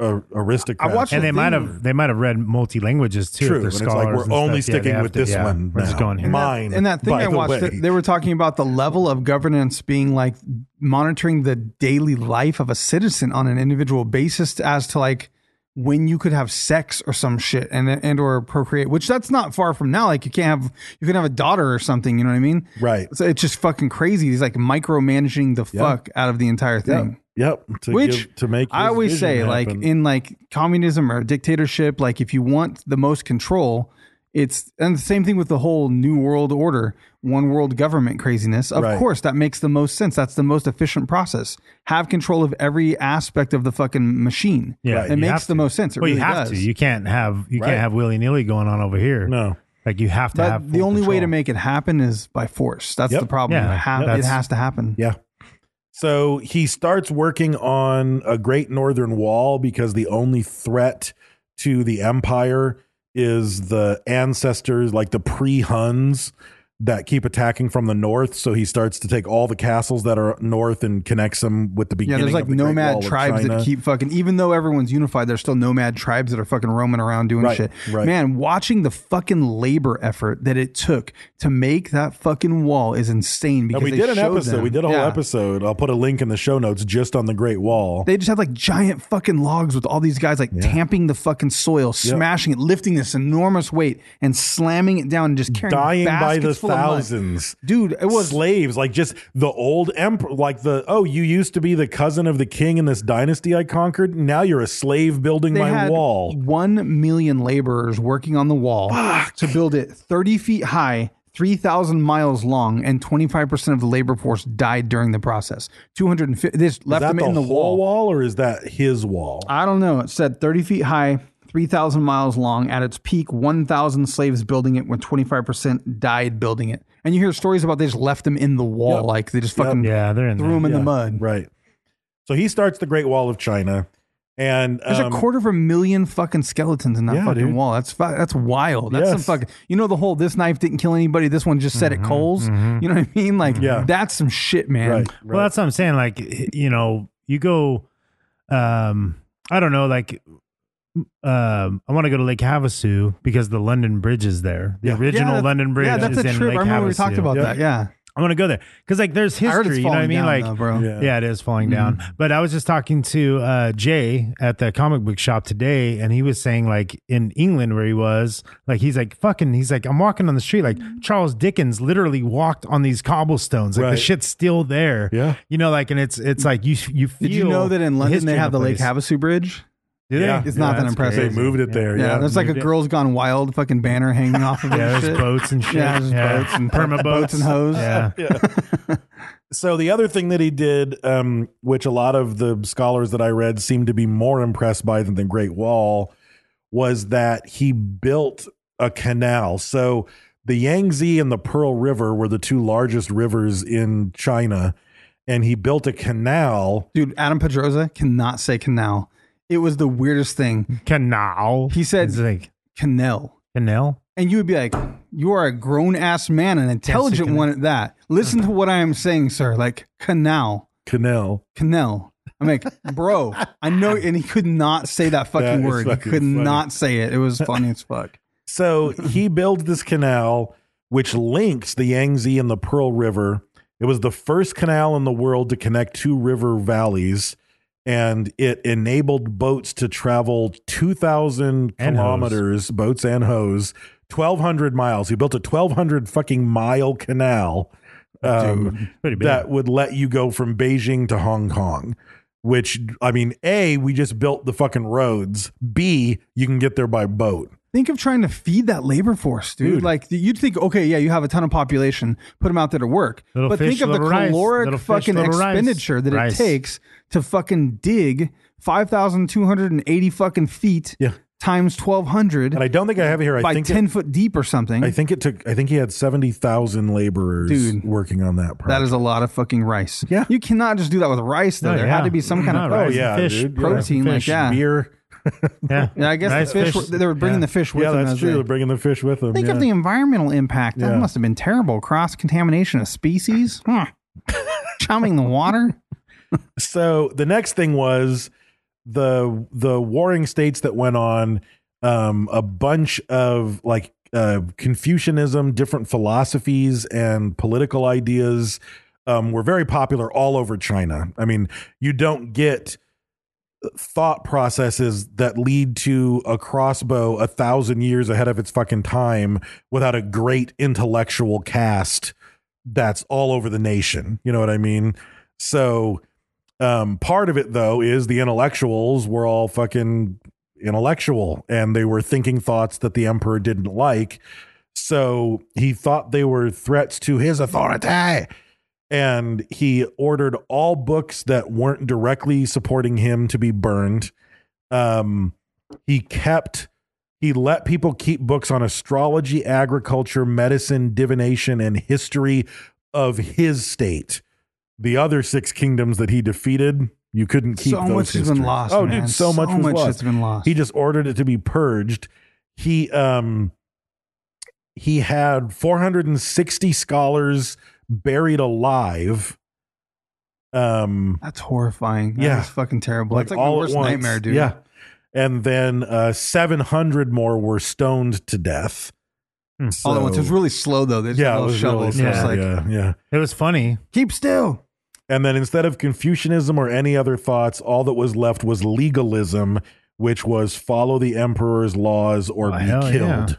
Speaker 4: uh, aristocrats.
Speaker 2: I watched
Speaker 3: And they
Speaker 2: thing-
Speaker 3: might have they might have read multi languages too. if
Speaker 4: True,
Speaker 3: they're
Speaker 4: and it's like,
Speaker 3: scholars
Speaker 4: we're
Speaker 3: and
Speaker 4: only
Speaker 3: stuff. Yeah, they
Speaker 4: sticking
Speaker 3: have
Speaker 4: with
Speaker 3: to-
Speaker 4: this
Speaker 3: yeah,
Speaker 4: one
Speaker 3: We're just
Speaker 4: now.
Speaker 3: going here.
Speaker 4: My-
Speaker 2: And
Speaker 4: Mine,
Speaker 2: that, and that thing
Speaker 4: by
Speaker 2: I
Speaker 4: the
Speaker 2: watched,
Speaker 4: way.
Speaker 2: they were talking about the level of governance being like monitoring the daily life of a citizen on an individual basis as to like when you could have sex or some shit and and or procreate, which that's not far from now. Like you can't have you can have a daughter or something. You know what I mean?
Speaker 4: Right.
Speaker 2: So it's just fucking crazy. He's like micromanaging the fuck out of the entire thing
Speaker 4: Yep. To
Speaker 2: which
Speaker 4: give- to make
Speaker 2: I
Speaker 4: his
Speaker 2: always
Speaker 4: vision
Speaker 2: say, like
Speaker 4: happen.
Speaker 2: in like communism or dictatorship, like if you want the most control, it's and the same thing with the whole new world order, one world government craziness. Of
Speaker 4: Right.
Speaker 2: course, that makes the most sense. That's the most efficient process. Have control of every aspect of the fucking machine.
Speaker 3: Yeah,
Speaker 2: it
Speaker 3: you have
Speaker 2: makes the
Speaker 3: to.
Speaker 2: most sense. It
Speaker 3: well,
Speaker 2: really
Speaker 3: you have
Speaker 2: does.
Speaker 3: to. You can't have you
Speaker 4: Right.
Speaker 3: can't have willy nilly going on over here.
Speaker 4: No.
Speaker 3: like you have to
Speaker 2: but
Speaker 3: have
Speaker 2: the
Speaker 3: full
Speaker 2: only way to
Speaker 3: control.
Speaker 2: make it happen is by force. That's
Speaker 4: Yep.
Speaker 2: the problem.
Speaker 3: Yeah.
Speaker 2: You have-
Speaker 3: Yep.
Speaker 2: It
Speaker 3: That's-
Speaker 2: has to happen.
Speaker 4: Yeah. So he starts working on a great northern wall because the only threat to the empire is the ancestors, like the pre Huns, that keep attacking from the north. So he starts to take all the castles that are north and connects them with the
Speaker 2: Yeah,
Speaker 4: beginning.
Speaker 2: there's like
Speaker 4: of the Great Wall
Speaker 2: nomad
Speaker 4: of
Speaker 2: tribes that
Speaker 4: China.
Speaker 2: keep fucking. Even though everyone's unified, there's still nomad tribes that are fucking roaming around doing
Speaker 4: Right,
Speaker 2: shit.
Speaker 4: right.
Speaker 2: Man, watching the fucking labor effort that it took to make that fucking wall is insane. Because
Speaker 4: And we
Speaker 2: they
Speaker 4: did an
Speaker 2: showed
Speaker 4: episode.
Speaker 2: them-
Speaker 4: We did a whole
Speaker 2: Yeah.
Speaker 4: episode. I'll put a link in the show notes just on the Great Wall.
Speaker 2: They just had like giant fucking logs with all these guys like tamping the fucking soil, smashing it, lifting this enormous weight, and slamming it down, and just carrying
Speaker 4: dying by the
Speaker 2: baskets full of mud.
Speaker 4: thousands.
Speaker 2: Dude, it was
Speaker 4: slaves, like just the old emperor, like the oh, you used to be the cousin of the king in this dynasty I conquered. Now you're a slave building
Speaker 2: they
Speaker 4: my
Speaker 2: had
Speaker 4: wall.
Speaker 2: One million laborers working on the wall to build it 30 feet high, 3,000 miles long, and 25% of the labor force died during the process. 250, this
Speaker 4: Is
Speaker 2: left
Speaker 4: that
Speaker 2: them
Speaker 4: the,
Speaker 2: in the
Speaker 4: whole
Speaker 2: wall.
Speaker 4: wall, or is that his wall?
Speaker 2: I don't know. It said 30 feet high, 3,000 miles long. At its peak, 1,000 slaves building it when 25% died building it. And you hear stories about they just left them in the wall.
Speaker 4: Yep.
Speaker 2: Like they just
Speaker 4: Yep.
Speaker 2: fucking
Speaker 3: yeah, they're in
Speaker 2: threw them in
Speaker 4: Yeah,
Speaker 2: the mud.
Speaker 4: right? So he starts the Great Wall of China, and
Speaker 2: There's
Speaker 4: um,
Speaker 2: a quarter of a million fucking skeletons in that
Speaker 4: Yeah,
Speaker 2: fucking
Speaker 4: dude.
Speaker 2: wall. That's fu- that's wild. That's some
Speaker 4: Yes.
Speaker 2: fucking. You know the whole this knife didn't kill anybody. This one just said
Speaker 3: Mm-hmm,
Speaker 2: it coals. You know what I mean? Like
Speaker 4: Yeah.
Speaker 2: that's some shit, man.
Speaker 4: right,
Speaker 3: Well,
Speaker 4: right.
Speaker 3: that's what I'm saying. Like, you know, you go, um, I don't know, like um, I want to go to Lake Havasu because the London Bridge is there. The
Speaker 4: Yeah.
Speaker 3: original
Speaker 2: Yeah,
Speaker 3: London Bridge
Speaker 2: Yeah, that's
Speaker 3: is
Speaker 2: a
Speaker 3: in
Speaker 2: trip. I
Speaker 3: Lake
Speaker 2: remember
Speaker 3: Havasu.
Speaker 2: we talked about
Speaker 4: Yeah.
Speaker 2: that. Yeah.
Speaker 3: I want to go there because like there's
Speaker 2: I heard
Speaker 3: history.
Speaker 2: it's
Speaker 3: You know what I
Speaker 2: falling
Speaker 3: mean?
Speaker 2: down,
Speaker 3: like
Speaker 2: though, bro. Mm-hmm.
Speaker 4: Yeah.
Speaker 3: yeah, it is falling down. But I was just talking to uh, Jay at the comic book shop today, and he was saying like in England where he was, like he's like fucking, he's like I'm walking on the street, like
Speaker 2: Mm-hmm.
Speaker 3: Charles Dickens literally walked on these cobblestones, like the
Speaker 4: Right.
Speaker 3: shit's still there.
Speaker 4: Yeah.
Speaker 3: you know, like and it's it's like you you feel.
Speaker 2: Did you know that in London they have the Lake
Speaker 3: Havasu?
Speaker 2: Havasu Bridge?
Speaker 4: Yeah.
Speaker 2: It's not that
Speaker 3: that's
Speaker 2: impressive.
Speaker 4: They
Speaker 3: crazy.
Speaker 4: moved it there.
Speaker 2: Yeah,
Speaker 4: Yeah,
Speaker 2: there's like a
Speaker 3: moved it.
Speaker 2: Girls Gone Wild fucking banner hanging off of it.
Speaker 3: Yeah,
Speaker 2: and
Speaker 3: there's
Speaker 2: shit.
Speaker 3: boats and shit.
Speaker 2: Yeah, there's boats and
Speaker 3: perma
Speaker 2: boats and hose.
Speaker 3: Yeah.
Speaker 4: So the other thing that he did, um, which a lot of the scholars that I read seemed to be more impressed by than the Great Wall, was that he built a canal. So the Yangtze and the Pearl River were the two largest rivers in China, and he built a canal.
Speaker 2: Dude, Adam Pedroza cannot say canal. It was the weirdest thing.
Speaker 3: Canal.
Speaker 2: He said-
Speaker 3: It's like
Speaker 2: Canal.
Speaker 3: canal.
Speaker 2: And you would be like, you are a grown ass man, an intelligent
Speaker 3: canal.
Speaker 2: one at that. Listen to what I am saying, sir. Like, canal.
Speaker 4: Canal.
Speaker 2: Canal. I'm like, bro, I know. And he could not say
Speaker 4: That
Speaker 2: that fucking
Speaker 4: is
Speaker 2: word.
Speaker 4: fucking
Speaker 2: he could
Speaker 4: funny.
Speaker 2: not say it. It was funny as fuck.
Speaker 4: So he builds this canal which links the Yangtze and the Pearl River. It was the first canal in the world to connect two river valleys, and it enabled boats to travel 2,000
Speaker 3: And hose.
Speaker 4: kilometers, boats and hose, 1,200 miles. He built a 1,200 fucking mile canal um,
Speaker 3: Pretty big.
Speaker 4: that would let you go from Beijing to Hong Kong. Which, I mean, A, we just built the fucking roads. B, you can get there by boat.
Speaker 2: Think of trying to feed that labor force, dude.
Speaker 4: Dude.
Speaker 2: Like you'd think, okay, yeah, you have a ton of population, put them out there to work.
Speaker 3: Little
Speaker 2: but
Speaker 3: fish,
Speaker 2: think of the
Speaker 3: little rice.
Speaker 2: caloric
Speaker 3: Little fish,
Speaker 2: fucking
Speaker 3: little rice.
Speaker 2: expenditure that
Speaker 3: Rice.
Speaker 2: it takes to fucking dig five thousand two hundred and eighty fucking feet
Speaker 4: Yeah.
Speaker 2: times twelve hundred
Speaker 4: And I don't think I have it here. I
Speaker 2: by
Speaker 4: think
Speaker 2: ten
Speaker 4: it,
Speaker 2: foot deep or something.
Speaker 4: I think it took. I think he had seventy thousand laborers
Speaker 2: Dude.
Speaker 4: working on that. Project.
Speaker 2: that is a lot of fucking rice.
Speaker 4: Yeah.
Speaker 2: You cannot just do that with rice though.
Speaker 3: No,
Speaker 2: there
Speaker 3: yeah.
Speaker 2: had to be some kind
Speaker 3: No,
Speaker 2: of
Speaker 3: rice
Speaker 4: oh yeah,
Speaker 3: and fish,
Speaker 4: dude.
Speaker 2: protein,
Speaker 4: yeah.
Speaker 2: like, yeah.
Speaker 4: beer.
Speaker 3: Yeah.
Speaker 2: Yeah, I guess
Speaker 3: Nice
Speaker 2: the fish, were- they were bringing
Speaker 3: Yeah.
Speaker 2: the fish with
Speaker 4: Yeah,
Speaker 2: them.
Speaker 4: that's
Speaker 2: as
Speaker 4: true.
Speaker 2: they-
Speaker 4: They're bringing the fish with them.
Speaker 2: Think
Speaker 4: yeah.
Speaker 2: of the environmental impact. That
Speaker 4: Yeah.
Speaker 2: must have been terrible. Cross contamination of species. Huh. Chumming the water.
Speaker 4: so the next thing was the the warring states that went on um a bunch of like uh confucianism different philosophies and political ideas um were very popular all over china i mean you don't get thought processes that lead to a crossbow a thousand years ahead of its fucking time without a great intellectual cast that's all over the nation you know what i mean so um, part of it though is the intellectuals were all fucking intellectual and they were thinking thoughts that the emperor didn't like. So he thought they were threats to his authority. And he ordered all books that weren't directly supporting him to be burned. Um, he kept, he let people keep books on astrology, agriculture, medicine, divination, and history of his state the other six kingdoms that he defeated, you couldn't keep
Speaker 2: So
Speaker 4: those
Speaker 2: much has been
Speaker 4: histories.
Speaker 2: lost,
Speaker 4: Oh,
Speaker 2: man.
Speaker 4: dude, so,
Speaker 2: So
Speaker 4: much, was
Speaker 2: much
Speaker 4: lost.
Speaker 2: has been lost.
Speaker 4: He just ordered it to be purged. He um he had 460 scholars buried alive. Um
Speaker 2: That's horrifying. That
Speaker 4: Yeah.
Speaker 2: is fucking terrible. That's like
Speaker 4: all
Speaker 2: my
Speaker 4: at
Speaker 2: worst
Speaker 4: once.
Speaker 2: nightmare, dude.
Speaker 4: Yeah. And then uh 700 more were stoned to death.
Speaker 2: Hmm. All at once. It was
Speaker 4: So-
Speaker 2: really slow though. They just
Speaker 4: yeah,
Speaker 2: had
Speaker 4: it
Speaker 2: those
Speaker 4: was really
Speaker 2: shovels. so it's
Speaker 4: slow.
Speaker 2: like
Speaker 4: yeah, yeah.
Speaker 3: It was funny.
Speaker 2: keep still.
Speaker 4: And then instead of Confucianism or any other thoughts, all that was left was legalism, which was follow the emperor's laws or
Speaker 3: Oh,
Speaker 4: be
Speaker 3: hell yeah.
Speaker 4: killed.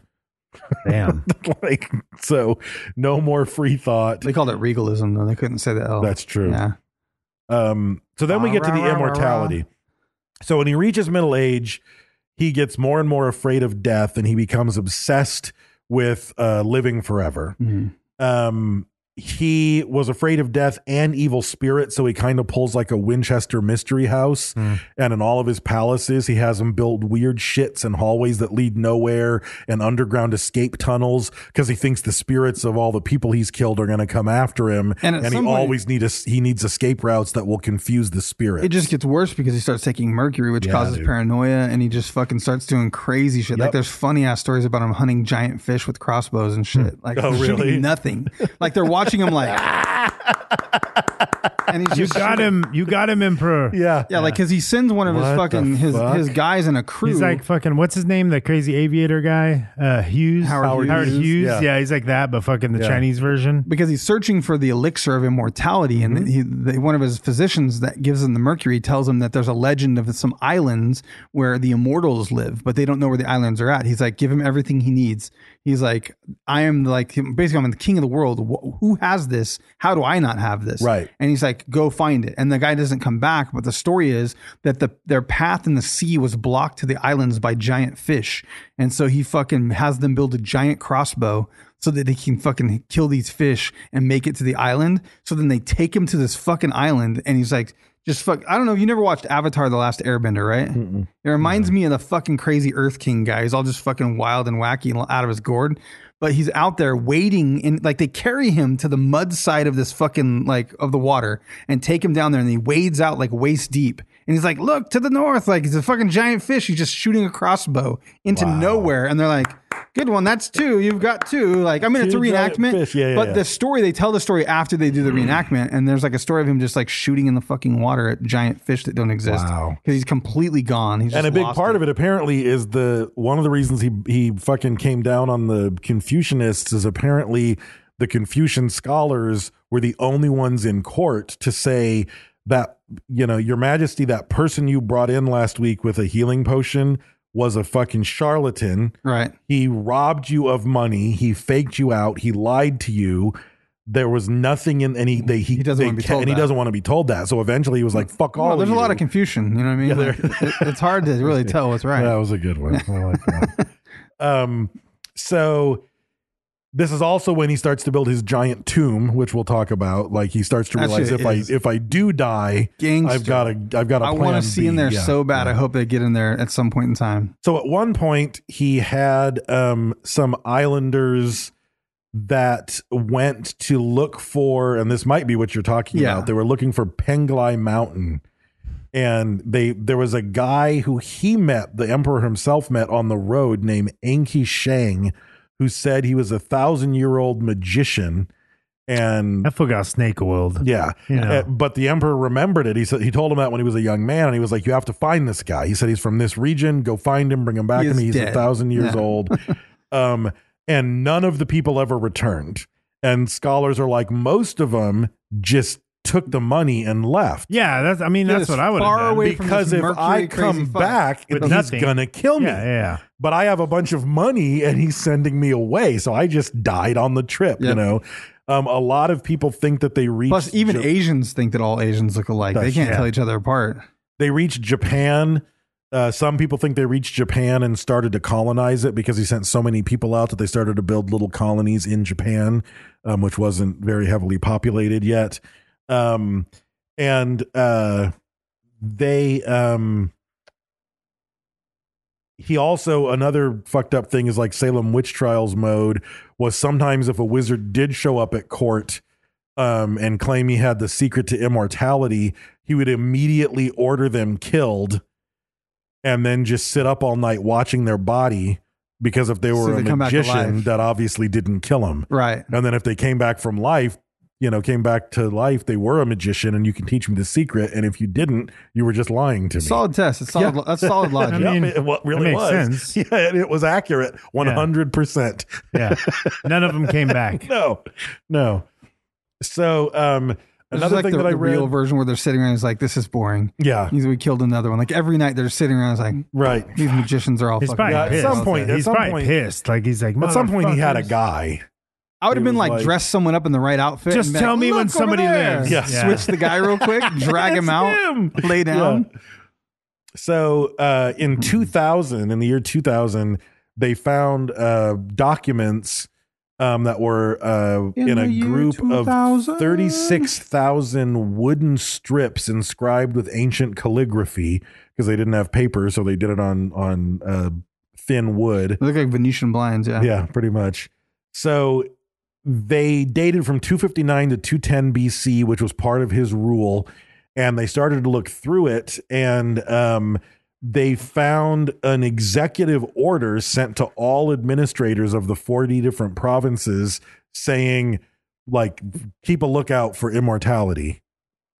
Speaker 3: Damn.
Speaker 4: like so, no more free thought.
Speaker 2: They called it regalism though. They couldn't say that. L.
Speaker 4: That's true.
Speaker 2: Yeah.
Speaker 4: Um, so then we get to the immortality. So when he reaches middle age, he gets more and more afraid of death, and he becomes obsessed with uh, living forever.
Speaker 2: Mm-hmm.
Speaker 4: Um, he was afraid of death and evil spirits, so he kind of pulls like a Winchester mystery house.
Speaker 2: Hmm.
Speaker 4: And in all of his palaces, he has them build weird shits and hallways that lead nowhere and underground escape tunnels because he thinks the spirits of all the people he's killed are going to come after him.
Speaker 2: And
Speaker 4: And,
Speaker 2: at
Speaker 4: he
Speaker 2: some point-
Speaker 4: always need a, he needs escape routes that will confuse the spirit.
Speaker 2: It just gets worse because he starts taking mercury, which
Speaker 4: Yeah,
Speaker 2: causes
Speaker 4: dude.
Speaker 2: paranoia, and he just fucking starts doing crazy shit. Like
Speaker 4: Yep.
Speaker 2: there's funny ass stories about him hunting giant fish with crossbows and shit. Like
Speaker 4: Oh,
Speaker 2: shooting
Speaker 4: really?
Speaker 2: nothing. Like they're watching him like, and and he's
Speaker 3: You
Speaker 2: just
Speaker 3: got him. You got him, Emperor.
Speaker 4: Yeah.
Speaker 2: Yeah, like because he sends one of his
Speaker 4: What the
Speaker 2: fucking his
Speaker 4: fuck?
Speaker 2: his guys in a crew.
Speaker 3: He's like fucking what's his name? The crazy aviator guy, uh, Hughes.
Speaker 2: Howard Howard Hughes.
Speaker 3: Hughes.
Speaker 4: Yeah.
Speaker 3: Yeah. he's like that, but fucking the
Speaker 4: Yeah.
Speaker 3: Chinese version.
Speaker 2: because he's searching for the elixir of immortality, and he, the, one of his physicians that gives him the mercury tells him that there's a legend of some islands where the immortals live, but they don't know where the islands are at. He's like, give him everything he needs. He's like, I am like basically I'm the king of the world. Wh- Who has this? How do I not have this?
Speaker 4: Right.
Speaker 2: And he's like, go find it. And the guy doesn't come back. But the story is that the their path in the sea was blocked to the islands by giant fish. And so he fucking has them build a giant crossbow so that they can fucking kill these fish and make it to the island. So then they take him to this fucking island and he's like, just fuck. I don't know. You never watched Avatar: The Last Airbender, right? It reminds me of the fucking crazy Earth King guy. He's all just fucking wild and wacky and out of his gourd. But he's out there waiting, and like they carry him to the mud side of this fucking like of the water and take him down there, and he wades out like waist deep. And he's like, "Look to the north!" Like he's a fucking giant fish. He's just shooting a crossbow into nowhere, and they're like, "Good one, that's two. You've got two. Like I mean, it's a
Speaker 4: Two giant
Speaker 2: reenactment,
Speaker 4: fish. Yeah, yeah,
Speaker 2: but
Speaker 4: yeah. Mm.
Speaker 2: the story they tell the story after they do the reenactment and there's like a story of him just like shooting in the fucking water at giant fish that don't exist
Speaker 4: Wow.
Speaker 2: because he's completely gone he's
Speaker 4: and a big part of it apparently is the one of the reasons he he fucking came down on the Confucianists is apparently the Confucian scholars were the only ones in court to say that you know your majesty that person you brought in last week with a healing potion was a fucking charlatan
Speaker 2: right
Speaker 4: he robbed you of money he faked you out he lied to you there was nothing in any they he,
Speaker 2: He doesn't
Speaker 4: they
Speaker 2: wanna be
Speaker 4: ca-
Speaker 2: told
Speaker 4: and he
Speaker 2: that.
Speaker 4: doesn't want to be told that so eventually he was like fuck all
Speaker 2: well, there's a lot
Speaker 4: you.
Speaker 2: of confusion you know what i mean Like, it- it's hard to really tell what's right
Speaker 4: That was a good one. I like that. um, so this is also when he starts to build his giant tomb, which we'll talk about. Like he starts to
Speaker 2: That
Speaker 4: realize
Speaker 2: shit
Speaker 4: if I
Speaker 2: is
Speaker 4: if I do die,
Speaker 2: Gangster.
Speaker 4: I've got a I've got a
Speaker 2: i
Speaker 4: plan
Speaker 2: want to see in
Speaker 4: B.
Speaker 2: there
Speaker 4: Yeah,
Speaker 2: so bad
Speaker 4: yeah.
Speaker 2: i hope they get in there at some point in time
Speaker 4: So at one point he had um some islanders that went to look for and this might be what you're talking
Speaker 2: Yeah.
Speaker 4: about. They were looking for Penglai Mountain. And they there was a guy who he met, the emperor himself met on the road named Anki Shang, who said he was a thousand year old magician. And
Speaker 3: I forgot snake oiled.
Speaker 4: yeah.
Speaker 3: You know.
Speaker 4: Uh, but the emperor remembered it. He said he told him that when he was a young man, and he was like, "You have to find this guy." He said he's from this region. Go find him. Bring him back
Speaker 2: He
Speaker 4: to me.
Speaker 2: is
Speaker 4: He's a
Speaker 2: dead.
Speaker 4: thousand years
Speaker 2: Yeah.
Speaker 4: old. um, and none of the people ever returned. And scholars are like, most of them just took the money and left.
Speaker 3: Yeah, that's. I mean,
Speaker 2: Get
Speaker 3: that's
Speaker 2: as
Speaker 3: what I would.
Speaker 2: far
Speaker 3: have
Speaker 2: away
Speaker 3: done.
Speaker 2: from
Speaker 4: Because
Speaker 2: this
Speaker 4: if I
Speaker 2: Mercury crazy
Speaker 4: come
Speaker 2: fuck.
Speaker 4: back,
Speaker 3: With
Speaker 4: he's
Speaker 3: nothing.
Speaker 4: gonna kill me.
Speaker 3: Yeah, yeah.
Speaker 4: But I have a bunch of money, and he's sending me away. So I just died on the trip. You
Speaker 2: Yep.
Speaker 4: know, um, a lot of people think that they reached
Speaker 2: plus even
Speaker 4: Ja-
Speaker 2: asians think that all asians look alike they
Speaker 4: That's-
Speaker 2: can't
Speaker 4: yeah.
Speaker 2: tell each other apart
Speaker 4: they reached Japan. Uh, some people think they reached Japan and started to colonize it because he sent so many people out that they started to build little colonies in Japan, um, which wasn't very heavily populated yet. Um, and uh, they, um, he also, another fucked up thing is like Salem witch trials mode was sometimes if a wizard did show up at court, um, and claim he had the secret to immortality, he would immediately order them killed and then just sit up all night watching their body because if they
Speaker 2: So
Speaker 4: were
Speaker 2: they
Speaker 4: a
Speaker 2: come back to
Speaker 4: magician,
Speaker 2: life.
Speaker 4: that obviously didn't kill him.
Speaker 2: right
Speaker 4: And then if they came back from life, you know, came back to life, they were a magician and you can teach me the secret. And if you didn't, you were just lying to me.
Speaker 2: solid test it's solid
Speaker 4: Yeah.
Speaker 2: that's solid logic
Speaker 3: I mean,
Speaker 4: Yep, it wa-
Speaker 3: that
Speaker 4: really
Speaker 3: makes
Speaker 4: was.
Speaker 3: sense.
Speaker 4: Yeah, and it was accurate 100%.
Speaker 3: Yeah, none of them came back.
Speaker 4: No, no. So, um,
Speaker 2: This is
Speaker 4: another
Speaker 2: like
Speaker 4: thing
Speaker 2: the,
Speaker 4: that I
Speaker 2: the
Speaker 4: read.
Speaker 2: real version where they're sitting around is like this is boring
Speaker 4: yeah.
Speaker 2: He's- we killed another one like every night they're sitting around it's like
Speaker 4: Right.
Speaker 2: these magicians are all
Speaker 3: He's
Speaker 2: fucking
Speaker 3: probably
Speaker 4: Yeah, at
Speaker 3: pissed.
Speaker 4: some point- at
Speaker 3: he's
Speaker 4: some
Speaker 3: probably
Speaker 4: point-
Speaker 3: pissed. Like he's like.
Speaker 4: At some point, he had a
Speaker 3: "Motherfuckers."
Speaker 4: guy.
Speaker 2: I would have
Speaker 4: It
Speaker 2: been
Speaker 4: was
Speaker 2: like,
Speaker 4: like-
Speaker 2: dress someone up in the right outfit.
Speaker 3: Just
Speaker 2: and be like,
Speaker 3: tell me when
Speaker 2: "Look over
Speaker 3: somebody
Speaker 2: there."
Speaker 3: lives.
Speaker 4: Yes.
Speaker 3: Yeah.
Speaker 2: Switch the guy real quick, drag him
Speaker 4: That's
Speaker 2: out,
Speaker 4: him.
Speaker 2: lay down. Hmm.
Speaker 4: Yeah. So uh, in 2000, in the year 2000, they found uh, documents um, that were uh, in,
Speaker 2: In the
Speaker 4: a
Speaker 2: year
Speaker 4: group of
Speaker 2: 2000?
Speaker 4: 36,000 wooden strips inscribed with ancient calligraphy because they didn't have paper, so they did it on on uh, thin wood.
Speaker 2: They look like Venetian blinds. Yeah.
Speaker 4: Yeah, pretty much. So they dated from 259 to 210 BC, which was part of his rule, and they started to look through it, and um, they found an executive order sent to all administrators of the 40 different provinces saying, like, keep a lookout for immortality.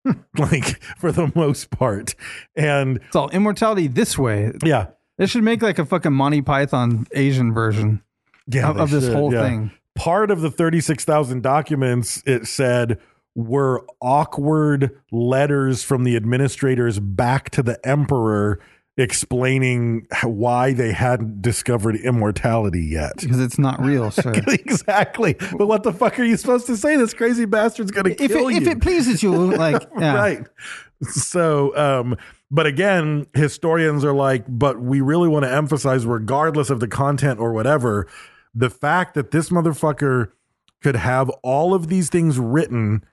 Speaker 4: like for the most part. And
Speaker 2: It's all immortality this way.
Speaker 4: yeah,
Speaker 2: They should make like a fucking Monty Python Asian version.
Speaker 4: yeah,
Speaker 2: Of-
Speaker 4: they
Speaker 2: of this whole thing.
Speaker 4: Part of the 36,000 documents, it said, were awkward letters from the administrators back to the emperor explaining how, why they hadn't discovered immortality yet.
Speaker 2: because it's not real, sir.
Speaker 4: exactly. But what the fuck are you supposed to say? This crazy bastard's going to
Speaker 2: if
Speaker 4: kill
Speaker 2: it,
Speaker 4: you.
Speaker 2: if it pleases you, like yeah.
Speaker 4: Right. So, um, but again, historians are like, but we really want to emphasize, regardless of the content or whatever, the fact that this motherfucker could have all of these things written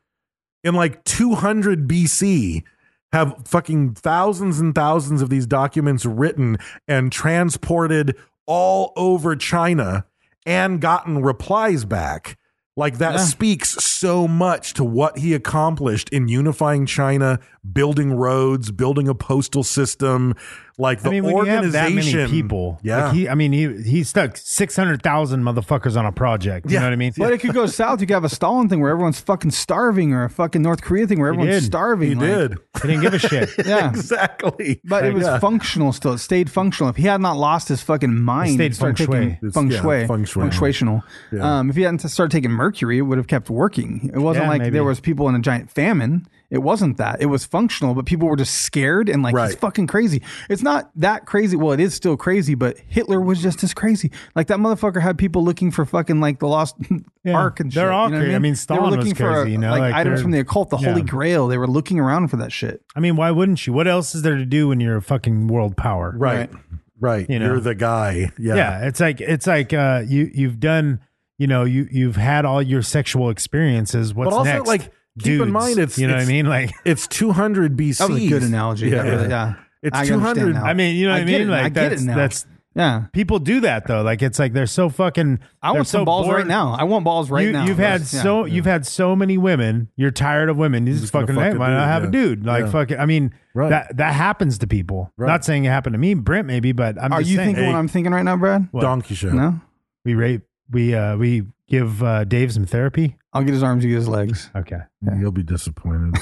Speaker 4: in like 200 BC, have fucking thousands and thousands of these documents written and transported all over China and gotten replies back. Like that speaks so much to what he accomplished in unifying China, building roads, building a postal system, like the
Speaker 3: I mean, when you have that
Speaker 4: organization.
Speaker 3: many people,
Speaker 4: yeah,
Speaker 3: Like he, I mean, he he stuck six hundred thousand motherfuckers on a project. You
Speaker 4: Yeah.
Speaker 3: know what I mean?
Speaker 2: But it could go south. You could have a Stalin thing where everyone's fucking starving, or a fucking North Korea thing where
Speaker 3: He
Speaker 2: everyone's
Speaker 3: did.
Speaker 2: starving.
Speaker 4: he
Speaker 2: like-
Speaker 4: did
Speaker 3: he didn't give a shit.
Speaker 2: Yeah.
Speaker 4: exactly.
Speaker 2: But it was
Speaker 4: Yeah.
Speaker 2: functional still. It stayed functional. If he had not lost his fucking mind,
Speaker 3: stayed
Speaker 2: and started
Speaker 3: feng shui.
Speaker 2: taking
Speaker 4: It's-
Speaker 2: Feng
Speaker 4: yeah,
Speaker 2: shui.
Speaker 4: feng shui.
Speaker 2: functional.
Speaker 4: Yeah.
Speaker 2: Um, if he hadn't started taking mercury, it would have kept working. It wasn't
Speaker 3: Yeah,
Speaker 2: like
Speaker 3: maybe.
Speaker 2: there was people in a giant famine. It wasn't that. It was functional, but people were just scared and like he's
Speaker 4: Right.
Speaker 2: fucking crazy. It's not that crazy. Well, it is still crazy, but Hitler was just as crazy. Like that motherfucker had people looking for fucking like the lost
Speaker 3: Yeah.
Speaker 2: ark and
Speaker 3: They're
Speaker 2: shit.
Speaker 3: all
Speaker 2: you know what
Speaker 3: cra- I
Speaker 2: I mean,
Speaker 3: mean,
Speaker 2: They were
Speaker 3: Stalin was
Speaker 2: looking for,
Speaker 3: crazy, you know,
Speaker 2: like,
Speaker 3: like,
Speaker 2: items
Speaker 3: they're-
Speaker 2: from the occult, the Holy
Speaker 3: yeah.
Speaker 2: Grail. They were looking around for that shit.
Speaker 3: I mean, why wouldn't you? What else is there to do when you're a fucking world power?
Speaker 4: right, right.
Speaker 3: You
Speaker 4: You
Speaker 3: know.
Speaker 4: are the guy. Yeah,
Speaker 3: Yeah. it's like it's like uh, you you've done. You know, you you've had all your sexual experiences. What's
Speaker 4: but also
Speaker 3: next?
Speaker 4: like keep
Speaker 3: Dudes,
Speaker 4: in mind it's
Speaker 3: you know
Speaker 4: it's-
Speaker 3: what I mean. Like
Speaker 4: it's 200 BC.
Speaker 2: That was a good analogy. Yeah, really, yeah.
Speaker 4: It's
Speaker 2: I understand
Speaker 4: 200
Speaker 2: now.
Speaker 3: I mean, you know what I
Speaker 2: get
Speaker 3: mean?
Speaker 2: it-
Speaker 3: Like,
Speaker 2: I get it
Speaker 3: that's-
Speaker 2: now.
Speaker 3: that's-
Speaker 2: yeah.
Speaker 3: people do that though. Like it's like they're so fucking.
Speaker 2: I
Speaker 3: they're
Speaker 2: want some
Speaker 3: so
Speaker 2: balls
Speaker 3: bored.
Speaker 2: right now. I want balls right
Speaker 3: you,
Speaker 2: now.
Speaker 3: You've had
Speaker 2: Yeah.
Speaker 3: so you've had so many women. You're tired of women. You just,
Speaker 4: gonna
Speaker 3: fucking,
Speaker 4: fuck
Speaker 3: hey,
Speaker 4: a
Speaker 3: why
Speaker 4: dude,
Speaker 3: not have a
Speaker 4: yeah.
Speaker 3: dude? Like
Speaker 4: Yeah.
Speaker 3: fucking. I mean,
Speaker 4: Right.
Speaker 3: that that happens to people.
Speaker 4: Right.
Speaker 3: Not saying it happened to me, Brent maybe, but I'm.
Speaker 2: Are
Speaker 3: just
Speaker 2: you
Speaker 3: saying,
Speaker 2: thinking what I'm thinking right now, Brad?
Speaker 4: donkey show.
Speaker 2: No.
Speaker 3: we rape? We uh we give uh, Dave some therapy.
Speaker 2: I'll get his arms. You get his legs.
Speaker 3: Okay.
Speaker 4: You'll be disappointed.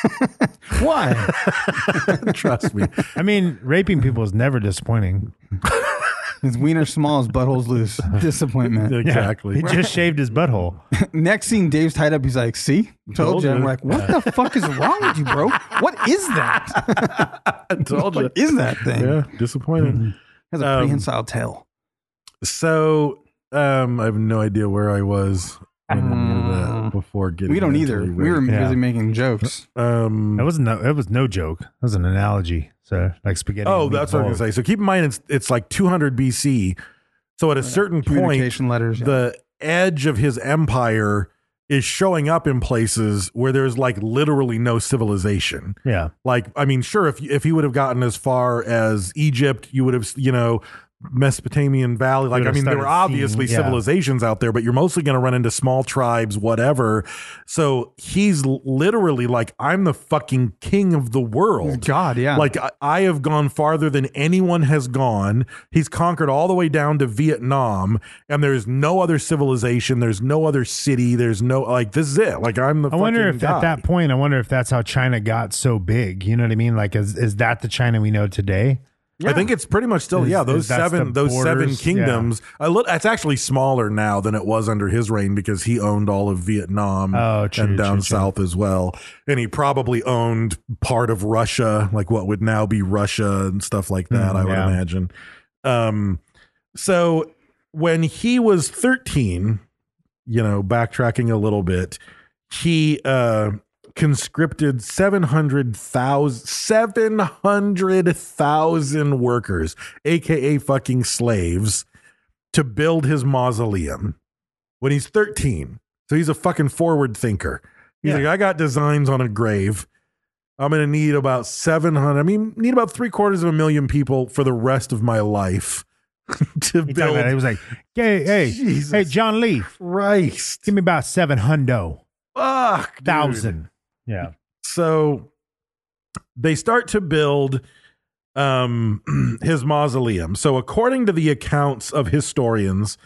Speaker 2: Why?
Speaker 4: Trust me.
Speaker 3: I mean, raping people is never disappointing.
Speaker 2: his wiener small. His butthole's loose. Disappointment.
Speaker 4: Exactly.
Speaker 3: He just shaved his butthole.
Speaker 2: Next scene, Dave's tied up. He's like, "See,
Speaker 4: Told
Speaker 2: told you." And
Speaker 4: you.
Speaker 2: we're like, "What the fuck is wrong with you, bro? What is that?
Speaker 4: I told
Speaker 2: What is that thing?
Speaker 4: Yeah, disappointed.
Speaker 2: It has a
Speaker 4: Um,
Speaker 2: prehensile tail."
Speaker 4: So um, I have no idea where I was. I didn't hear that before getting.
Speaker 2: Mm. We don't
Speaker 4: into
Speaker 2: either.
Speaker 4: the
Speaker 2: We were
Speaker 4: rape.
Speaker 3: Yeah.
Speaker 2: busy making jokes.
Speaker 4: Um,
Speaker 3: That wasn't. No, that was no joke. That was an analogy. So like spaghetti.
Speaker 4: oh,
Speaker 3: and
Speaker 4: that's what I'm gonna say.
Speaker 3: meatballs.
Speaker 4: So keep in mind, it's it's like 200 BC. So at a certain point,
Speaker 2: Communication letters. yeah.
Speaker 4: the edge of his empire is showing up in places where there's like literally no civilization.
Speaker 3: Yeah.
Speaker 4: Like, I mean, sure, if if he would have gotten as far as Egypt, you would have, you know, Mesopotamian Valley. Like,
Speaker 3: would
Speaker 4: I
Speaker 3: have
Speaker 4: mean, there were
Speaker 3: started seeing-
Speaker 4: obviously
Speaker 3: yeah.
Speaker 4: civilizations out there, but you're mostly going to run into small tribes, whatever. So he's l- literally like, I'm the fucking king of the world.
Speaker 2: God, yeah.
Speaker 4: Like, I, I have gone farther than anyone has gone. He's conquered all the way down to Vietnam, and there's no other civilization. There's no other city. There's no, like, this is it. Like, I'm the
Speaker 3: I wonder
Speaker 4: fucking
Speaker 3: if
Speaker 4: guy.
Speaker 3: at that point, I wonder if that's how China got so big. You know what I mean? Like, is is that the China we know today?
Speaker 4: I think it's pretty much still
Speaker 3: Is-
Speaker 4: yeah
Speaker 3: is
Speaker 4: those
Speaker 3: that's
Speaker 4: seven
Speaker 3: the
Speaker 4: those seven
Speaker 3: borders? Yeah.
Speaker 4: kingdoms. I look, it's actually smaller now than it was under his reign because he owned all of Vietnam
Speaker 3: Oh, true,
Speaker 4: and down
Speaker 3: true, true.
Speaker 4: south as well, and he probably owned part of Russia, like what would now be Russia and stuff like that.
Speaker 3: Mm,
Speaker 4: I would
Speaker 3: yeah.
Speaker 4: imagine. Um, so when he was thirteen, you know, backtracking a little bit, he uh conscripted 700,000 700,000 workers, aka fucking slaves, to build his mausoleum when he's 13. So he's a fucking forward thinker. He's
Speaker 3: Yeah.
Speaker 4: like, I got designs on a grave. I'm going to need about 700, I mean, need about three quarters of a million people for the rest of my life to
Speaker 3: He, talked
Speaker 4: build.
Speaker 3: about it. He was like, hey, hey,
Speaker 4: Jesus
Speaker 3: hey, John Lee,
Speaker 4: Christ.
Speaker 3: give me about seven hundo
Speaker 4: Fuck. dude.
Speaker 3: thousand. Yeah.
Speaker 4: so they start to build um his mausoleum so according to the accounts of historians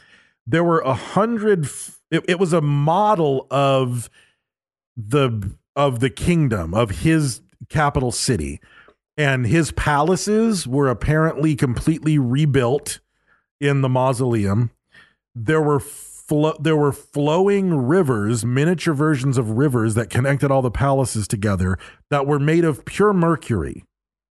Speaker 4: there were a hundred f- it, it was a model of the of the kingdom of his capital city and his palaces were apparently completely rebuilt in the mausoleum there were flo- there were flowing rivers miniature versions of rivers that connected all the palaces together that were made of pure mercury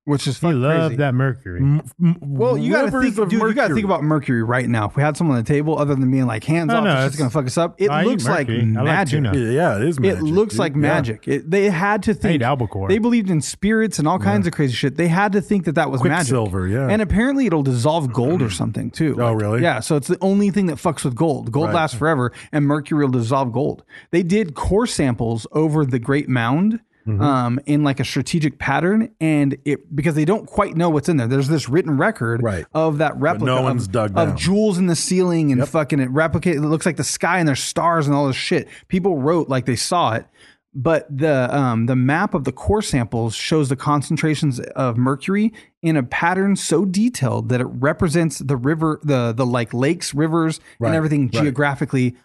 Speaker 2: which is
Speaker 3: He
Speaker 2: fucking
Speaker 3: loved
Speaker 2: crazy.
Speaker 3: that Mercury.
Speaker 2: Well, you got to think, dude. You got to think about Mercury right now. If we had someone on the table, other than being like hands
Speaker 3: No,
Speaker 2: off,
Speaker 3: no, it's-
Speaker 2: it's going to fuck us up. It
Speaker 3: I eat
Speaker 2: looks like
Speaker 3: mercury. I like
Speaker 2: magic.
Speaker 3: tuna.
Speaker 4: yeah it is magic,
Speaker 2: it looks
Speaker 4: dude.
Speaker 2: like
Speaker 4: Yeah.
Speaker 2: magic. It, they had to think
Speaker 3: albacore.
Speaker 2: They believed in spirits and all kinds of crazy shit. They had to think that that was magic.
Speaker 4: Quicksilver, yeah.
Speaker 2: And apparently, it'll dissolve gold or something too.
Speaker 4: Oh, really?
Speaker 2: Yeah. So it's the only thing that fucks with gold. Gold
Speaker 4: Right.
Speaker 2: lasts forever, and mercury will dissolve gold. They did core samples over the Great Mound.
Speaker 4: Mm-hmm.
Speaker 2: Um, in like a strategic pattern, and it because they don't quite know what's in there. There's this written record
Speaker 4: Right.
Speaker 2: of that replica
Speaker 4: no
Speaker 2: of-
Speaker 4: one's dug
Speaker 2: of
Speaker 4: down.
Speaker 2: jewels in the ceiling and fucking it replicate. It looks like the sky and there's stars and all this shit. People wrote like they saw it, but the um, the map of the core samples shows the concentrations of mercury in a pattern so detailed that it represents the river, the the like lakes, rivers,
Speaker 4: Right,
Speaker 2: and everything
Speaker 4: right.
Speaker 2: geographely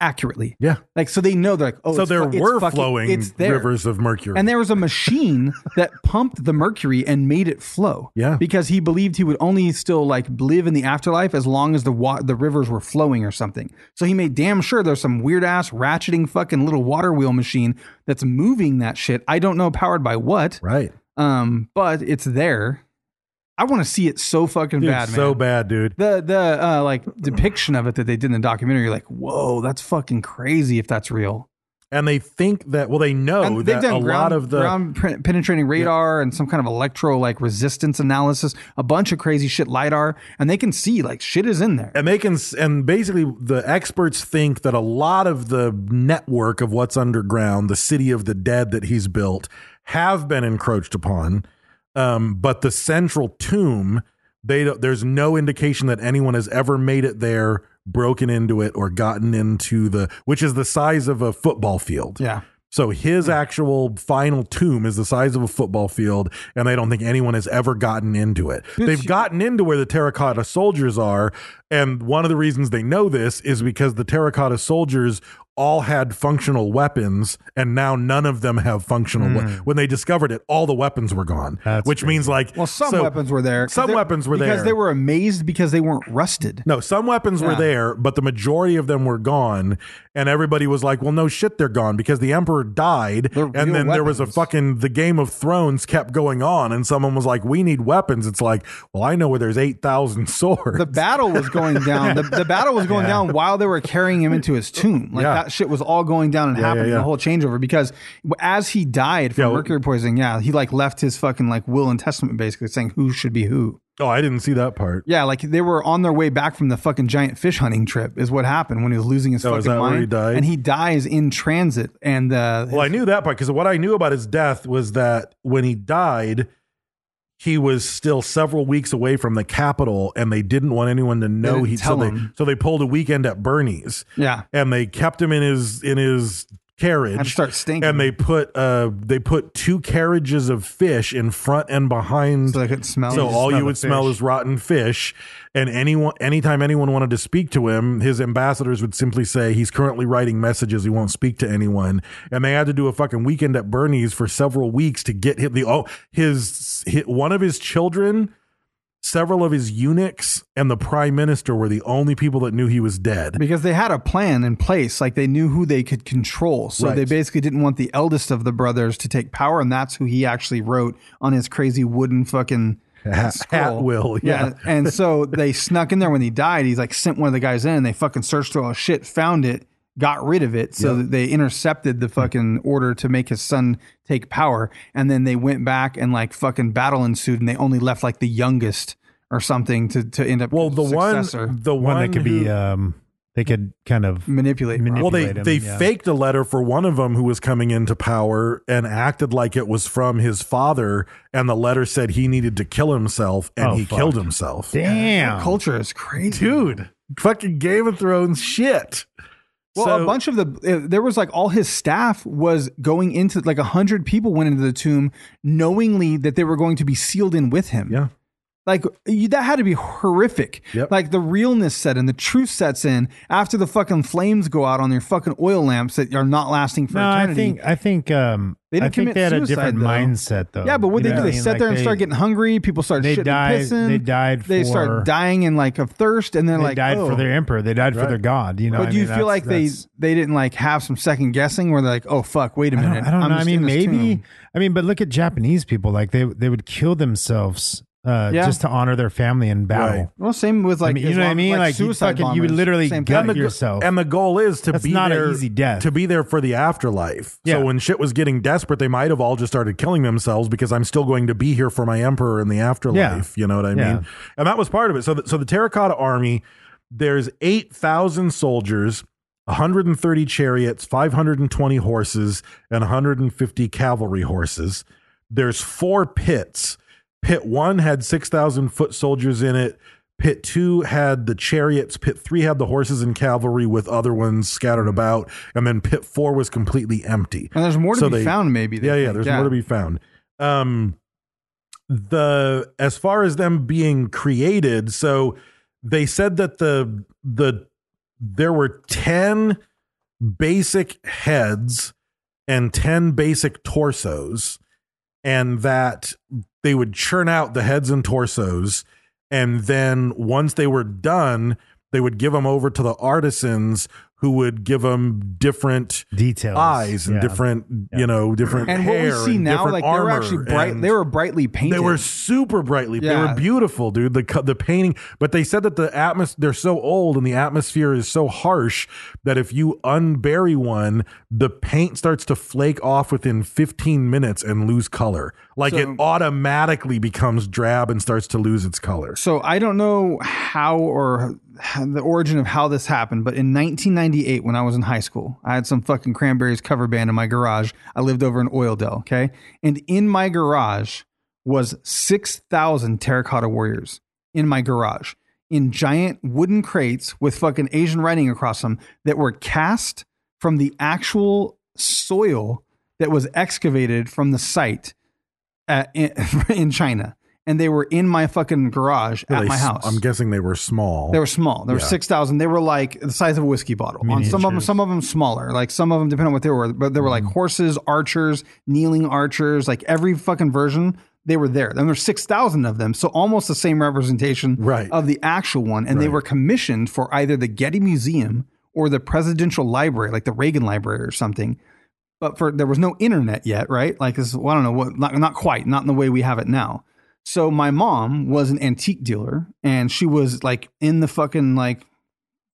Speaker 2: accurately.
Speaker 4: Yeah.
Speaker 2: like so they know they're like oh,
Speaker 4: so
Speaker 2: it's
Speaker 4: there
Speaker 2: fu- it's
Speaker 4: were
Speaker 2: fucking-
Speaker 4: flowing
Speaker 2: it's there.
Speaker 4: rivers of mercury
Speaker 2: And there was a machine that pumped the mercury and made it flow.
Speaker 4: Yeah.
Speaker 2: Because he believed he would only still like live in the afterlife as long as the wa- the rivers were flowing or something. So he made damn sure there's some weird ass ratcheting fucking little water wheel machine that's moving that shit. I don't know powered by what.
Speaker 4: right
Speaker 2: Um, but it's there. I want to see it so fucking
Speaker 4: Dude,
Speaker 2: bad, man.
Speaker 4: so bad dude
Speaker 2: The the uh, like depiction of it that they did in the documentary, you're like, whoa, that's fucking crazy if that's real.
Speaker 4: and they think that well they know
Speaker 2: And
Speaker 4: Oh, that
Speaker 2: they've
Speaker 4: a
Speaker 2: done ground,
Speaker 4: lot of the
Speaker 2: ground pen- penetrating radar and some kind of electro like resistance analysis, a bunch of crazy shit lidar, and they can see like shit is in there.
Speaker 4: and they can and basically the experts think that a lot of the network of what's underground the city of the dead that he's built have been encroached upon um, but the central tomb they don't- there's no indication that anyone has ever made it there broken into it or gotten into the which is the size of a football field
Speaker 2: yeah,
Speaker 4: so his actual final tomb is the size of a football field, and they don't think anyone has ever gotten into it. They've gotten into where the terracotta soldiers are, and one of the reasons they know this is because the terracotta soldiers all had functional weapons, and now none of them have functional. we- when they discovered it, all the weapons were gone,
Speaker 3: That's
Speaker 4: which means like
Speaker 2: well, some
Speaker 4: so-
Speaker 2: weapons were there. 'cause
Speaker 4: Some
Speaker 2: they're-
Speaker 4: weapons were there
Speaker 2: because they were amazed because they weren't rusted.
Speaker 4: no, some weapons were
Speaker 2: Yeah.
Speaker 4: there, but the majority of them were gone, and everybody was like, "Well, no shit, they're gone because the emperor died."
Speaker 2: They're
Speaker 4: and
Speaker 2: real
Speaker 4: then there was a
Speaker 2: weapons.
Speaker 4: fucking the Game of Thrones kept going on, and someone was like, "We need weapons." It's like, well, I know where there's eight thousand swords.
Speaker 2: The battle was going down. The, the battle was going down while they were carrying him into his tomb. Like
Speaker 4: Yeah.
Speaker 2: that shit was all going down and
Speaker 4: Yeah, yeah,
Speaker 2: happening
Speaker 4: yeah.
Speaker 2: the whole changeover because as he died from
Speaker 4: Yeah.
Speaker 2: mercury poisoning, yeah, he like left his fucking like will and testament basically saying who should be who.
Speaker 4: oh, I didn't see that part.
Speaker 2: Yeah, like they were on their way back from the fucking giant fish hunting trip is what happened when he was losing his
Speaker 4: Oh,
Speaker 2: fucking
Speaker 4: is that where
Speaker 2: mind.
Speaker 4: he died?
Speaker 2: And he dies in transit. And uh,
Speaker 4: Well, I knew that part because what I knew about his death was that when he died, he was still several weeks away from the capital, and they didn't want anyone to know
Speaker 2: didn't
Speaker 4: he.
Speaker 2: tell
Speaker 4: So they,
Speaker 2: him.
Speaker 4: so they pulled a weekend at Bernie's.
Speaker 2: yeah,
Speaker 4: and they kept him in his in his carriage.
Speaker 2: Had to start stinking.
Speaker 4: And they put uh they put two carriages of fish in front and behind.
Speaker 2: so they could smell.
Speaker 4: So all
Speaker 3: smell
Speaker 4: you
Speaker 3: the
Speaker 4: would smell
Speaker 3: fish.
Speaker 4: is rotten fish. And anyone anytime anyone wanted to speak to him, his ambassadors would simply say he's currently writing messages, he won't speak to anyone. And they had to do a fucking weekend at Bernie's for several weeks to get him the oh his, his one of his children Several of his eunuchs and the prime minister were the only people that knew he was dead.
Speaker 2: because they had a plan in place, like they knew who they could control. So
Speaker 4: Right.
Speaker 2: they basically didn't want the eldest of the brothers to take power, and that's who he actually wrote on his crazy wooden fucking
Speaker 4: Hat-
Speaker 2: scroll.
Speaker 4: hat will, yeah.
Speaker 2: and so they snuck in there when he died. He's like sent one of the guys in, and they fucking searched through all his shit, found it, got rid of it, so that they intercepted the fucking order to make his son take power, and then they went back and like fucking battle ensued, and they only left like the youngest. Or something to, to end up
Speaker 4: Well, the
Speaker 2: successor.
Speaker 4: one, the one,
Speaker 3: One that could be
Speaker 4: who-
Speaker 3: um, they could kind of
Speaker 2: manipulate. probably.
Speaker 4: well, they
Speaker 3: manipulate him,
Speaker 4: they
Speaker 3: yeah.
Speaker 4: faked a letter for one of them who was coming into power and acted like it was from his father, and the letter said he needed to kill himself, and
Speaker 3: Oh,
Speaker 4: he
Speaker 3: fuck.
Speaker 4: killed himself.
Speaker 3: damn
Speaker 2: culture is crazy.
Speaker 4: Dude, fucking Game of Thrones shit.
Speaker 2: Well,
Speaker 4: So-
Speaker 2: a bunch of the uh, there was like all his staff was going into like a hundred people went into the tomb knowingly that they were going to be sealed in with him.
Speaker 4: Yeah.
Speaker 2: Like you, that had to be horrific.
Speaker 4: Yep.
Speaker 2: Like the realness set in, the truth sets in after the fucking flames go out on their fucking oil lamps that are not lasting for
Speaker 3: No,
Speaker 2: eternity.
Speaker 3: I think I think um
Speaker 2: They didn't
Speaker 3: I think
Speaker 2: commit
Speaker 3: they had a
Speaker 2: suicide,
Speaker 3: different
Speaker 2: though.
Speaker 3: mindset though.
Speaker 2: yeah, but what
Speaker 3: You
Speaker 2: they
Speaker 3: know
Speaker 2: do, they
Speaker 3: I mean?
Speaker 2: sat
Speaker 3: Like,
Speaker 2: there and
Speaker 3: they-
Speaker 2: start getting hungry. People start
Speaker 3: they
Speaker 2: shitting and
Speaker 3: died-
Speaker 2: pissing.
Speaker 3: they died
Speaker 2: They
Speaker 3: for-
Speaker 2: start dying in like of thirst, and they're
Speaker 3: They
Speaker 2: like,
Speaker 3: died
Speaker 2: oh.
Speaker 3: for their emperor. They died for
Speaker 4: Right.
Speaker 3: their god. You know.
Speaker 2: But
Speaker 3: I
Speaker 2: do you
Speaker 3: mean, that's-
Speaker 2: feel like they
Speaker 3: that's-
Speaker 2: they didn't like have some second guessing where they're like, oh fuck, wait a
Speaker 3: I
Speaker 2: minute.
Speaker 3: don't, I don't
Speaker 2: I'm
Speaker 3: know. I
Speaker 2: just in
Speaker 3: mean,
Speaker 2: this
Speaker 3: maybe.
Speaker 2: tomb.
Speaker 3: I mean, but look at Japanese people. Like they they would kill themselves uh,
Speaker 2: Yeah.
Speaker 3: just to honor their family in battle.
Speaker 4: Right.
Speaker 2: Well, same with like
Speaker 3: I mean, you know what I
Speaker 2: Islam-
Speaker 3: mean? Like, you
Speaker 2: suicide
Speaker 3: fucking- you would
Speaker 2: bombers,
Speaker 3: literally
Speaker 2: same
Speaker 3: gut
Speaker 2: thing.
Speaker 4: the, go-
Speaker 3: yourself.
Speaker 4: and the goal is to
Speaker 3: That's
Speaker 4: be
Speaker 3: not an
Speaker 4: there,
Speaker 3: easy death.
Speaker 4: to be there for the afterlife.
Speaker 3: Yeah.
Speaker 4: So when shit was getting desperate, they might have all just started killing themselves because I'm still going to be here for my emperor in the afterlife. You know what I
Speaker 3: Yeah.
Speaker 4: mean? And that was part of it. So, the, so the Terracotta Army, there's eight thousand soldiers. 130 chariots, 520 horses, and 150 cavalry horses. There's four pits. Pit one had 6,000 foot soldiers in it. Pit two had the chariots. Pit three had the horses and cavalry with other ones scattered about. And then pit four was completely empty.
Speaker 2: And there's more to be found, maybe, they
Speaker 4: Yeah, yeah,
Speaker 2: think,
Speaker 4: there's
Speaker 2: yeah.
Speaker 4: more to be found. Um, the as far as them being created, so they said that the the there were 10 basic heads and 10 basic torsos and that they would churn out the heads and torsos and then once they were done they would give them over to the artisans who would give them different
Speaker 3: Details.
Speaker 4: eyes and
Speaker 3: Yeah.
Speaker 4: different you know different
Speaker 2: And what we
Speaker 4: hair
Speaker 2: see
Speaker 4: and
Speaker 2: now,
Speaker 4: different
Speaker 2: like they were
Speaker 4: armor
Speaker 2: actually bright.
Speaker 4: and-
Speaker 2: They were brightly painted.
Speaker 4: they were super brightly. They
Speaker 2: Yeah.
Speaker 4: were beautiful, dude. The co- the painting, but they said that the atmos they're so old and the atmosphere is so harsh that if you unbury one, the paint starts to flake off within 15 minutes and lose color. Like it
Speaker 2: So-
Speaker 4: automatically becomes drab and starts to lose its color.
Speaker 2: So I don't know how or the origin of how this happened, but in 1998, when I was in high school, I had some fucking Cranberries cover band in my garage. I lived over in Oildale, okay, and in my garage was 6,000 terracotta warriors in my garage in giant wooden crates with fucking Asian writing across them that were cast from the actual soil that was excavated from the site at, in, in China. And they were in my fucking garage
Speaker 4: Were
Speaker 2: at
Speaker 4: they
Speaker 2: my
Speaker 4: s-
Speaker 2: house.
Speaker 4: I'm guessing they were small.
Speaker 2: They were small. They were
Speaker 4: Yeah.
Speaker 2: six thousand. They were like the size of a whiskey bottle. On some of them,
Speaker 3: Miniatures.
Speaker 2: some of them smaller. Like some of them, depending on what they were, but they were like
Speaker 4: Mm-hmm.
Speaker 2: horses, archers, kneeling archers. Like every fucking version, they were there. Then there's six thousand of them, so almost the same representation
Speaker 4: Right.
Speaker 2: of the actual one. And they
Speaker 4: Right.
Speaker 2: were commissioned for either the Getty Museum or the Presidential Library, like the Reagan Library or something. But for there was no internet yet, right? Like this, well, I don't know what, not, not quite, not in the way we have it now. So my mom was an antique dealer and she was like in the fucking like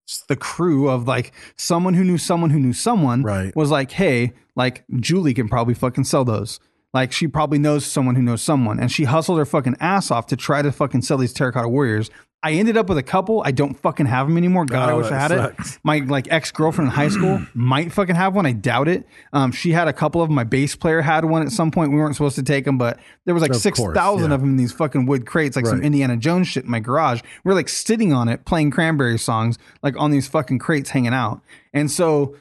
Speaker 2: s- the crew of like someone who knew someone who knew someone
Speaker 4: Right.
Speaker 2: was like, hey, like Julie can probably fucking sell those. Like she probably knows someone who knows someone. And she hustled her fucking ass off to try to fucking sell these terracotta warriors. I ended up with a couple. I don't fucking have them anymore. God, I
Speaker 4: Oh,
Speaker 2: wish I had
Speaker 4: that
Speaker 2: it.
Speaker 4: sucks.
Speaker 2: My like ex girlfriend in high school might fucking have one. I doubt it. Um, she had a couple of them. My bass player had one at some point. We weren't supposed to take them, but there was like
Speaker 4: Of course,
Speaker 2: six thousand
Speaker 4: yeah.
Speaker 2: of them in these fucking wood crates, like some
Speaker 4: Right.
Speaker 2: Indiana Jones shit in my garage. We are like sitting on it, playing cranberry songs, like on these fucking crates, hanging out. And so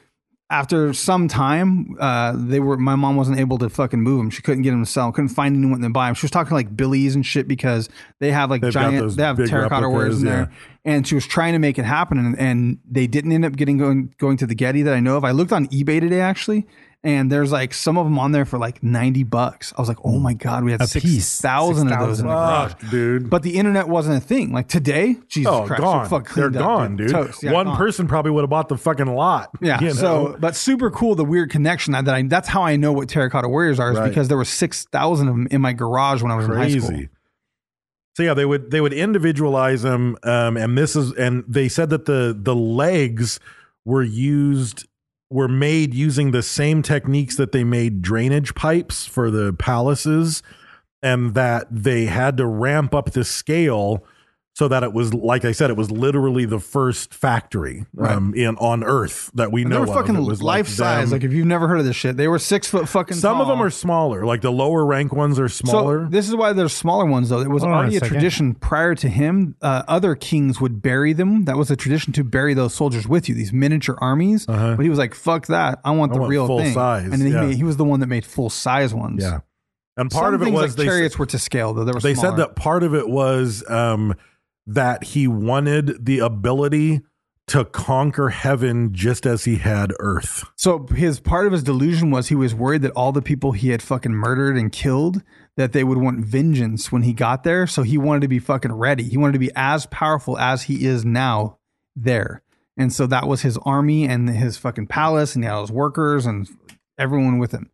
Speaker 2: after some time, uh, they were my mom wasn't able to fucking move them. She couldn't get them to sell. Couldn't find anyone to buy them. She was talking like Billy's and shit because they have like
Speaker 4: They've got
Speaker 2: giant.
Speaker 4: those
Speaker 2: They have
Speaker 4: big
Speaker 2: terracotta warriors in
Speaker 4: replicas,
Speaker 2: there, and she was trying to make it happen, and, and they didn't end up getting going going to the Getty that I know of. I looked on eBay today actually. And there's like some of them on there for like 90 bucks. I was like, oh my God, we had
Speaker 3: A piece.
Speaker 2: 6,000 of those in the garage.
Speaker 4: Fuck, dude.
Speaker 2: But the internet wasn't a thing. Like today, Jesus
Speaker 4: oh,
Speaker 2: Christ,
Speaker 4: gone.
Speaker 2: they're, fuck
Speaker 4: They're
Speaker 2: cleaned up,
Speaker 4: gone, dude.
Speaker 2: Toast, yeah,
Speaker 4: One
Speaker 2: gone.
Speaker 4: person probably would have bought the fucking lot.
Speaker 2: Yeah.
Speaker 4: you know?
Speaker 2: So, but super cool the weird connection that, that I that's how I know what terracotta warriors are is
Speaker 4: Right.
Speaker 2: because there were six thousand of them in my garage when I was in high school.
Speaker 4: So yeah, they would they would individualize them, um, and this is and they said that the the legs were used were made using the same techniques that they made drainage pipes for the palaces, and that they had to ramp up the scale so that it was like I said, it was literally the first factory um, in on Earth that we
Speaker 2: And they
Speaker 4: know
Speaker 2: were
Speaker 4: of.
Speaker 2: fucking
Speaker 4: It was
Speaker 2: life size.
Speaker 4: them-
Speaker 2: Like if you've never heard of this shit, they were six foot fucking.
Speaker 4: some of
Speaker 2: tall.
Speaker 4: them are smaller, like the lower rank ones are smaller.
Speaker 2: So this is why there's smaller ones though. It was
Speaker 3: Hold on a
Speaker 2: already a,
Speaker 3: second.
Speaker 2: tradition prior to him. Uh, other kings would bury them. That was a tradition to bury those soldiers with you, these miniature armies. But he was like, "Fuck that! I want
Speaker 4: Uh-huh. I
Speaker 2: the
Speaker 4: want
Speaker 2: real
Speaker 4: full
Speaker 2: thing."
Speaker 4: size,
Speaker 2: And then he,
Speaker 4: yeah.
Speaker 2: made, he was the one that made full size ones.
Speaker 4: Yeah. And part
Speaker 2: Some
Speaker 4: of it
Speaker 2: things
Speaker 4: was
Speaker 2: like
Speaker 4: they
Speaker 2: chariots were to scale though. They, were
Speaker 4: they
Speaker 2: smaller.
Speaker 4: said that part of it was um, that he wanted the ability to conquer heaven just as he had earth.
Speaker 2: So his part of his delusion was he was worried that all the people he had fucking murdered and killed that they would want vengeance when he got there. So he wanted to be fucking ready. He wanted to be as powerful as he is now there. And so that was his army and his fucking palace and he had all his workers and everyone with him.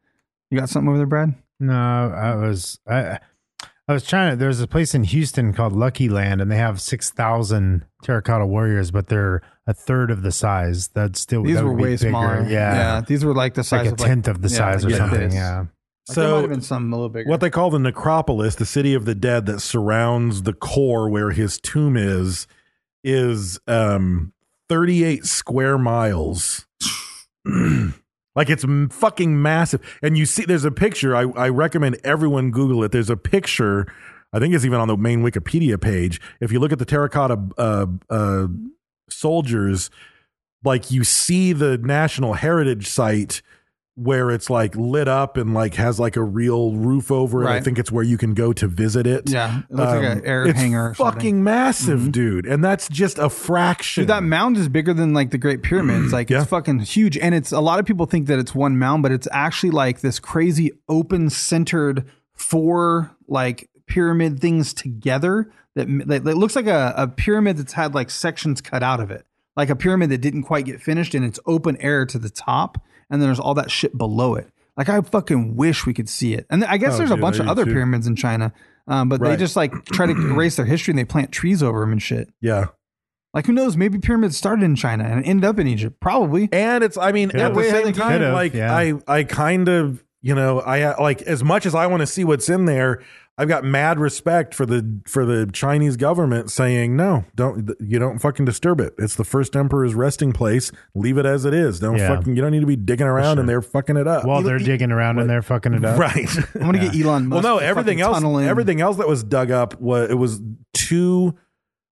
Speaker 2: You got something over there, Brad?
Speaker 3: No, I was I I was trying to there's a place in Houston called Lucky Land and they have 6,000 terracotta warriors but they're a third of the size. That's still
Speaker 2: These
Speaker 3: that
Speaker 2: were
Speaker 3: would be
Speaker 2: way
Speaker 3: bigger.
Speaker 2: smaller.
Speaker 3: Yeah.
Speaker 2: These were like the size
Speaker 3: Like a
Speaker 2: of
Speaker 3: tenth of the
Speaker 2: yeah,
Speaker 3: size or
Speaker 2: like
Speaker 3: something.
Speaker 2: this.
Speaker 3: Yeah.
Speaker 2: Like there might
Speaker 4: So-
Speaker 2: have been some a little bigger.
Speaker 4: What they call the necropolis, the city of the dead that surrounds the core where his tomb is, is um, 38 square miles. like it's m- fucking massive. And you see, there's a picture. I, I recommend everyone Google it. There's a picture. I think it's even on the main Wikipedia page. If you look at the terracotta uh, uh, soldiers, like you see the National Heritage Site where it's like lit up and like has like a real roof over it. I
Speaker 2: Right.
Speaker 4: think it's where you can go to visit it. Um,
Speaker 2: Yeah, it looks like an air
Speaker 4: it's
Speaker 2: hangar or something. Mm-hmm.
Speaker 4: fucking massive, dude. And that's just a fraction.
Speaker 2: Dude, that mound is bigger than like the Great Pyramid. It's like
Speaker 4: Yeah.
Speaker 2: it's fucking huge, and it's a lot of people think that it's one mound, but it's actually like this crazy open centered four like pyramid things together that that, that looks like a, a pyramid that's had like sections cut out of it, like a pyramid that didn't quite get finished, and it's open air to the top, and then there's all that shit below it. Like I fucking wish we could see it, and I guess
Speaker 4: Oh,
Speaker 2: there's
Speaker 4: dude,
Speaker 2: a bunch
Speaker 4: I
Speaker 2: of
Speaker 4: do
Speaker 2: other
Speaker 4: too.
Speaker 2: pyramids in China, um, but they
Speaker 4: Right.
Speaker 2: just like try to erase their history and they plant trees over them and shit.
Speaker 4: yeah.
Speaker 2: Like who knows? Maybe pyramids started in China and ended up in Egypt. Probably.
Speaker 4: And it's, I mean, at
Speaker 3: Could've.
Speaker 4: the same
Speaker 3: Could've,
Speaker 4: time, like
Speaker 3: yeah.
Speaker 4: I, I kind of, you know, I like as much as I want to see what's in there. I've got mad respect for the for the Chinese government saying no, don't you don't fucking disturb it. It's the first emperor's resting place. Leave it as it is. Don't
Speaker 3: Yeah.
Speaker 4: fucking. You don't need to be digging around and they're fucking it up.
Speaker 3: While they're digging around and they're fucking it up.
Speaker 4: right.
Speaker 2: I'm gonna get Elon
Speaker 4: Well,
Speaker 2: Musk.
Speaker 4: no,
Speaker 2: to
Speaker 4: everything
Speaker 2: fucking
Speaker 4: else,
Speaker 2: tunnel in.
Speaker 4: everything else that was dug up was it was two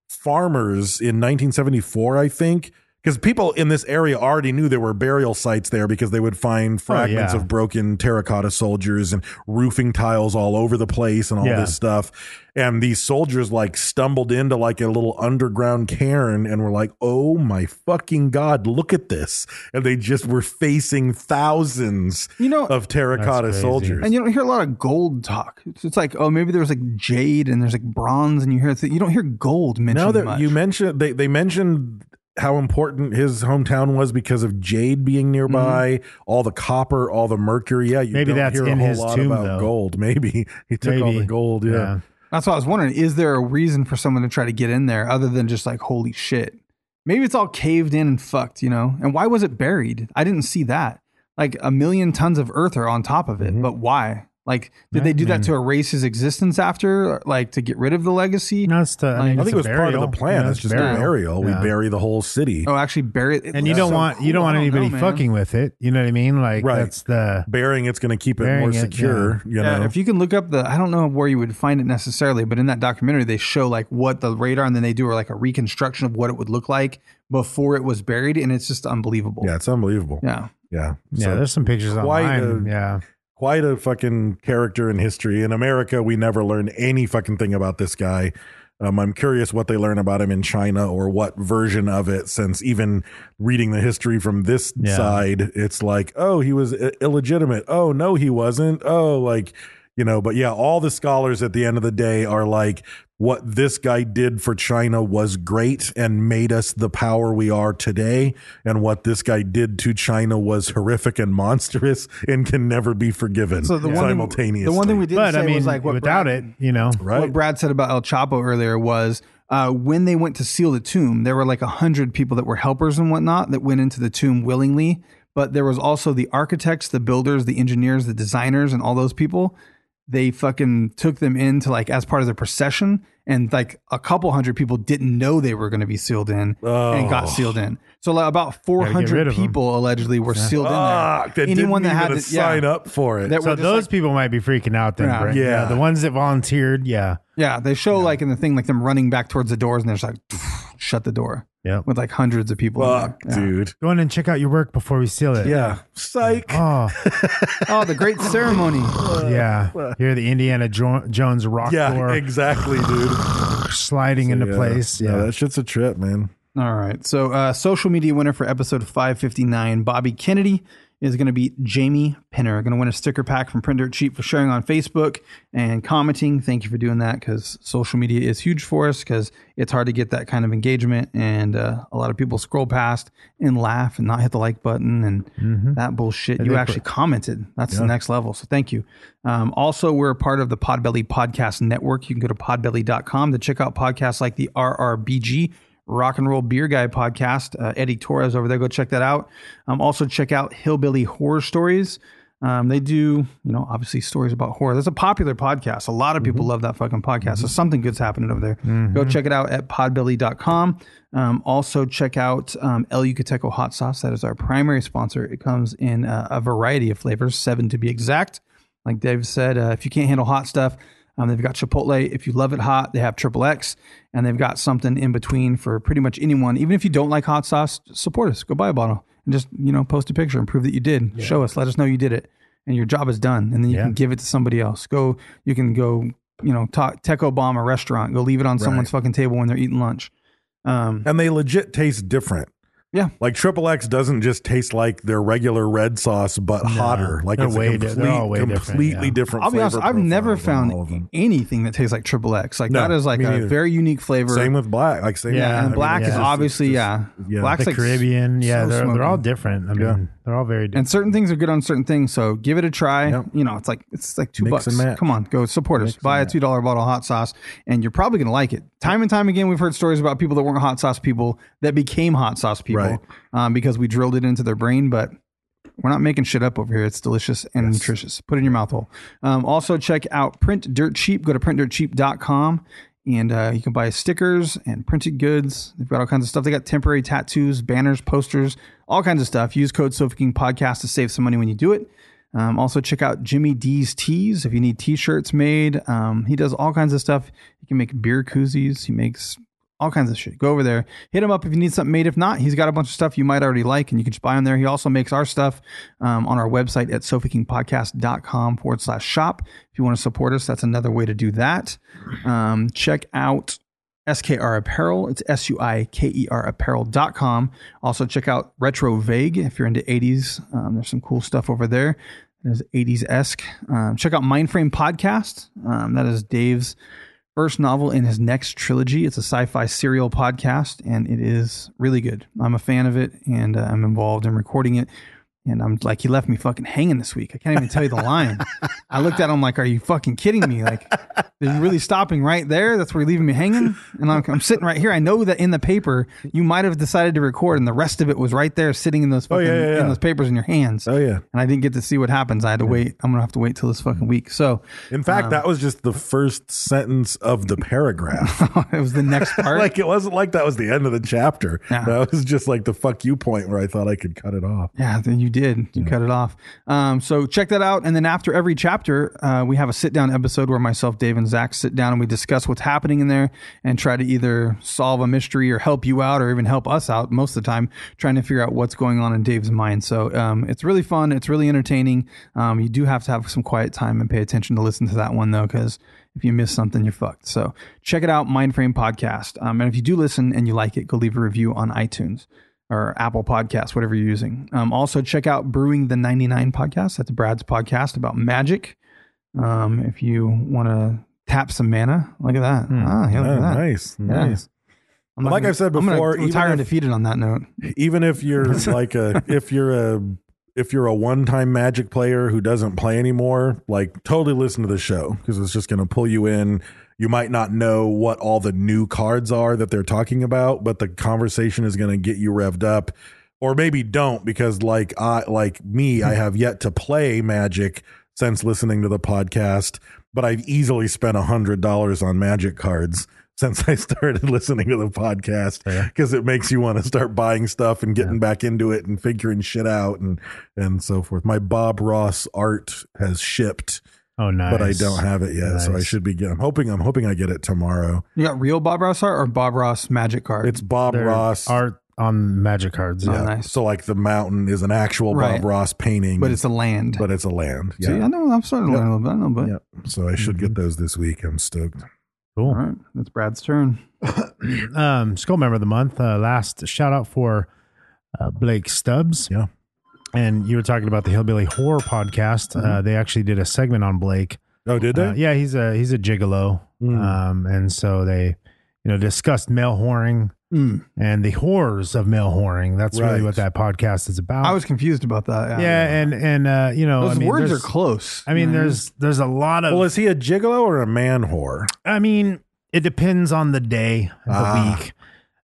Speaker 4: farmers in 1974, I think, because people in this area already knew there were burial sites there because they would find fragments
Speaker 3: Oh, yeah.
Speaker 4: of broken terracotta soldiers and roofing tiles all over the place and all
Speaker 3: Yeah.
Speaker 4: this stuff. And these soldiers like stumbled into like a little underground cairn and were like, "Oh my fucking god, look at this!" And they just were facing thousands,
Speaker 2: You know-
Speaker 4: of terracotta
Speaker 3: crazy.
Speaker 4: soldiers.
Speaker 2: And you don't hear a lot of gold talk. It's, it's like, oh, maybe there's like jade and there's like bronze, and you hear th- you don't hear gold mentioned.
Speaker 4: Now that
Speaker 2: much.
Speaker 4: you mentioned, they they mentioned how important his hometown was because of jade being nearby, all the copper, all the mercury. Yeah, you
Speaker 3: Mm-hmm. Maybe
Speaker 4: don't
Speaker 3: that's
Speaker 4: hear a
Speaker 3: in
Speaker 4: whole
Speaker 3: his
Speaker 4: lot
Speaker 3: tomb,
Speaker 4: about
Speaker 3: though.
Speaker 4: gold. Maybe he took all the
Speaker 3: Maybe.
Speaker 4: gold. Yeah.
Speaker 2: That's what I was wondering. Is there a reason for someone to try to get in there other than just like, holy shit? Maybe it's all caved in and fucked, you know? And why was it buried? I didn't see that. Like a million tons of earth are on top of it,
Speaker 4: Mm-hmm.
Speaker 2: but why? Like, did they do that to erase his existence after, like to get rid of the legacy?
Speaker 3: No, it's the, uh, I, mean,
Speaker 4: I
Speaker 3: it's
Speaker 4: think it
Speaker 3: a
Speaker 4: was part of
Speaker 3: burial.
Speaker 4: the plan.
Speaker 3: Yeah,
Speaker 4: it's just
Speaker 3: burial.
Speaker 4: a burial.
Speaker 3: Yeah.
Speaker 4: We bury the whole city.
Speaker 2: Oh, actually bury it. It
Speaker 3: and you
Speaker 2: looks
Speaker 3: don't
Speaker 2: so
Speaker 3: want you don't
Speaker 2: cool.
Speaker 3: want
Speaker 2: I know,
Speaker 3: anybody
Speaker 2: man.
Speaker 3: fucking with it. You know what I mean? Like
Speaker 4: Right.
Speaker 3: that's the
Speaker 4: Burying it's going to keep it
Speaker 3: Burying
Speaker 4: more
Speaker 3: it, yeah.
Speaker 4: secure. You know,
Speaker 2: Yeah, if you can look up the, I don't know where you would find it necessarily, but in that documentary they show like what the radar, and then they do are like a reconstruction of what it would look like before it was buried, and it's just unbelievable.
Speaker 4: yeah, it's unbelievable.
Speaker 2: yeah.
Speaker 4: yeah.
Speaker 3: yeah.
Speaker 4: So-
Speaker 3: there's some pictures
Speaker 4: quite a-
Speaker 3: online. yeah,
Speaker 4: quite a fucking character in history. In America, we never learn any fucking thing about this guy. Um, I'm curious what they learn about him in China or what version of it, since even reading the history from this
Speaker 3: Yeah.
Speaker 4: side, it's like, oh, he was i- illegitimate. Oh, no, he wasn't. Oh, like, you know, but yeah, all the scholars at the end of the day are like, what this guy did for China was great and made us the power we are today. And what this guy did to China was horrific and monstrous and can never be forgiven
Speaker 2: So the one
Speaker 4: simultaneously.
Speaker 2: Thing, the one thing we didn't
Speaker 3: but
Speaker 2: say
Speaker 3: I mean,
Speaker 2: was like what
Speaker 3: without it,
Speaker 2: Brad,
Speaker 3: you know,
Speaker 4: right?
Speaker 2: What Brad said about El Chapo earlier was uh, when they went to seal the tomb, there were like a hundred people that were helpers and whatnot that went into the tomb willingly. But there was also the architects, the builders, the engineers, the designers, and all those people. They fucking took them in to like as part of the procession, and like a couple hundred people didn't know they were going to be sealed in and
Speaker 4: Oh.
Speaker 2: got sealed in. So like, about four
Speaker 3: rid of
Speaker 2: hundred
Speaker 3: 'em.
Speaker 2: people allegedly were sealed
Speaker 4: Fuck,
Speaker 2: in
Speaker 4: that
Speaker 2: there. Anyone that
Speaker 4: didn't
Speaker 2: had
Speaker 4: even
Speaker 2: to- yeah.
Speaker 4: sign up for it.
Speaker 2: That
Speaker 3: so
Speaker 2: were just,
Speaker 3: those
Speaker 2: like-
Speaker 3: people might be freaking out then.
Speaker 2: Yeah.
Speaker 3: Brent.
Speaker 4: Yeah.
Speaker 3: the ones that volunteered. Yeah,
Speaker 2: Yeah, they show like in the thing like them running back towards the doors, and there's like shut the door.
Speaker 3: Yeah.
Speaker 2: with like hundreds of people. in
Speaker 4: Fuck,
Speaker 2: there. Yeah.
Speaker 4: dude.
Speaker 3: Go in and check out your work before we seal it.
Speaker 4: Yeah. Psych.
Speaker 3: Oh,
Speaker 2: Oh, the great ceremony.
Speaker 3: yeah. You're the Indiana jo- Jones rock
Speaker 4: yeah,
Speaker 3: door
Speaker 4: exactly, dude.
Speaker 3: sliding into
Speaker 4: Yeah.
Speaker 3: place. Yeah.
Speaker 4: that shit's a trip, man.
Speaker 2: All right. So, uh, social media winner for episode 559, Bobby Kennedy, is going to be Jamie Pinner. Going to win a sticker pack from Print Dirt Cheap for sharing on Facebook and commenting. Thank you for doing that because social media is huge for us because it's hard to get that kind of engagement. And uh, a lot of people scroll past and laugh and not hit the like button and that bullshit. you actually commented. That's the next level. So, thank you. Um, also, we're part of the Podbelly Podcast Network. You can go to podbelly.com to check out podcasts like the RRBG. Rock and Roll Beer Guy podcast. Uh, Eddie Torres over there. Go check that out. Um, also check out Hillbilly Horror Stories. Um, they do, you know, obviously stories about horror. That's a popular podcast. A lot of people love that fucking podcast. So something good's happening over there. Go check it out at podbelly.com. Um, also check out um, El Yucateco Hot Sauce. That is our primary sponsor. It comes in uh, a variety of flavors, seven to be exact. Like Dave said, uh, if you can't handle hot stuff, um, they've got Chipotle. If you love it hot, they have Triple X, and they've got something in between for pretty much anyone. Even if you don't like hot sauce, just support us. Go buy a bottle and just you know post a picture and prove that you did. Show us. Let us know you did it, and your job is done. And then you
Speaker 3: Yeah.
Speaker 2: can give it to somebody else. Go. You can go. You know, ta- Teco bomb a restaurant. Go leave it on someone's fucking table when they're eating lunch.
Speaker 4: And they legit taste different.
Speaker 2: Yeah.
Speaker 4: Like Triple X doesn't just taste like their regular red sauce, but hotter. Like
Speaker 3: They're
Speaker 4: it's
Speaker 3: way
Speaker 4: a
Speaker 3: di- they're
Speaker 4: complete,
Speaker 3: all way different,
Speaker 4: completely
Speaker 3: yeah.
Speaker 4: different.
Speaker 2: I'll be honest.
Speaker 4: flavor
Speaker 2: I've never
Speaker 4: profiles on all of
Speaker 2: found
Speaker 4: them.
Speaker 2: anything that tastes like Triple X. Like
Speaker 4: No,
Speaker 2: that is like
Speaker 4: me
Speaker 2: a
Speaker 4: neither.
Speaker 2: very unique flavor.
Speaker 4: Same with black. Like same.
Speaker 3: Yeah,
Speaker 4: with-
Speaker 3: and
Speaker 4: I
Speaker 2: and
Speaker 4: mean,
Speaker 2: black
Speaker 4: it's
Speaker 2: is
Speaker 4: just-
Speaker 2: obviously
Speaker 4: it's
Speaker 2: yeah.
Speaker 4: just- yeah.
Speaker 2: Black's
Speaker 3: The
Speaker 2: like
Speaker 3: Caribbean. Yeah.
Speaker 2: so
Speaker 3: they're, they're all
Speaker 2: smoky.
Speaker 3: different. I mean,
Speaker 4: Yeah.
Speaker 3: they're all very different.
Speaker 2: and certain things are good on certain things. So give it a try.
Speaker 4: Yep.
Speaker 2: You know, it's like it's like two
Speaker 4: Mix
Speaker 2: bucks.
Speaker 4: and match.
Speaker 2: Come on, go support us. Buy a two dollar bottle of hot sauce, and you're probably gonna like it. Time and time again, we've heard stories about people that weren't hot sauce people that became hot sauce people
Speaker 4: Right.
Speaker 2: um, because we drilled it into their brain. But we're not making shit up over here. It's delicious and nutritious. Put it in your mouth hole. Um, also, check out Print Dirt Cheap. Go to printdirtcheap.com and uh, you can buy stickers and printed goods. They've got all kinds of stuff. They got temporary tattoos, banners, posters, all kinds of stuff. Use code Sofa King Podcast to save some money when you do it. Um, also, check out Jimmy D's Tees if you need t shirts made. Um, he does all kinds of stuff. He can make beer koozies, he makes all kinds of shit. Go over there, hit him up if you need something made. If not, he's got a bunch of stuff you might already like and you can just buy on there. He also makes our stuff um, on our website at sofakingpodcast.com forward slash shop. If you want to support us, that's another way to do that. Um, check out SKR Apparel. It's S U I K E R apparel.com. Also, check out Retro Vague if you're into 80s. Um, there's some cool stuff over there. There's 80s esque. Um, check out Mindframe Podcast. Um, that is Dave's first novel in his next trilogy. It's a sci-fi serial podcast, and it is really good. I'm a fan of it, and uh, I'm involved in recording it. And I'm like, he left me fucking hanging this week. I can't even tell you the line. I looked at him like, are you fucking kidding me? Like, are you really stopping right there? That's where you're leaving me hanging? And I'm, I'm sitting right here. I know that in the paper, you might have decided to record, and the rest of it was right there sitting in those fucking,
Speaker 4: Oh, yeah, yeah,
Speaker 2: in
Speaker 4: yeah.
Speaker 2: those papers in your hands.
Speaker 4: Oh, yeah.
Speaker 2: And I didn't get to see what happens. I had to wait. I'm going to have to wait till this fucking week. So
Speaker 4: In fact, that was just the first sentence of the paragraph.
Speaker 2: it was the next part.
Speaker 4: like it wasn't like that was the end of the chapter.
Speaker 2: Yeah.
Speaker 4: That was just like the fuck you point where I thought I could cut it off.
Speaker 2: Yeah, then you did. You cut it off. Um, so check that out. And then after every chapter, uh, we have a sit down episode where myself, Dave, and Zach sit down and we discuss what's happening in there and try to either solve a mystery or help you out or even help us out most of the time, trying to figure out what's going on in Dave's mind. So um, it's really fun. It's really entertaining. Um, you do have to have some quiet time and pay attention to listen to that one, though, because if you miss something, you're fucked. So check it out, Mindframe Podcast. Um, and if you do listen and you like it, go leave a review on iTunes or Apple Podcasts, whatever you're using. Um, also, check out Brewing the 99 podcast. That's Brad's podcast about magic. Um, if you want to tap some mana, look at that. Ah, yeah, look
Speaker 4: Yeah,
Speaker 2: at that.
Speaker 4: Hmm. Oh, nice,
Speaker 2: Yeah.
Speaker 4: nice.
Speaker 2: I'm not
Speaker 4: Like
Speaker 2: gonna-
Speaker 4: I've said
Speaker 2: I'm
Speaker 4: before,
Speaker 2: gonna
Speaker 4: even
Speaker 2: retire
Speaker 4: if-
Speaker 2: defeated on that note.
Speaker 4: even if you're like a if you're a if you're a one-time magic player who doesn't play anymore like totally listen to the show because it's just going to pull you in you might not know what all the new cards are that they're talking about but the conversation is going to get you revved up or maybe don't because like i like me i have yet to play magic since listening to the podcast but i've easily spent a hundred dollars on magic cards since I started listening to the podcast because it makes you want to start buying stuff and getting back into it and figuring shit out and and so forth. My Bob Ross art has shipped
Speaker 3: Oh, nice.
Speaker 4: but I don't have it yet, so I
Speaker 3: Nice.
Speaker 4: should be. Get, I'm hoping. I'm hoping I get it tomorrow.
Speaker 2: You got real Bob Ross art or Bob Ross magic card?
Speaker 4: It's Bob
Speaker 3: They're
Speaker 4: Ross.
Speaker 3: art on magic cards.
Speaker 4: Yeah.
Speaker 3: Yeah.
Speaker 2: Oh, nice.
Speaker 4: So like the mountain is an actual
Speaker 2: Right.
Speaker 4: Bob Ross painting,
Speaker 2: but it's a land.
Speaker 4: but it's a land.
Speaker 2: See, I
Speaker 4: Yeah.
Speaker 2: know. Mm-hmm. I'm starting to learn a little bit. I know, but
Speaker 4: Yep. So I should get those this week. I'm stoked.
Speaker 3: Cool.
Speaker 2: all right, that's Brad's turn.
Speaker 3: um, Skull Member of the Month. Uh, last shout out for uh, Blake Stubbs.
Speaker 4: Yeah.
Speaker 3: And you were talking about the Hillbilly Horror Podcast. Uh,
Speaker 2: Mm-hmm.
Speaker 3: they actually did a segment on Blake.
Speaker 4: Oh, did they?
Speaker 3: Uh, yeah, he's a he's a gigolo,
Speaker 4: Mm.
Speaker 3: um, and so they, you know, discussed male whoring
Speaker 4: Hmm.
Speaker 2: Mm.
Speaker 3: and the horrors of male whoring. That's really
Speaker 4: Right.
Speaker 3: what that podcast is about.
Speaker 2: I was confused about that.
Speaker 3: yeah, and and uh, you know,
Speaker 2: those
Speaker 3: I mean,
Speaker 2: words are
Speaker 3: there's-
Speaker 2: close.
Speaker 3: I mean, there's there's a lot of
Speaker 4: Well, is he a gigolo or a man whore?
Speaker 3: I mean, it depends on the day, of the
Speaker 4: Ah.
Speaker 3: week.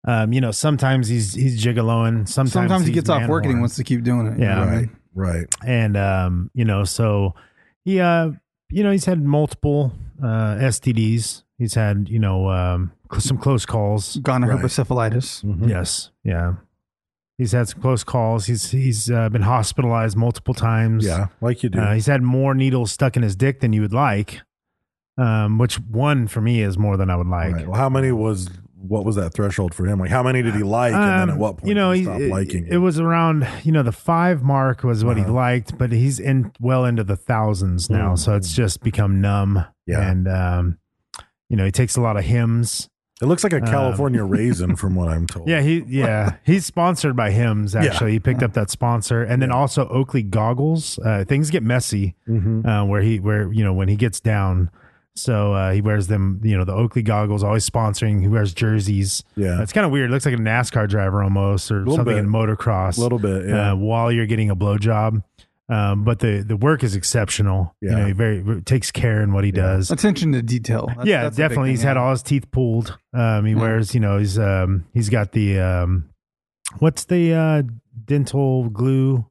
Speaker 3: Um, you know, sometimes he's he's gigoloing. Sometimes,
Speaker 2: sometimes he
Speaker 3: he's
Speaker 2: gets off work and he
Speaker 3: man-whoring.
Speaker 2: wants to keep doing it.
Speaker 3: Yeah.
Speaker 2: you know what I
Speaker 4: Right.
Speaker 2: mean?
Speaker 4: Right.
Speaker 3: and um, you know, so he, uh, you know, he's had multiple uh, STDs. He's had you know um, cl- some close calls.
Speaker 2: gonorrhea
Speaker 4: Right.
Speaker 2: encephalitis.
Speaker 3: Yes, yeah, he's had some close calls. He's he's uh, been hospitalized multiple times.
Speaker 4: Yeah, like you do.
Speaker 3: Uh, he's had more needles stuck in his dick than you would like, um, which one for me is more than I would like.
Speaker 4: right. Well, how many was? What was that threshold for him? Like, how many did he like, and then at
Speaker 3: Um,
Speaker 4: what point
Speaker 3: you know,
Speaker 4: did he
Speaker 3: he-
Speaker 4: stopped
Speaker 3: it,
Speaker 4: liking Uh-huh.
Speaker 3: it was around you know the five mark was what he liked, but he's in well into the thousands now, so it's just become numb.
Speaker 4: Mm. Yeah.
Speaker 3: and um, you know he takes a lot of hymns.
Speaker 4: It looks like a California raisin, from what I'm told.
Speaker 3: um, Yeah, he yeah he's sponsored by hymns. Actually, he picked up that sponsor, and then also Oakley goggles. Uh, things get messy
Speaker 4: Mm-hmm.
Speaker 3: uh, where he where you know when he gets down. So uh, he wears them, you know, the Oakley goggles. Always sponsoring. He wears jerseys.
Speaker 4: Yeah.
Speaker 3: it's kind of weird. Looks like a NASCAR driver almost, or
Speaker 4: Little
Speaker 3: something
Speaker 4: bit.
Speaker 3: in motocross.
Speaker 4: Little bit, yeah.
Speaker 3: Uh, while you're getting a blowjob, um, but the the work is exceptional. You
Speaker 4: Yeah.
Speaker 3: know, he very takes care in what he does
Speaker 2: Attention to detail. That's-
Speaker 3: yeah,
Speaker 2: that's a big
Speaker 3: definitely.
Speaker 2: thing,
Speaker 3: he's
Speaker 2: yeah.
Speaker 3: had all his teeth pulled. Um, he wears, you know, he's um, he's got the um, what's the uh, dental glue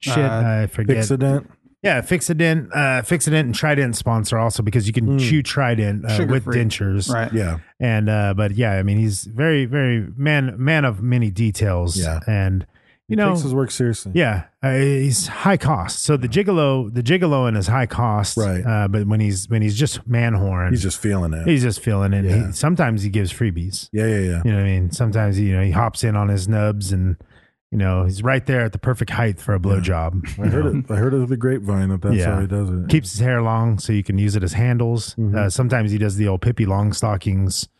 Speaker 3: shit?
Speaker 2: Uh,
Speaker 3: I forget.
Speaker 4: Fixident.
Speaker 3: Yeah, Fixident, uh, Fixident, and Trident sponsor also because you can chew Trident uh, with
Speaker 2: Sugar-free.
Speaker 3: dentures.
Speaker 2: Hmm. Right.
Speaker 4: Yeah.
Speaker 3: And uh, but yeah, I mean, he's very, very man, man of many details.
Speaker 4: Yeah.
Speaker 3: and you know,
Speaker 4: takes his work seriously.
Speaker 3: yeah, uh, he's high cost. So the gigolo, the gigolo, and his high cost.
Speaker 4: Right.
Speaker 3: Uh, but when he's when he's just man horn,
Speaker 4: He's just feeling it.
Speaker 3: He's just feeling it.
Speaker 4: Yeah.
Speaker 3: He, sometimes he gives freebies.
Speaker 4: yeah, yeah, yeah.
Speaker 3: You know what I mean? Sometimes you know he hops in on his nubs and you know he's right there at the perfect height for a blowjob.
Speaker 4: I heard it. I heard it with the grapevine that Mm-hmm. that's how he does it.
Speaker 3: Keeps his hair long so you can use it as handles. Uh, sometimes he does the old Pippi long stockings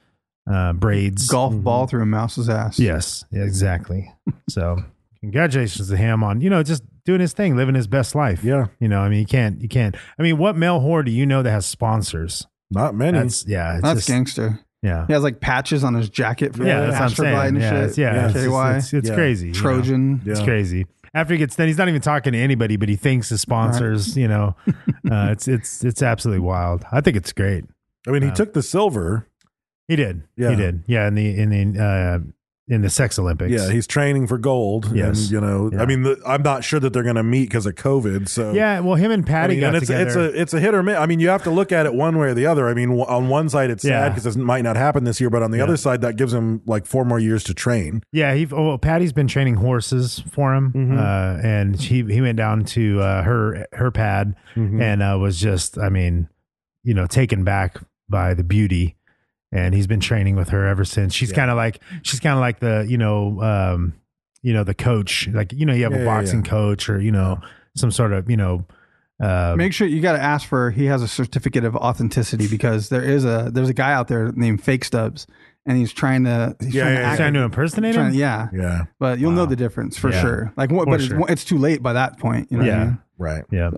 Speaker 3: uh, braids.
Speaker 2: Golf ball through a mouse's ass.
Speaker 3: Yes, yeah, exactly. so congratulations to him on you know just doing his thing, living his best life.
Speaker 4: Yeah.
Speaker 3: You know, I mean, you can't, you can't. I mean, what male whore do you know that has sponsors?
Speaker 4: Not many.
Speaker 3: That's yeah, it's
Speaker 2: That's
Speaker 3: just-
Speaker 2: gangster.
Speaker 3: yeah,
Speaker 2: He has like patches on his jacket for
Speaker 3: yeah,
Speaker 2: yeah,
Speaker 3: that's what I'm
Speaker 2: Astroglide
Speaker 3: saying.
Speaker 2: and
Speaker 3: yeah,
Speaker 2: shit.
Speaker 3: It's, yeah, it's, just-
Speaker 2: KY.
Speaker 3: it's, it's
Speaker 4: Yeah.
Speaker 3: crazy. you know?
Speaker 2: Trojan.
Speaker 4: Yeah.
Speaker 3: It's crazy. After he gets done, he's not even talking to anybody, but he thanks his sponsors. You know, uh, it's it's it's absolutely wild. I think it's great.
Speaker 4: I
Speaker 3: Uh,
Speaker 4: mean, he took the silver.
Speaker 3: He did.
Speaker 4: Yeah.
Speaker 3: He did. Yeah. In the in the uh, in the sex Olympics.
Speaker 4: Yeah, he's training for gold.
Speaker 3: Yes.
Speaker 4: And, you know,
Speaker 3: Yeah.
Speaker 4: I mean, the, I'm not sure that they're going to meet because of COVID. So
Speaker 3: yeah. Well, him and
Speaker 4: I
Speaker 3: Patty
Speaker 4: mean,
Speaker 3: got
Speaker 4: and it's,
Speaker 3: together.
Speaker 4: it's a it's a hit or miss. I mean, you have to look at it one way or the other. I mean, w- on one side, it's
Speaker 3: Yeah.
Speaker 4: sad because it might not happen this year, but on the
Speaker 3: Yeah.
Speaker 4: other side, that gives him like four more years to train.
Speaker 3: Yeah, he. Oh, Patty's been training horses for him, uh, and he he went down to uh, her her pad and uh, was just, I mean, you know, taken back by the beauty, and he's been training with her ever since. She's kind of like she's kind of like the you know um, you know the coach, like you know you have
Speaker 4: Yeah,
Speaker 3: a
Speaker 4: yeah,
Speaker 3: boxing coach or you know some sort of you know uh,
Speaker 2: Make sure you got to ask for. He has a certificate of authenticity because there is a there's a guy out there named Fake Stubbs, and he's trying to he's
Speaker 4: Yeah,
Speaker 2: trying
Speaker 4: yeah,
Speaker 2: to
Speaker 4: yeah.
Speaker 2: act,
Speaker 3: trying to impersonate
Speaker 2: trying-
Speaker 3: him.
Speaker 2: yeah
Speaker 4: Yeah,
Speaker 2: But you'll know the difference for
Speaker 3: Yeah.
Speaker 2: sure. Like what?
Speaker 3: For
Speaker 2: But
Speaker 3: sure.
Speaker 2: it's, it's too late by that point. You know what I
Speaker 3: Yeah.
Speaker 2: mean?
Speaker 4: right.
Speaker 3: yeah,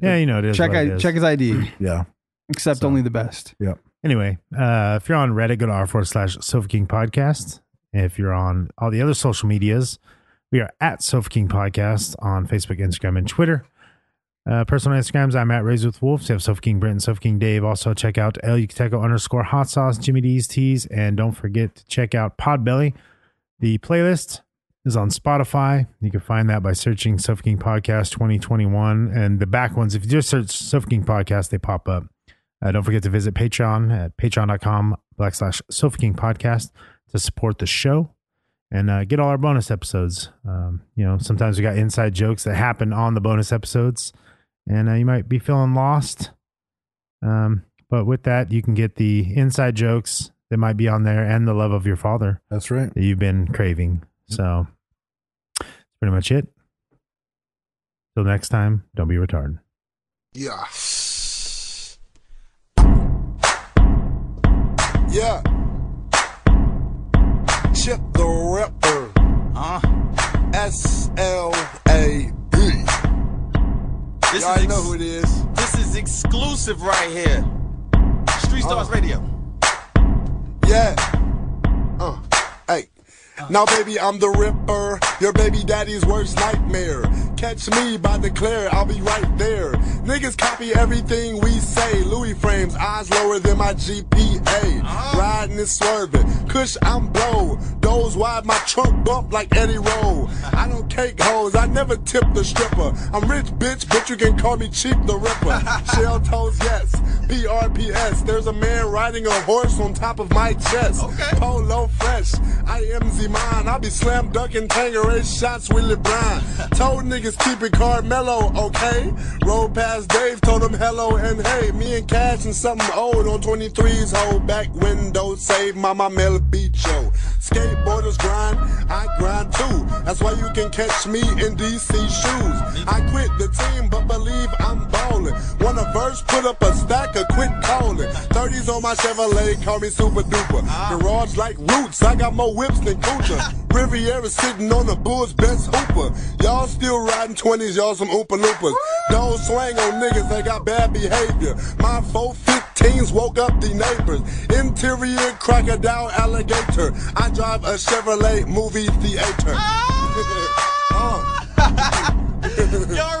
Speaker 3: yeah. You know, it is
Speaker 2: Check
Speaker 3: what it
Speaker 2: I,
Speaker 3: is.
Speaker 2: check his ID.
Speaker 4: Yeah,
Speaker 2: Accept only the best.
Speaker 4: yeah.
Speaker 3: Anyway, uh, if you're on Reddit, go to r forward slash Sofa King Podcast. If you're on all the other social medias, we are at Sofa King Podcast on Facebook, Instagram, and Twitter. Uh, personal Instagrams, I'm at Raised with Wolves. You have Sofa King Brent and Sofa King Dave. Also, check out El Yucateco underscore hot sauce, Jimmy D's Teas. And don't forget to check out Podbelly. The playlist is on Spotify. You can find that by searching Sofa King Podcast 2021. And the back ones, if you just search Sofa King Podcast, they pop up. Uh, don't forget to visit Patreon at patreon.com backslash Sofa King Podcast to support the show and uh, get all our bonus episodes. Um, you know, sometimes we got inside jokes that happen on the bonus episodes, and uh, you might be feeling lost
Speaker 6: Um, but with that, you can get the inside jokes that might be on there and the love of your father
Speaker 4: That's right.
Speaker 6: that you've been craving. So that's pretty much it. Till next time, don't be retarded.
Speaker 3: Yeah. Yeah. Chip the Ripper. Huh? S L A B.
Speaker 2: This
Speaker 3: Y'all
Speaker 2: is ex-
Speaker 3: know who it is.
Speaker 2: This is exclusive right here. Street Stars Radio.
Speaker 3: Yeah. Uh, hey. Now, baby, I'm the Ripper, your baby daddy's worst nightmare. Catch me by the clear, I'll be right there. Niggas copy everything we say. Louis frames, eyes lower than my GPA. Riding and swerving, Kush, I'm blow. Doze wide, my trunk bump like Eddie Roll. I don't cake hoes, I never tip the stripper. I'm rich, bitch, but you can call me Cheap the Ripper. Shell toes, yes. PRPS, there's a man riding a horse on top of my chest. Polo fresh, I am Z-Mine. I be slam dunking Tangeray shots with LeBron. Told niggas keep it Carmelo, okay? Roll past Dave, told him hello and hey. Me and Cash and something old on 23's whole back window. Save Mama Mel Bicho. Skateboarders grind, I grind too. That's why you can catch me in DC shoes. I quit the team, but believe I'm ballin'. Want a verse, put up a stack of quick callin'. 30s on my Chevrolet, call me Super Duper. Garage like roots, I got more whips than Kucha. Riviera sitting on the bull's best hooper. Y'all still riding 20s, y'all some Oompa Loompas. Don't swing on niggas, they got bad behavior. My 415s woke up the neighbors. Interior crocodile alligator. I drive a Chevrolet movie theater. Uh.
Speaker 2: Y'all